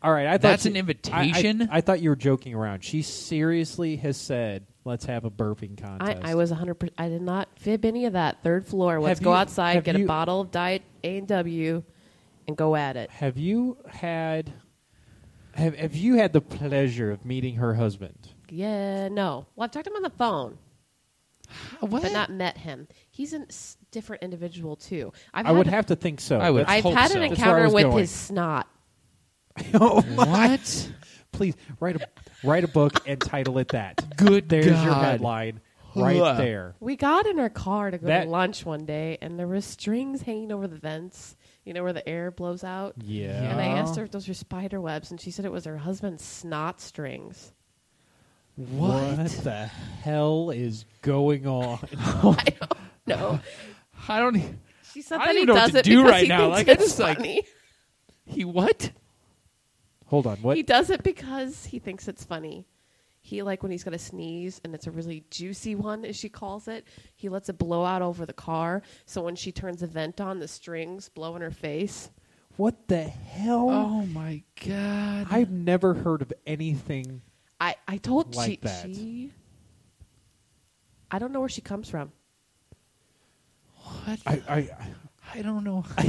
Speaker 1: All right, I thought
Speaker 2: That's
Speaker 1: she-
Speaker 2: an
Speaker 1: I- I-
Speaker 2: invitation?
Speaker 1: I, thought you were joking around. She seriously has said, "Let's have a burping
Speaker 4: I,
Speaker 1: contest."
Speaker 4: I was 100%. I did not fib any of that. Third floor. Let's
Speaker 1: Have
Speaker 4: go
Speaker 1: you-
Speaker 4: outside,
Speaker 1: have
Speaker 4: get
Speaker 1: you-
Speaker 4: a bottle of Diet A&W, and go at it.
Speaker 1: Have you had? Have Have you had the pleasure of meeting her husband?
Speaker 4: Yeah, no. Well, I've talked to him on the phone,
Speaker 2: what?
Speaker 4: but not met him. He's a s- different individual, too. I've
Speaker 1: I would
Speaker 4: had-
Speaker 1: have to think so.
Speaker 2: I would.
Speaker 1: That's-
Speaker 4: I've
Speaker 2: hope
Speaker 4: had
Speaker 2: so.
Speaker 4: an
Speaker 1: That's where I
Speaker 4: encounter
Speaker 1: was
Speaker 4: with
Speaker 1: going.
Speaker 4: his snot.
Speaker 2: what?
Speaker 1: Please write a write a book and title it that.
Speaker 2: Good
Speaker 1: There's your
Speaker 2: God.
Speaker 1: headline right
Speaker 2: Huh.
Speaker 1: there.
Speaker 4: We got in our car to go
Speaker 1: That-
Speaker 4: to lunch one day, and there were strings hanging over the vents, you know, where the air blows out.
Speaker 1: Yeah.
Speaker 4: And I asked her if those were spider webs, and she said it was her husband's snot strings.
Speaker 1: What, the hell is going on?
Speaker 4: No,
Speaker 2: I don't. e-
Speaker 4: she said
Speaker 2: I
Speaker 4: that
Speaker 2: don't
Speaker 4: he
Speaker 2: even know what
Speaker 4: does
Speaker 2: to
Speaker 4: it
Speaker 2: do
Speaker 4: because
Speaker 2: right
Speaker 4: he
Speaker 2: now.
Speaker 4: thinks
Speaker 2: Like, I
Speaker 4: it's
Speaker 2: just, like,
Speaker 4: funny.
Speaker 2: He what?
Speaker 1: Hold on. What?
Speaker 4: He does it because he thinks it's funny. He like when he's gonna sneeze and it's a really juicy one, as she calls it. He lets it blow out over the car, so when she turns the vent on, the strings blow in her face.
Speaker 1: What the hell?
Speaker 2: Oh my god!
Speaker 1: I've never heard of anything.
Speaker 4: I, I told
Speaker 1: Like
Speaker 4: she,
Speaker 1: that.
Speaker 4: she I don't know where she comes from.
Speaker 2: What?
Speaker 1: I I,
Speaker 2: I don't know.
Speaker 1: I,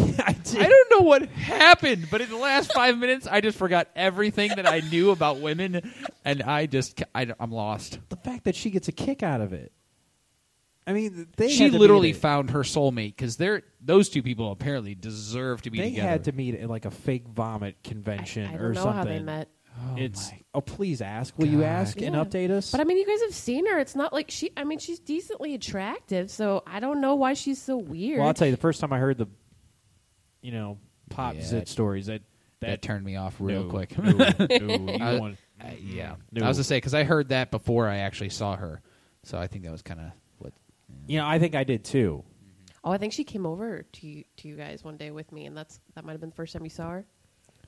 Speaker 1: did-
Speaker 2: I don't know what happened, but in the last five minutes, I just forgot everything that I knew about women, and I just I, am lost.
Speaker 1: the fact that she gets a kick out of it. I mean, they
Speaker 2: She
Speaker 1: had to
Speaker 2: literally
Speaker 1: meet at-
Speaker 2: found her soulmate because they're those two people apparently deserve to be
Speaker 1: they
Speaker 2: together.
Speaker 1: had to meet at like a fake vomit convention
Speaker 4: I, I
Speaker 1: or
Speaker 4: don't know
Speaker 1: something.
Speaker 4: how they met.
Speaker 1: it's oh, please ask. Will you ask and
Speaker 4: Yeah.
Speaker 1: update us?
Speaker 4: But I mean, you guys have seen her. It's not like she. I mean, she's decently attractive, so I don't know why she's so weird.
Speaker 1: well, I'll tell you. The first time I heard the, you know, pop
Speaker 2: Yeah,
Speaker 1: zit
Speaker 2: that-
Speaker 1: stories, that
Speaker 2: that, turned me off real
Speaker 1: no,
Speaker 2: quick.
Speaker 1: no, no, you
Speaker 2: I-
Speaker 1: want-
Speaker 2: Uh, yeah,
Speaker 1: No.
Speaker 2: I was gonna say because I heard that before I actually saw her, so I think that was kind of what.
Speaker 1: you know, I think I did too.
Speaker 4: oh, I think she came over to you, to you guys one day with me, and that's that might have been the first time you saw her.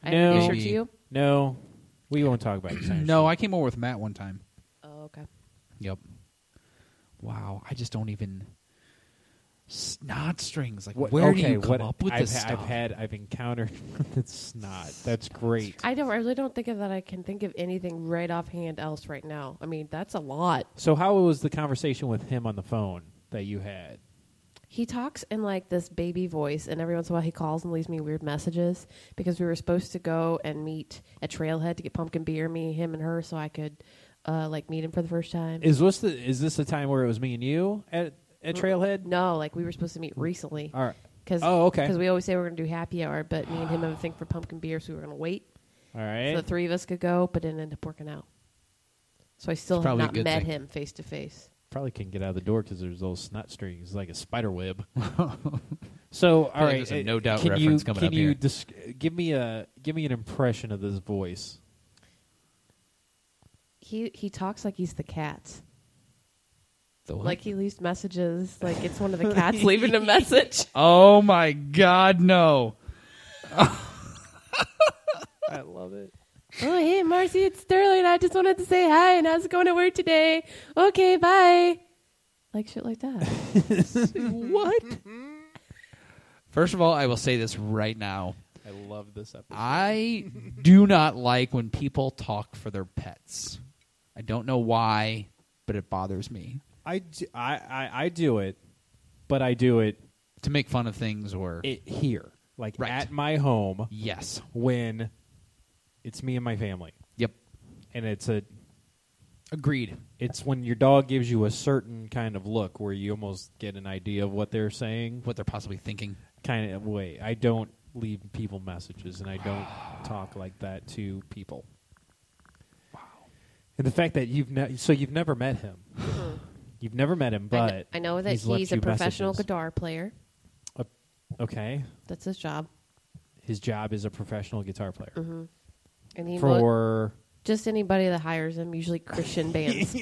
Speaker 4: I
Speaker 1: No.
Speaker 4: have a picture to
Speaker 2: Maybe.
Speaker 4: you.
Speaker 1: No, we won't talk about it.
Speaker 2: No, I came over with Matt one time.
Speaker 4: Oh, okay.
Speaker 2: Yep. Wow, I just don't even snot strings. Like,
Speaker 1: What-
Speaker 2: where do
Speaker 1: okay,
Speaker 2: you come
Speaker 1: what-
Speaker 2: up with
Speaker 1: I've
Speaker 2: this
Speaker 1: ha-
Speaker 2: stuff?
Speaker 1: I've had, I've encountered. That's not. That's great.
Speaker 4: I don't. I really don't think of that. I can think of anything right offhand else right now. I mean, that's a lot.
Speaker 1: So, how was the conversation with him on the phone that you had?
Speaker 4: He talks in like this baby voice, and every once in a while he calls and leaves me weird messages because we were supposed to go and meet at Trailhead to get pumpkin beer, me, him, and her, so I could uh, like meet him for the first time.
Speaker 1: Is this the is this the time where it was me and you at at Trailhead?
Speaker 4: no, like we were supposed to meet recently.
Speaker 1: All right.
Speaker 4: Cause,
Speaker 1: Oh, okay.
Speaker 4: Because we always say we're going to do happy hour, but me and him have a thing for pumpkin beer, so we were going to wait
Speaker 1: All
Speaker 4: so
Speaker 1: right.
Speaker 4: the three of us could go, but it ended up working out. So I still
Speaker 2: It's
Speaker 4: have
Speaker 2: probably a
Speaker 4: not
Speaker 2: good
Speaker 4: met
Speaker 2: thing.
Speaker 4: him face to face.
Speaker 1: Probably couldn't get out of the door because there's those snot strings like a spider web. so, all right.
Speaker 2: there's a
Speaker 1: uh,
Speaker 2: No Doubt
Speaker 1: can
Speaker 2: reference
Speaker 1: you,
Speaker 2: coming
Speaker 1: can
Speaker 2: up
Speaker 1: you
Speaker 2: here.
Speaker 1: desc- give me a give me an impression of this voice?
Speaker 4: He he talks like he's the cat.
Speaker 2: The what?
Speaker 4: Like he leaves messages. Like it's one of the cats leaving a message.
Speaker 2: oh my God, no!
Speaker 1: I love it.
Speaker 4: Oh, hey, Marcy, it's Sterling. I just wanted to say hi and how's it going to work today? Okay, bye. Like shit like that.
Speaker 2: what? First of all, I will say this right now.
Speaker 1: I love this episode.
Speaker 2: I do not like when people talk for their pets. I don't know why, but it bothers me
Speaker 1: I, d- I, I, I do it, but I do it,
Speaker 2: to make fun of things or
Speaker 1: it here, like
Speaker 2: Right.
Speaker 1: at my home
Speaker 2: yes,
Speaker 1: when it's me and my family,
Speaker 2: yep,
Speaker 1: and it's a
Speaker 2: Agreed.
Speaker 1: It's when your dog gives you a certain kind of look where you almost get an idea of what they're saying.
Speaker 2: What they're possibly thinking.
Speaker 1: kind of way. I don't leave people messages and I don't talk like that to people. Wow. And the fact that you've ne- so you've never met him. you've never met him,
Speaker 4: I kn-
Speaker 1: but
Speaker 4: I know that he's,
Speaker 1: left
Speaker 4: a
Speaker 1: you
Speaker 4: professional
Speaker 1: messages.
Speaker 4: guitar player.
Speaker 1: Okay.
Speaker 4: That's his job.
Speaker 1: His job is a professional guitar player.
Speaker 4: And Mm-hmm. he will,
Speaker 1: For
Speaker 4: just anybody that hires him, usually Christian bands.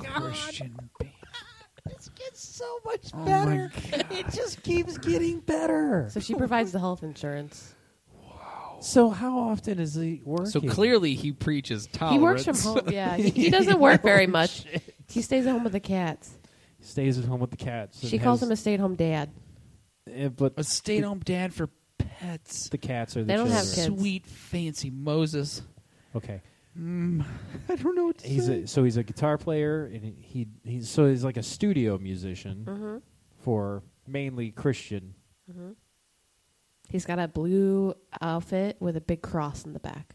Speaker 2: Christian band.
Speaker 1: so much better. it just keeps getting better.
Speaker 4: so she provides the health insurance.
Speaker 1: So how often is he working?
Speaker 2: So clearly he preaches
Speaker 4: He
Speaker 1: Oh,
Speaker 2: tolerance.
Speaker 4: works from home. Yeah, he, he doesn't work very much. He stays at home with the cats.
Speaker 1: stays at home with the cats. and
Speaker 4: She calls
Speaker 1: has-
Speaker 4: him a stay-at-home dad.
Speaker 1: eh, but
Speaker 2: A stay-at-home dad for pets.
Speaker 1: the cats are the
Speaker 4: They don't have
Speaker 1: children.
Speaker 4: kids.
Speaker 2: Sweet fancy Moses.
Speaker 1: Okay. Mm,
Speaker 2: I don't know what to
Speaker 1: He's a, so he's a guitar player, and he he's so he's like a studio musician
Speaker 2: Mm-hmm.
Speaker 1: for mainly Christian.
Speaker 4: He's got a blue outfit with a big cross in the back.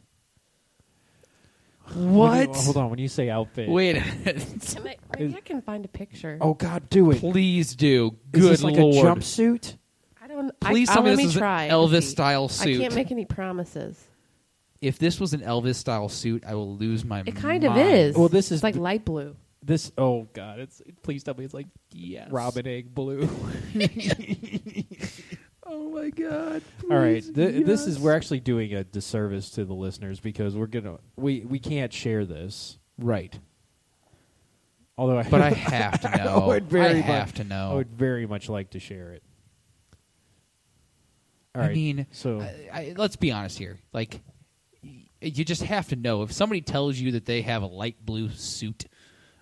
Speaker 1: When you-
Speaker 2: What?
Speaker 1: hold on, when you say outfit,
Speaker 2: Wait a minute.
Speaker 4: Am I, maybe I can find a picture.
Speaker 1: Oh God, do it!
Speaker 2: Please do. Good
Speaker 1: Is this like
Speaker 2: lord.
Speaker 1: a jumpsuit?
Speaker 4: I don't.
Speaker 2: Please
Speaker 4: I,
Speaker 2: tell
Speaker 4: oh,
Speaker 2: me
Speaker 4: let
Speaker 2: this
Speaker 4: me
Speaker 2: is an
Speaker 4: try.
Speaker 2: Elvis-style
Speaker 4: I
Speaker 2: suit.
Speaker 4: can't make any promises.
Speaker 2: If this was an Elvis style suit, I will lose my
Speaker 4: It kind of
Speaker 2: mind.
Speaker 4: is.
Speaker 1: Well, this is
Speaker 4: it's like
Speaker 1: b-
Speaker 4: light blue.
Speaker 1: This oh God, it's please tell me it's like
Speaker 2: Yes.
Speaker 1: robin egg blue.
Speaker 2: Oh my god.
Speaker 1: All right, th- this is we're actually doing a disservice to the listeners because we're gonna we we can't share this.
Speaker 2: Right.
Speaker 1: Although I
Speaker 2: But I have to know. I,
Speaker 1: would very much-
Speaker 2: have to know.
Speaker 1: I would very much like to share it. All
Speaker 2: I
Speaker 1: right,
Speaker 2: mean,
Speaker 1: so
Speaker 2: I, I, let's be honest here. Like, y- you just have to know if somebody tells you that they have a light blue suit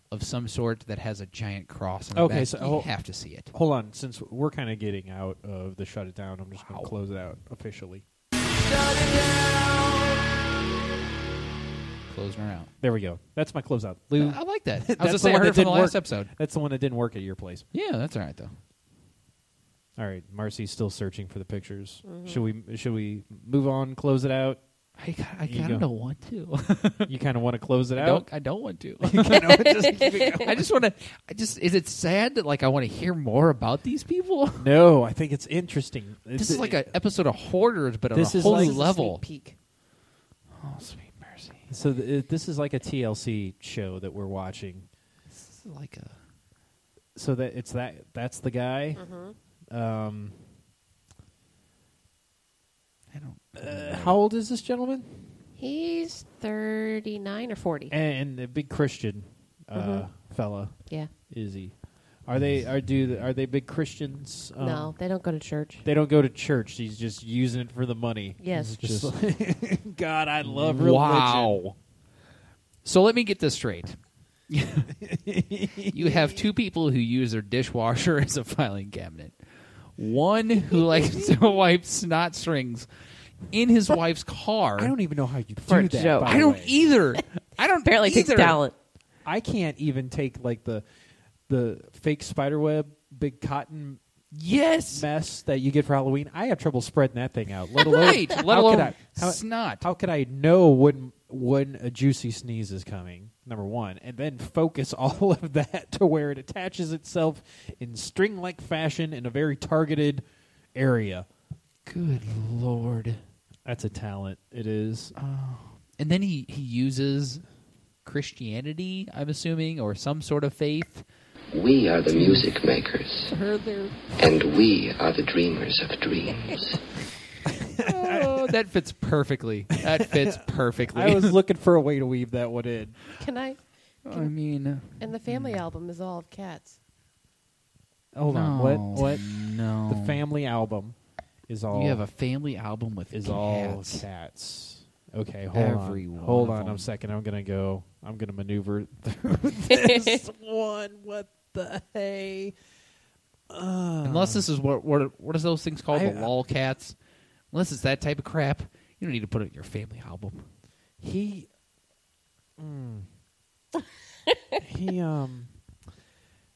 Speaker 2: of some sort that has a giant cross. On the
Speaker 1: Okay,
Speaker 2: back,
Speaker 1: so-
Speaker 2: you
Speaker 1: oh.
Speaker 2: have to see it.
Speaker 1: Hold on, since we're kind of getting out of the shut it down, I'm just going to close it out officially.
Speaker 2: Closing her out.
Speaker 1: There we go. That's my closeout. Lou,
Speaker 2: I like that. I
Speaker 1: that's
Speaker 2: was
Speaker 1: the
Speaker 2: just saying, I
Speaker 1: one
Speaker 2: heard
Speaker 1: that
Speaker 2: it from
Speaker 1: didn't
Speaker 2: the
Speaker 1: work.
Speaker 2: last episode.
Speaker 1: That's the one that didn't work at your place.
Speaker 2: Yeah, that's all right though.
Speaker 1: All right, Marcy's still searching for the pictures. Should we should we move on, close it out?
Speaker 2: I, ki- I
Speaker 1: You
Speaker 2: kind
Speaker 1: go.
Speaker 2: of don't want to.
Speaker 1: You kind of want to close it
Speaker 2: I
Speaker 1: out?
Speaker 2: don't. I don't want to. I just want to. I just. Is it sad that like I want to hear more about these people?
Speaker 1: No, I think it's interesting.
Speaker 2: This is like an episode of Hoarders, but on
Speaker 1: This
Speaker 2: a
Speaker 1: is
Speaker 2: whole
Speaker 1: like-
Speaker 2: new level.
Speaker 4: Sneak peek.
Speaker 2: Oh, sweet mercy!
Speaker 1: so th- this is like a TLC show that we're watching.
Speaker 2: This is like a.
Speaker 1: So that it's that that's the guy.
Speaker 4: Mm-hmm.
Speaker 1: Um,
Speaker 2: I don't.
Speaker 1: uh, how old is this gentleman?
Speaker 4: He's thirty nine or forty.
Speaker 1: And a big Christian uh,
Speaker 4: Mm-hmm.
Speaker 1: fella.
Speaker 4: yeah.
Speaker 1: Izzy. Are they are do th- are they big Christians? Um,
Speaker 4: no, they don't go to church.
Speaker 1: they don't go to church. He's just using it for the money.
Speaker 4: Yes.
Speaker 1: Just like- God, I love religion.
Speaker 2: Wow. So let me get this straight. you have two people who use their dishwasher as a filing cabinet. One who likes to wipe snot strings in his wife's car.
Speaker 1: I don't even know how you
Speaker 4: For
Speaker 1: do
Speaker 4: a
Speaker 1: that.
Speaker 4: joke.
Speaker 1: by
Speaker 2: I
Speaker 1: the
Speaker 2: don't
Speaker 1: way.
Speaker 2: either. I don't
Speaker 4: Apparently, it
Speaker 2: either.
Speaker 4: takes talent.
Speaker 1: e-, I can't even take like the the fake spider web big cotton
Speaker 2: Yes.
Speaker 1: mess that you get for Halloween. I have trouble spreading that thing out. Let alone
Speaker 2: Right.
Speaker 1: how
Speaker 2: Let alone
Speaker 1: could I, how,
Speaker 2: snot.
Speaker 1: How could I know when when a juicy sneeze is coming? Number one, and then focus all of that to where it attaches itself in string-like fashion in a very targeted area.
Speaker 2: Good lord.
Speaker 1: That's a talent. It is.
Speaker 2: And then he, he uses Christianity, I'm assuming, or some sort of faith.
Speaker 9: We are the music makers,
Speaker 2: Her there.
Speaker 9: and we are the dreamers of dreams.
Speaker 2: Oh, that fits perfectly. That fits perfectly.
Speaker 1: I was looking for a way to weave that one in.
Speaker 4: Can I?
Speaker 2: I mean,
Speaker 4: And the family
Speaker 1: Mm.
Speaker 4: album is all of cats.
Speaker 1: Hold on.
Speaker 2: no,
Speaker 1: What? What?
Speaker 2: No,
Speaker 1: The family album is all.
Speaker 2: You have a family album with
Speaker 1: is
Speaker 2: cats.
Speaker 1: all cats. Okay, hold
Speaker 2: Every
Speaker 1: on.
Speaker 2: one
Speaker 1: Hold
Speaker 2: of
Speaker 1: on
Speaker 2: them.
Speaker 1: a second. I'm gonna go. I'm gonna maneuver through this one. What the hey? Uh,
Speaker 2: Unless this is what what what is those things called?
Speaker 1: I-
Speaker 2: the lolcats. Unless it's that type of crap, you don't need to put it in your family album.
Speaker 1: He. Mm. he um.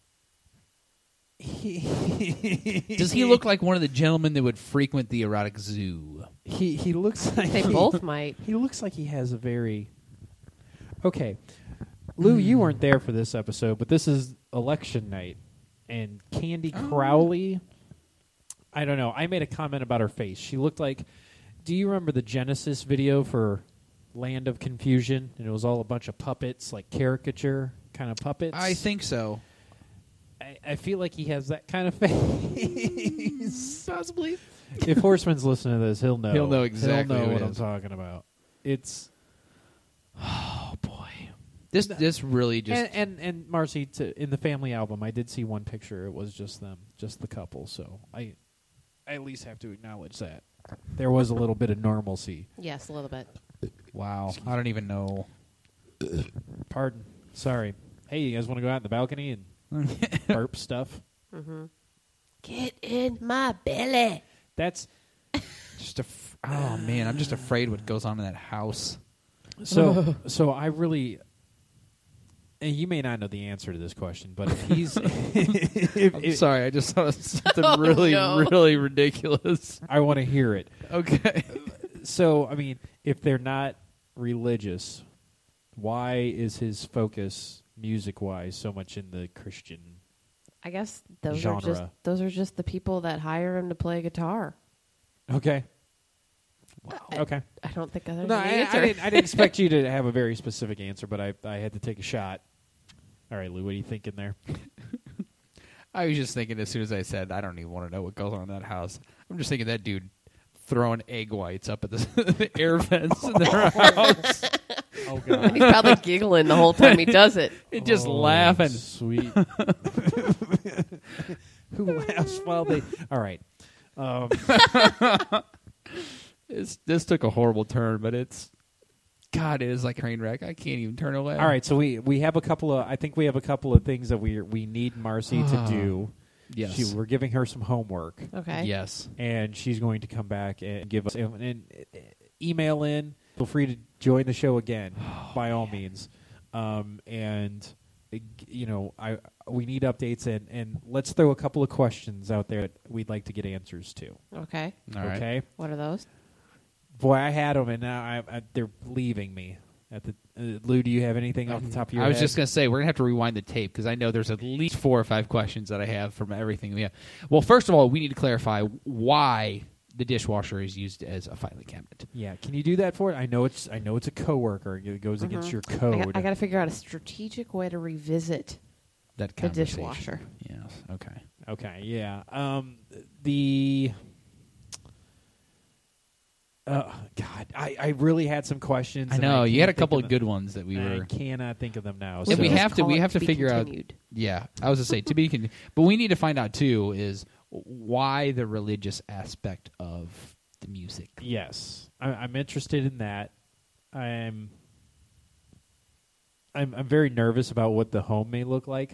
Speaker 1: He
Speaker 2: Does he look like one of the gentlemen that would frequent the erotic zoo?
Speaker 1: he he looks like
Speaker 4: They
Speaker 1: he-
Speaker 4: both might.
Speaker 1: He looks like he has a very okay. Lou, you weren't there for this episode, but this is election night, and Candy
Speaker 2: Oh.
Speaker 1: Crowley. I don't know. I made a comment about her face. She looked like. Do you remember the Genesis video for Land of Confusion? And it was all a bunch of puppets, like caricature kind of puppets.
Speaker 2: I think so.
Speaker 1: I, I feel like he has that kind of face. Possibly. if Horseman's listening to this, he'll know.
Speaker 2: He'll know exactly
Speaker 1: know
Speaker 2: who it
Speaker 1: what I'm
Speaker 2: is.
Speaker 1: talking about. It's oh boy.
Speaker 2: This this really just
Speaker 1: uh, and, and and Marcy, to, in the family album, I did see one picture. It was just them, just the couple. So I, I at least have to acknowledge that there was a little bit of normalcy.
Speaker 4: Yes, a little bit.
Speaker 2: wow. I don't even know.
Speaker 1: Pardon, sorry. Hey, you guys want to go out in the balcony and burp stuff?
Speaker 4: Get in my belly.
Speaker 1: That's
Speaker 2: Just a oh man, I'm just afraid what goes on in that house.
Speaker 1: So, so I really, and you may not know the answer to this question, but if he's, if,
Speaker 2: I'm
Speaker 1: if-
Speaker 2: sorry, I just saw something really
Speaker 4: no.
Speaker 2: really ridiculous.
Speaker 1: I want to hear it.
Speaker 2: Okay.
Speaker 1: So, I mean, if they're not religious, why is his focus music wise so much in the Christian?
Speaker 4: I guess those are just
Speaker 1: Genre.
Speaker 4: those are just the people that hire him to play guitar.
Speaker 1: Okay. Okay.
Speaker 4: I don't think other
Speaker 1: No, I,
Speaker 4: than the
Speaker 1: I
Speaker 4: answer.
Speaker 1: didn't. I didn't expect you to have a very specific answer, but I, I had to take a shot. All right, Lou, what do you think in there?
Speaker 2: I was just thinking as soon as I said I don't even want to know what goes on in that house. I'm just thinking that dude throwing egg whites up at the, the air vents in their house.
Speaker 1: Oh God,
Speaker 4: He's probably giggling the whole time he does it.
Speaker 2: And just laughing.
Speaker 1: Sweet. Who laughs while they? All right. Um,
Speaker 2: It's, this took a horrible turn, but it's God, it is like a train wreck. I can't even turn away.
Speaker 1: all right. So we we have a couple of. I think we have a couple of things that we we need Marcy to do.
Speaker 2: Ah, Yes.
Speaker 1: She, we're giving her some homework,
Speaker 4: Okay.
Speaker 2: Yes.
Speaker 1: and she's going to come back and give us and, and uh, email in. Feel free to join the show again,
Speaker 2: Oh,
Speaker 1: by all means. Um, and uh, g- you know, I we need updates and and let's throw a couple of questions out there that we'd like to get answers to.
Speaker 4: Okay.
Speaker 2: All right.
Speaker 1: Okay.
Speaker 4: What are those?
Speaker 1: Boy, I had them, and now I, I, they're leaving me. At the uh, Lou, do you have anything off the top of your
Speaker 2: Mm-hmm. I
Speaker 1: head?
Speaker 2: was just going to say we're going to have to rewind the tape because I know there's at least four or five questions that I have from everything we have. Well, first of all, we need to clarify why the dishwasher is used as a filing cabinet.
Speaker 1: Yeah, can you do that for it? I know it's I know it's a coworker. It goes against your
Speaker 2: Mm-hmm.
Speaker 4: I
Speaker 1: code.
Speaker 4: got, I got to figure out a strategic way to revisit
Speaker 2: That
Speaker 4: the
Speaker 2: conversation.
Speaker 4: dishwasher.
Speaker 2: Yes. Okay.
Speaker 1: okay, yeah. Um, the uh, God, I, I really had some questions.
Speaker 2: I
Speaker 1: and
Speaker 2: know you
Speaker 1: can't
Speaker 2: had a
Speaker 1: think
Speaker 2: couple
Speaker 1: of
Speaker 2: of good ones that we
Speaker 1: them.
Speaker 2: were.
Speaker 1: I cannot think of them now.
Speaker 4: Well,
Speaker 2: And
Speaker 1: so-
Speaker 2: we
Speaker 4: just
Speaker 2: have to
Speaker 4: call
Speaker 2: we
Speaker 4: it
Speaker 2: have to
Speaker 4: be
Speaker 2: figure
Speaker 4: continued.
Speaker 2: out. Yeah, I was to say to be continued, but we need to find out too is why the religious aspect of the music.
Speaker 1: Yes, I, I'm interested in that. I'm, I'm I'm very nervous about what the home may look like.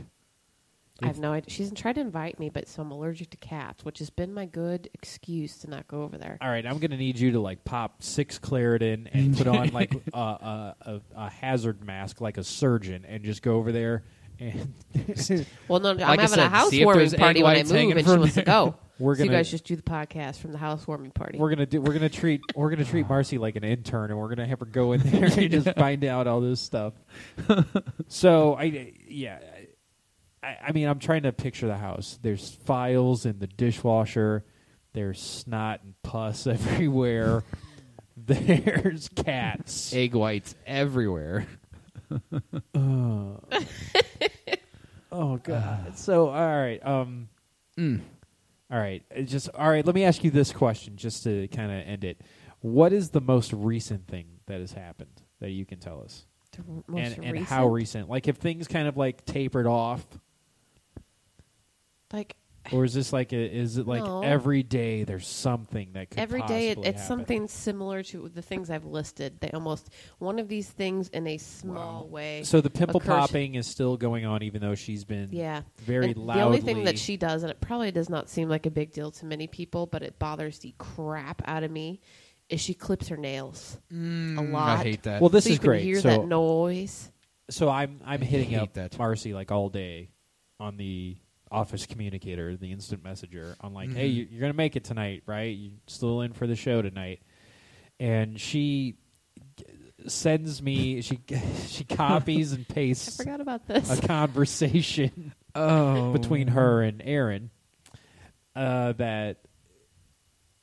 Speaker 4: I have no idea. She's tried to invite me, but so I'm allergic to cats, which has been my good excuse to not go over there.
Speaker 1: All right, I'm gonna need you to like pop six Claritin and put on like a, a, a, a hazard mask, like a surgeon, and just go over there and
Speaker 4: Well, no, I'm
Speaker 2: Like I
Speaker 4: having a
Speaker 2: said, see if
Speaker 4: housewarming
Speaker 2: there's egg
Speaker 4: party when I
Speaker 2: whites
Speaker 4: move,
Speaker 2: hanging
Speaker 4: and she
Speaker 2: from
Speaker 4: wants to go.
Speaker 1: We're
Speaker 4: so you
Speaker 1: gonna-
Speaker 4: guys just do the podcast from the housewarming party.
Speaker 1: we're gonna do we're gonna treat we're gonna treat Marcy like an intern, and we're gonna have her go in there and just find out all this stuff. so I yeah, I, I mean I'm trying to picture the house. There's files in the dishwasher. There's snot and pus everywhere. There's cats.
Speaker 2: Egg whites everywhere.
Speaker 1: Oh god. so all right. Um All right. it Just all right, let me ask you this question just to kind of end it. What is the most recent thing that has happened that you can tell us?
Speaker 4: The r- most
Speaker 1: and and how
Speaker 4: recent-
Speaker 1: recent? Like if things kind of like tapered off
Speaker 4: like
Speaker 1: or is this like a, is it like
Speaker 4: No.
Speaker 1: every day there's something that could
Speaker 4: every day it,
Speaker 1: possibly
Speaker 4: it's
Speaker 1: happen?
Speaker 4: something similar to the things I've listed. They almost one of these things in a small way.
Speaker 1: So the pimple
Speaker 4: occurs-
Speaker 1: popping is still going on even though she's been
Speaker 4: Yeah.
Speaker 1: very
Speaker 4: And
Speaker 1: loudly
Speaker 4: The only thing that she does, and it probably does not seem like a big deal to many people, but it bothers the crap out of me, is she clips her nails a lot.
Speaker 2: I hate that.
Speaker 1: Well, this
Speaker 4: so
Speaker 1: is
Speaker 4: you can
Speaker 1: great.
Speaker 4: hear
Speaker 1: so
Speaker 4: that noise.
Speaker 1: so I'm I'm hitting
Speaker 2: hate
Speaker 1: up
Speaker 2: that.
Speaker 1: Marcy like all day on the office communicator, the instant messenger. I'm like, hey,
Speaker 2: Mm-hmm.
Speaker 1: you- you're gonna make it tonight, right? You still in for the show tonight? And she sends me she she copies and pastes
Speaker 4: Forgot about this.
Speaker 1: a conversation
Speaker 2: Oh,
Speaker 1: between her and Aaron uh, that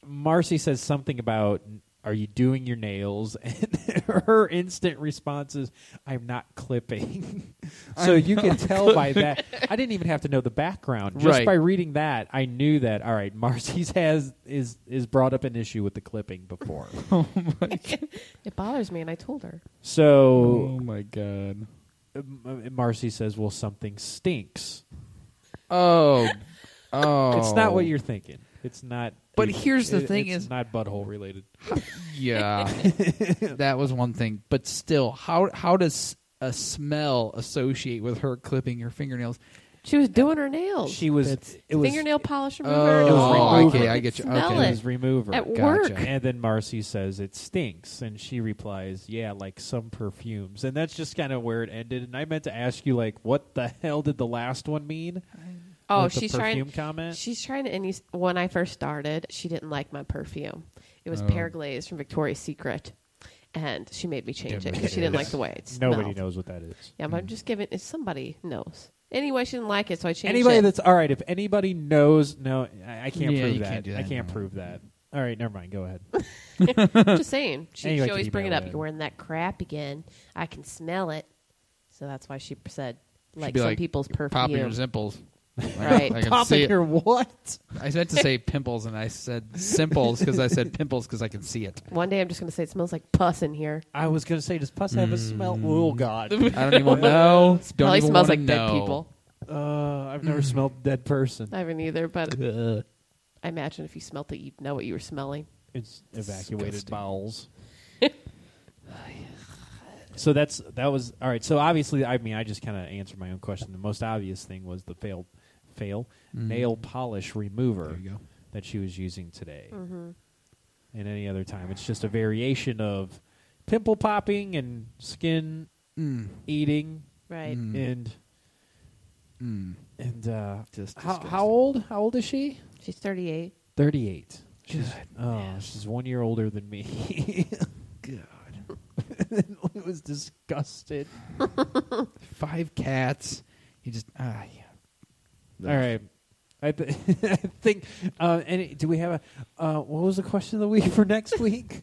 Speaker 1: Marcy says something about are you doing your nails and her instant response is I'm not clipping. so you can tell by that I didn't even have to know the background just
Speaker 2: Right.
Speaker 1: by reading that I knew that all right Marcy's has is is brought up an issue with the clipping before.
Speaker 4: It bothers me, and I told her.
Speaker 2: Oh.
Speaker 1: so
Speaker 2: my god.
Speaker 1: M- Marcy says well something stinks.
Speaker 2: Oh, oh.
Speaker 1: It's not what you're thinking. It's not.
Speaker 2: But here's the
Speaker 1: it-
Speaker 2: thing
Speaker 1: it's
Speaker 2: is-
Speaker 1: not butthole related.
Speaker 2: Yeah, that was one thing. But still, how how does a smell associate with her clipping her fingernails?
Speaker 4: She was doing her nails.
Speaker 1: She was. it was
Speaker 4: fingernail polish remover.
Speaker 2: Oh,
Speaker 4: it was
Speaker 1: oh,
Speaker 4: remover.
Speaker 1: okay,
Speaker 2: I
Speaker 4: could
Speaker 2: get you.
Speaker 4: Smell
Speaker 2: Okay.
Speaker 1: It
Speaker 4: it.
Speaker 1: was remover.
Speaker 4: At
Speaker 1: Gotcha.
Speaker 4: work.
Speaker 1: And then Marcy says it stinks, and she replies, "Yeah, like some perfumes." And that's just kind of where it ended. And I meant to ask you, like, what the hell did the last one mean?
Speaker 4: Oh,
Speaker 1: With the
Speaker 4: she's
Speaker 1: perfume
Speaker 4: trying.
Speaker 1: comment?
Speaker 4: She's trying to. And he's- when I first started, she didn't like my perfume.
Speaker 1: Oh.
Speaker 4: It was Pear Glaze from Victoria's Secret, and she made me change it because she didn't like the way it smelled.
Speaker 1: Nobody knows what that is.
Speaker 4: Yeah, but I'm just giving. If somebody knows, anyway, she didn't like it, so I changed
Speaker 1: Anybody
Speaker 4: it.
Speaker 1: that's all right. If anybody knows, no, I, I can't
Speaker 2: Yeah,
Speaker 1: prove
Speaker 2: you
Speaker 1: that.
Speaker 2: can't do that,
Speaker 1: I can't
Speaker 2: no.
Speaker 1: prove that. All right, never mind. Go ahead.
Speaker 4: just saying. She,
Speaker 1: Anyway,
Speaker 4: she always
Speaker 1: keep
Speaker 4: bring it
Speaker 1: email
Speaker 4: up.
Speaker 1: that.
Speaker 4: You're wearing that crap again. I can smell it. So that's why she said, like
Speaker 2: be
Speaker 4: some
Speaker 2: like,
Speaker 4: people's
Speaker 2: "You're
Speaker 4: perfume.
Speaker 2: Popping your simples.
Speaker 4: Right.
Speaker 2: I, can see
Speaker 1: Popping
Speaker 2: it.
Speaker 1: your what?
Speaker 2: I meant to say pimples, and I said simples because I said pimples because I can see it.
Speaker 4: One day I'm just going to say it smells like pus in here.
Speaker 1: I was gonna say, does pus have a smell?
Speaker 2: Mm.
Speaker 1: Oh God,
Speaker 2: I don't even know. Don't
Speaker 4: Probably
Speaker 2: even
Speaker 4: smells
Speaker 2: wanna
Speaker 4: like
Speaker 2: know.
Speaker 4: dead people.
Speaker 1: uh, I've never smelled a dead person.
Speaker 4: I haven't either, but
Speaker 2: Ugh.
Speaker 4: I imagine if you smelt it, you'd know what you were smelling.
Speaker 1: It's evacuated
Speaker 2: Disgusting.
Speaker 1: bowels. so that's that was all right. So obviously, I mean, I just kind of answered my own question. The most obvious thing was the fail, fail nail polish remover
Speaker 2: Mm-hmm. There you go. Mm-hmm.
Speaker 1: that she was using today. And any other time, it's just a variation of pimple popping and skin
Speaker 2: Mm.
Speaker 1: eating
Speaker 4: Right.
Speaker 1: and and uh,
Speaker 2: Mm. Just
Speaker 1: how,
Speaker 2: disgusting.
Speaker 1: how old? How old is she?
Speaker 4: She's 38.
Speaker 1: 38. She's, oh, she's one year older than me. God. it was disgusted.
Speaker 2: Five cats. You just ah yeah.
Speaker 1: All right. I, th- I think, uh, any, do we have a, uh, what was the question of the week for next week?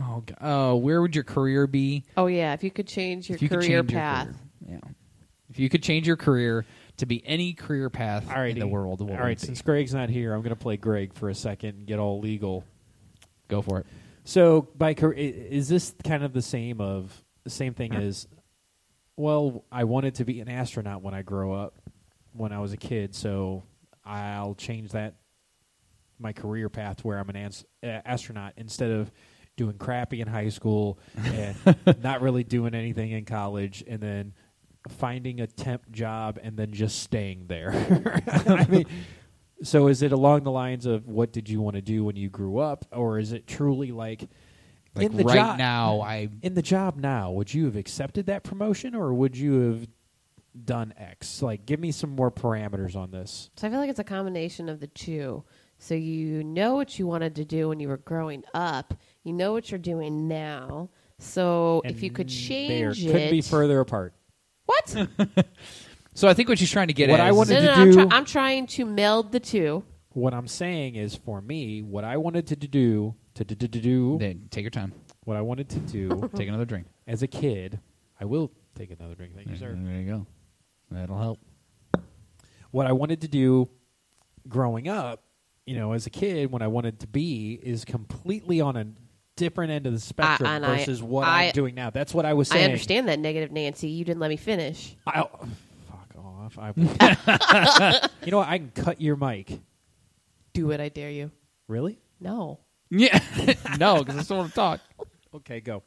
Speaker 2: Oh, God. oh, where would your career be
Speaker 4: Oh, yeah. If you could change your
Speaker 2: if you could
Speaker 4: career
Speaker 2: change
Speaker 4: path.
Speaker 2: Your career. Yeah. If you could change your career to be any career path
Speaker 1: All right.
Speaker 2: in the world, what
Speaker 1: All
Speaker 2: would
Speaker 1: right.
Speaker 2: it be?
Speaker 1: Since Greg's not here, I'm going to play Greg for a second and get all legal.
Speaker 2: go for it.
Speaker 1: So, by car- i- is this kind of the same of the same thing as? Well, I wanted to be an astronaut when I grow up, when I was a kid. So I'll change that my career path where I'm an ans- uh, astronaut instead of doing crappy in high school and not really doing anything in college, and then finding a temp job and then just staying there. I mean, so is it along the lines of what did you want to do when you grew up, or is it truly like,
Speaker 2: Like
Speaker 1: in the
Speaker 2: right
Speaker 1: job
Speaker 2: now, I
Speaker 1: in the job now? Would you have accepted that promotion, or would you have done X? Like, give me some more parameters on this.
Speaker 4: So I feel like it's a combination of the two. So you know what you wanted to do when you were growing up, you know what you're doing now. So if you could
Speaker 1: There
Speaker 4: change
Speaker 1: could
Speaker 4: it.
Speaker 1: be further apart.
Speaker 4: What? no,
Speaker 2: so I think what she's trying to get
Speaker 1: What
Speaker 2: at
Speaker 1: I
Speaker 2: is-
Speaker 1: wanted
Speaker 4: no,
Speaker 1: to
Speaker 4: no. I'm,
Speaker 1: do-
Speaker 4: try- I'm trying to meld the two.
Speaker 1: What I'm saying is, for me, what I wanted to do to do, do, do, do Oh.
Speaker 2: Then take your time.
Speaker 1: what I wanted to do
Speaker 2: Take another drink.
Speaker 1: as a kid. I will take another drink. Thank you, sir.
Speaker 2: There you go. That'll help.
Speaker 1: what I wanted to do growing up, you know, as a kid, when I wanted to be, is completely on a different end of the spectrum
Speaker 4: and I-
Speaker 1: versus what
Speaker 4: I-
Speaker 1: am doing now. That's what I was saying.
Speaker 4: I understand that negative Nancy. You didn't let me finish.
Speaker 1: I, oh, fuck off. I, you know what? I can cut your mic.
Speaker 4: Do it, I dare you.
Speaker 1: Really?
Speaker 4: No.
Speaker 2: Yeah. no, because I still want to talk.
Speaker 1: Okay, go.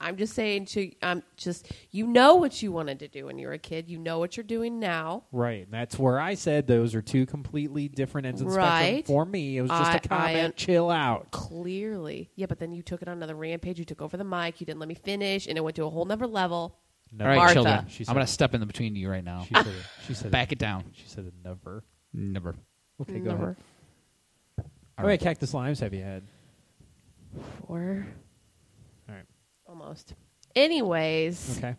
Speaker 4: I'm just saying to I'm just you know what you wanted to do when you were a kid. You know what you're doing now.
Speaker 1: Right. and that's where I said those are two completely different ends of the
Speaker 4: Right.
Speaker 1: spectrum for me. It was just a
Speaker 4: I- I
Speaker 1: comment.
Speaker 4: un-
Speaker 1: Chill out.
Speaker 4: Clearly. Yeah, but then you took it on another rampage. You took over the mic. You didn't let me finish and it went to a whole nother level.
Speaker 1: Never.
Speaker 2: All right,
Speaker 4: Martha.
Speaker 2: children.
Speaker 1: She said-
Speaker 2: I'm going to step in the between you right now.
Speaker 1: She said, it. she said,
Speaker 2: Back it down.
Speaker 1: She said it never.
Speaker 2: Never.
Speaker 1: Okay, go
Speaker 4: Number
Speaker 1: ahead. How many cactus limes have you had?
Speaker 4: four.
Speaker 1: All right.
Speaker 4: Almost. Anyways,
Speaker 1: Okay.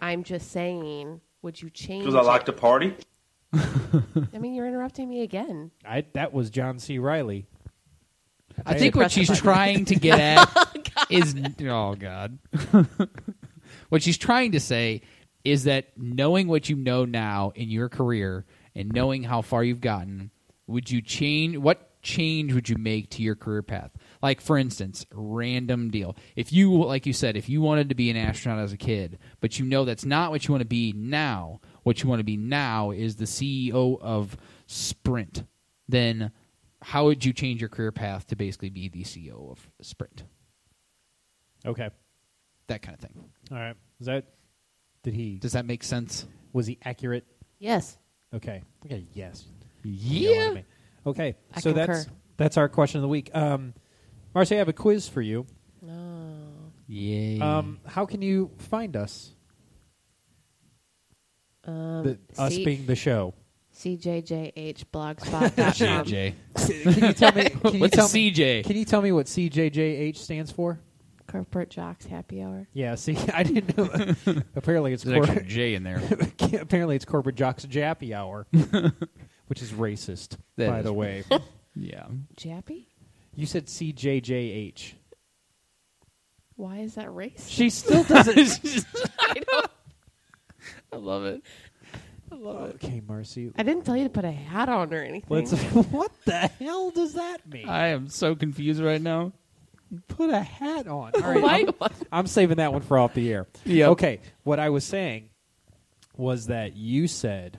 Speaker 4: I'm just saying, would you change?
Speaker 10: Because I like to party.
Speaker 4: I mean, you're interrupting me again.
Speaker 1: I, that was John C. Riley.
Speaker 2: I think what she's trying to get at is oh god. what she's trying to say is that knowing what you know now in your career and knowing how far you've gotten, would you change what change would you make to your career path? Like for instance, random deal. If you like you said, if you wanted to be an astronaut as a kid, but you know that's not what you want to be now, what you want to be now is the CEO of Sprint. Then how would you change your career path to basically be the CEO of Sprint?
Speaker 1: Okay.
Speaker 2: That kind of thing.
Speaker 1: All right. Is that? Did he?
Speaker 2: Does that make sense?
Speaker 1: was he accurate?
Speaker 4: Yes.
Speaker 1: Okay. Okay. Yes.
Speaker 2: Yeah.
Speaker 1: You know what I mean. Okay.
Speaker 4: I
Speaker 1: so that's
Speaker 4: concur.
Speaker 1: that's our question of the week. Um, Marcy, I have a quiz for you.
Speaker 2: Oh.
Speaker 4: No.
Speaker 2: Yay.
Speaker 1: Um, how can you find us?
Speaker 4: Um,
Speaker 1: The, us
Speaker 4: C-
Speaker 1: being the show.
Speaker 4: CJJHblogspot.com.
Speaker 2: CJ.
Speaker 1: Can you tell me? Can you
Speaker 2: What's a
Speaker 1: tell me?
Speaker 2: CJ?
Speaker 1: Can you tell me what CJJH stands for?
Speaker 4: Corporate Jocks Happy Hour.
Speaker 1: Yeah. See, I didn't know. apparently, it's
Speaker 2: There's
Speaker 1: cor-
Speaker 2: actually a J in there.
Speaker 1: apparently it's corporate jocks jappy E hour, which is racist.
Speaker 2: That
Speaker 1: by
Speaker 2: is
Speaker 1: the way,
Speaker 2: yeah.
Speaker 4: Jappy?
Speaker 1: you said CJJH.
Speaker 4: Why is that racist?
Speaker 1: She still doesn't.
Speaker 2: I love it.
Speaker 1: okay, Marcy.
Speaker 4: I didn't tell you to put a hat on or anything.
Speaker 1: Let's. what the hell does that mean?
Speaker 2: I am so confused right now.
Speaker 1: Put a hat on. All right,
Speaker 4: Why?
Speaker 1: I'm- I'm saving that one for off the air.
Speaker 2: Yep.
Speaker 1: Okay. What I was saying was that you said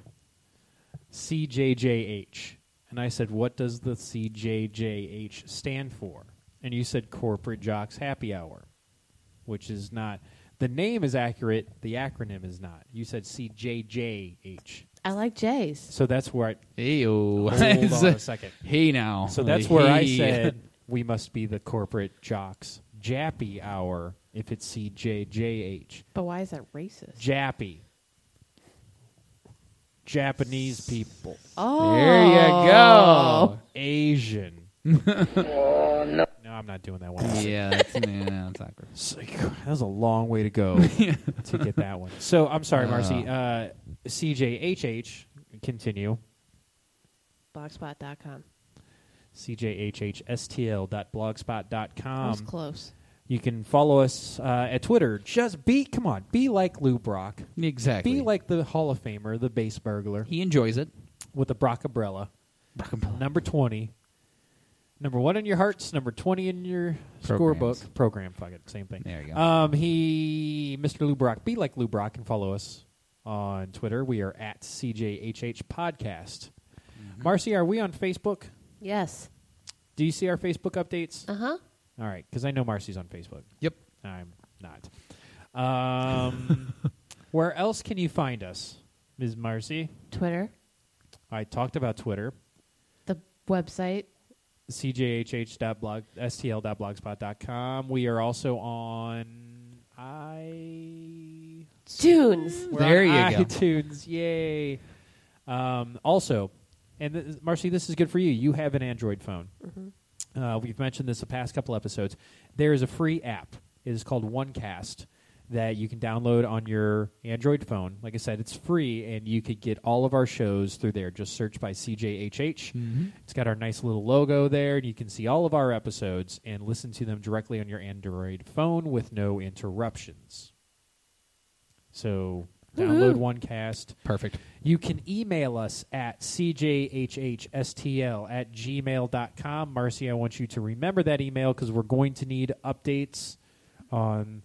Speaker 1: CJJH, and I said, "What does the CJJH stand for?" And you said Corporate Jocks Happy Hour, which is not. The name is accurate. The acronym is not. You said CJJH,
Speaker 4: I like J's.
Speaker 1: so that's where. I,
Speaker 2: Ew.
Speaker 1: hold on a second.
Speaker 2: hey now.
Speaker 1: So that's where I
Speaker 2: Hey.
Speaker 1: said we must be the corporate jocks. Jappy hour if it's CJJH.
Speaker 4: But why is that racist?
Speaker 1: Jappy. Japanese people.
Speaker 4: oh.
Speaker 2: There you go.
Speaker 1: Asian. no. I'm not doing that one.
Speaker 2: Yeah, that's, yeah, that's awkward.
Speaker 1: It's like, That was a long way to go to get that one. So I'm sorry, Marcy. Uh, CJHH, continue.
Speaker 4: Blogspot.com.
Speaker 2: Um,
Speaker 4: That was
Speaker 1: CJHHSTL.blogspot.com.
Speaker 4: close.
Speaker 1: You can follow us uh, at Twitter. Just be, come on, be like Lou Brock.
Speaker 2: Exactly.
Speaker 1: Be like the Hall of Famer, the base burglar,
Speaker 2: he enjoys it.
Speaker 1: with the Brock umbrella. Number 20. Number one in your hearts, number 20 in your
Speaker 2: Programs.
Speaker 1: scorebook. Program, fuck it, same thing.
Speaker 2: There you go.
Speaker 1: Um, he, Mr. Lou Brock, be like Lou Brock and follow us on Twitter. We are at CJHH Podcast.
Speaker 2: Mm-hmm.
Speaker 1: Marcy, are we on Facebook?
Speaker 4: Yes.
Speaker 1: Do you see our Facebook updates?
Speaker 4: Uh huh.
Speaker 1: All right, because I know Marcy's on Facebook.
Speaker 2: Yep.
Speaker 1: I'm not. Um, where else can you find us, Ms. Marcy?
Speaker 4: Twitter,
Speaker 1: I talked about Twitter,
Speaker 4: the website.
Speaker 1: cjhh.blogstl.blogspot.com. We are also on i
Speaker 4: Tunes.
Speaker 1: we're
Speaker 2: There
Speaker 1: on
Speaker 2: you go.
Speaker 1: iTunes. Yay! Um, also, and th- Marcy, this is good for you. You have an Android phone. Uh, we've mentioned this the past couple episodes. There is a free app. It is called OneCast that you can download on your Android phone. Like I said, it's free, and you could get all of our shows through there. Just search by CJHH. It's got our nice little logo there, and you can see all of our episodes and listen to them directly on your Android phone with no interruptions. So download OneCast.
Speaker 2: Perfect.
Speaker 1: You can email us at cjhhstl at gmail.com. Marcy, I want you to remember that email because we're going to need updates on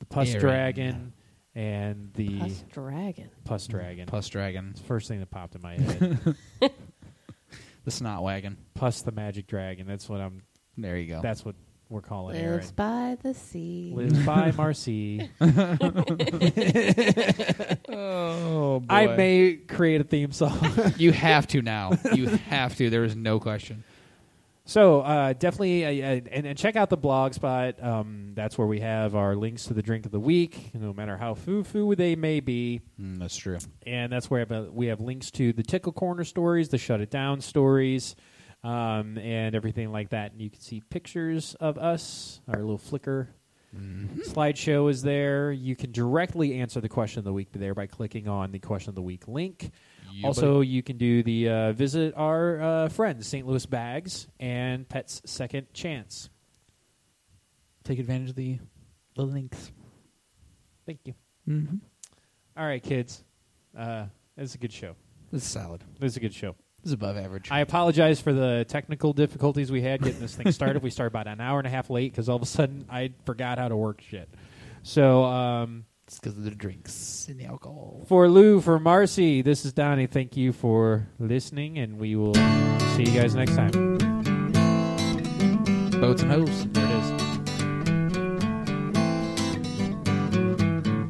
Speaker 1: the Puss
Speaker 2: Aaron.
Speaker 1: Dragon and the
Speaker 4: Plus
Speaker 1: Puss,
Speaker 4: Dragon.
Speaker 1: Dragon.
Speaker 2: Plus dragon.
Speaker 1: It's the first thing that popped in my head.
Speaker 2: The snot wagon.
Speaker 1: Puss the Magic Dragon. That's what I'm.
Speaker 2: There you go.
Speaker 1: That's what we're calling Aaron.
Speaker 4: Lives by the sea.
Speaker 1: Lives by Marcy.
Speaker 2: oh boy.
Speaker 1: I may create a theme song.
Speaker 2: You have to now. You have to. There is no question.
Speaker 1: So uh, definitely, uh, uh, and, and check out the blog spot. Um, that's where we have our links to the drink of the week, no matter how foo foo they may be.
Speaker 2: Mm, that's true.
Speaker 1: And that's where we have, uh, we have links to the Tickle Corner stories, the Shut It Down stories, um, and everything like that. And you can see pictures of us, our little Flickr Slideshow is there. You can directly answer the question of the week there by clicking on the question of the week link.
Speaker 2: Yeah,
Speaker 1: also, you can do the uh, visit our uh, friends, St. Louis Bags and Pets Second Chance.
Speaker 2: Take advantage of the the links.
Speaker 1: Thank you.
Speaker 2: Mm-hmm.
Speaker 1: All right, kids. Uh, it's a good show.
Speaker 2: This is solid.
Speaker 1: This is a good show.
Speaker 2: This is above average.
Speaker 1: I apologize for the technical difficulties we had getting this thing started. we started about an hour and a half late because all of a sudden I forgot how to work shit. So um,
Speaker 2: it's because of the drinks and the alcohol.
Speaker 1: for Lou, for Marcy, this is Donnie. Thank you for listening, and we will see you guys next time.
Speaker 2: Boats and hoes.
Speaker 1: There it is.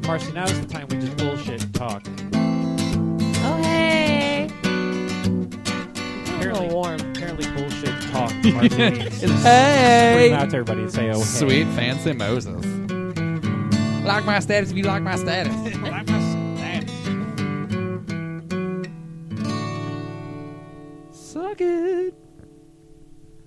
Speaker 1: Marcy, now is the time we just bullshit and talk.
Speaker 4: Oh, hey. A
Speaker 1: Apparently,
Speaker 4: little warm.
Speaker 1: apparently bullshit talk. Marcy needs to scream
Speaker 2: Hey,
Speaker 1: out to everybody and say, "Oh, hey."
Speaker 2: sweet fancy Moses. Like my status if you like my status.
Speaker 1: Well, I'm gonna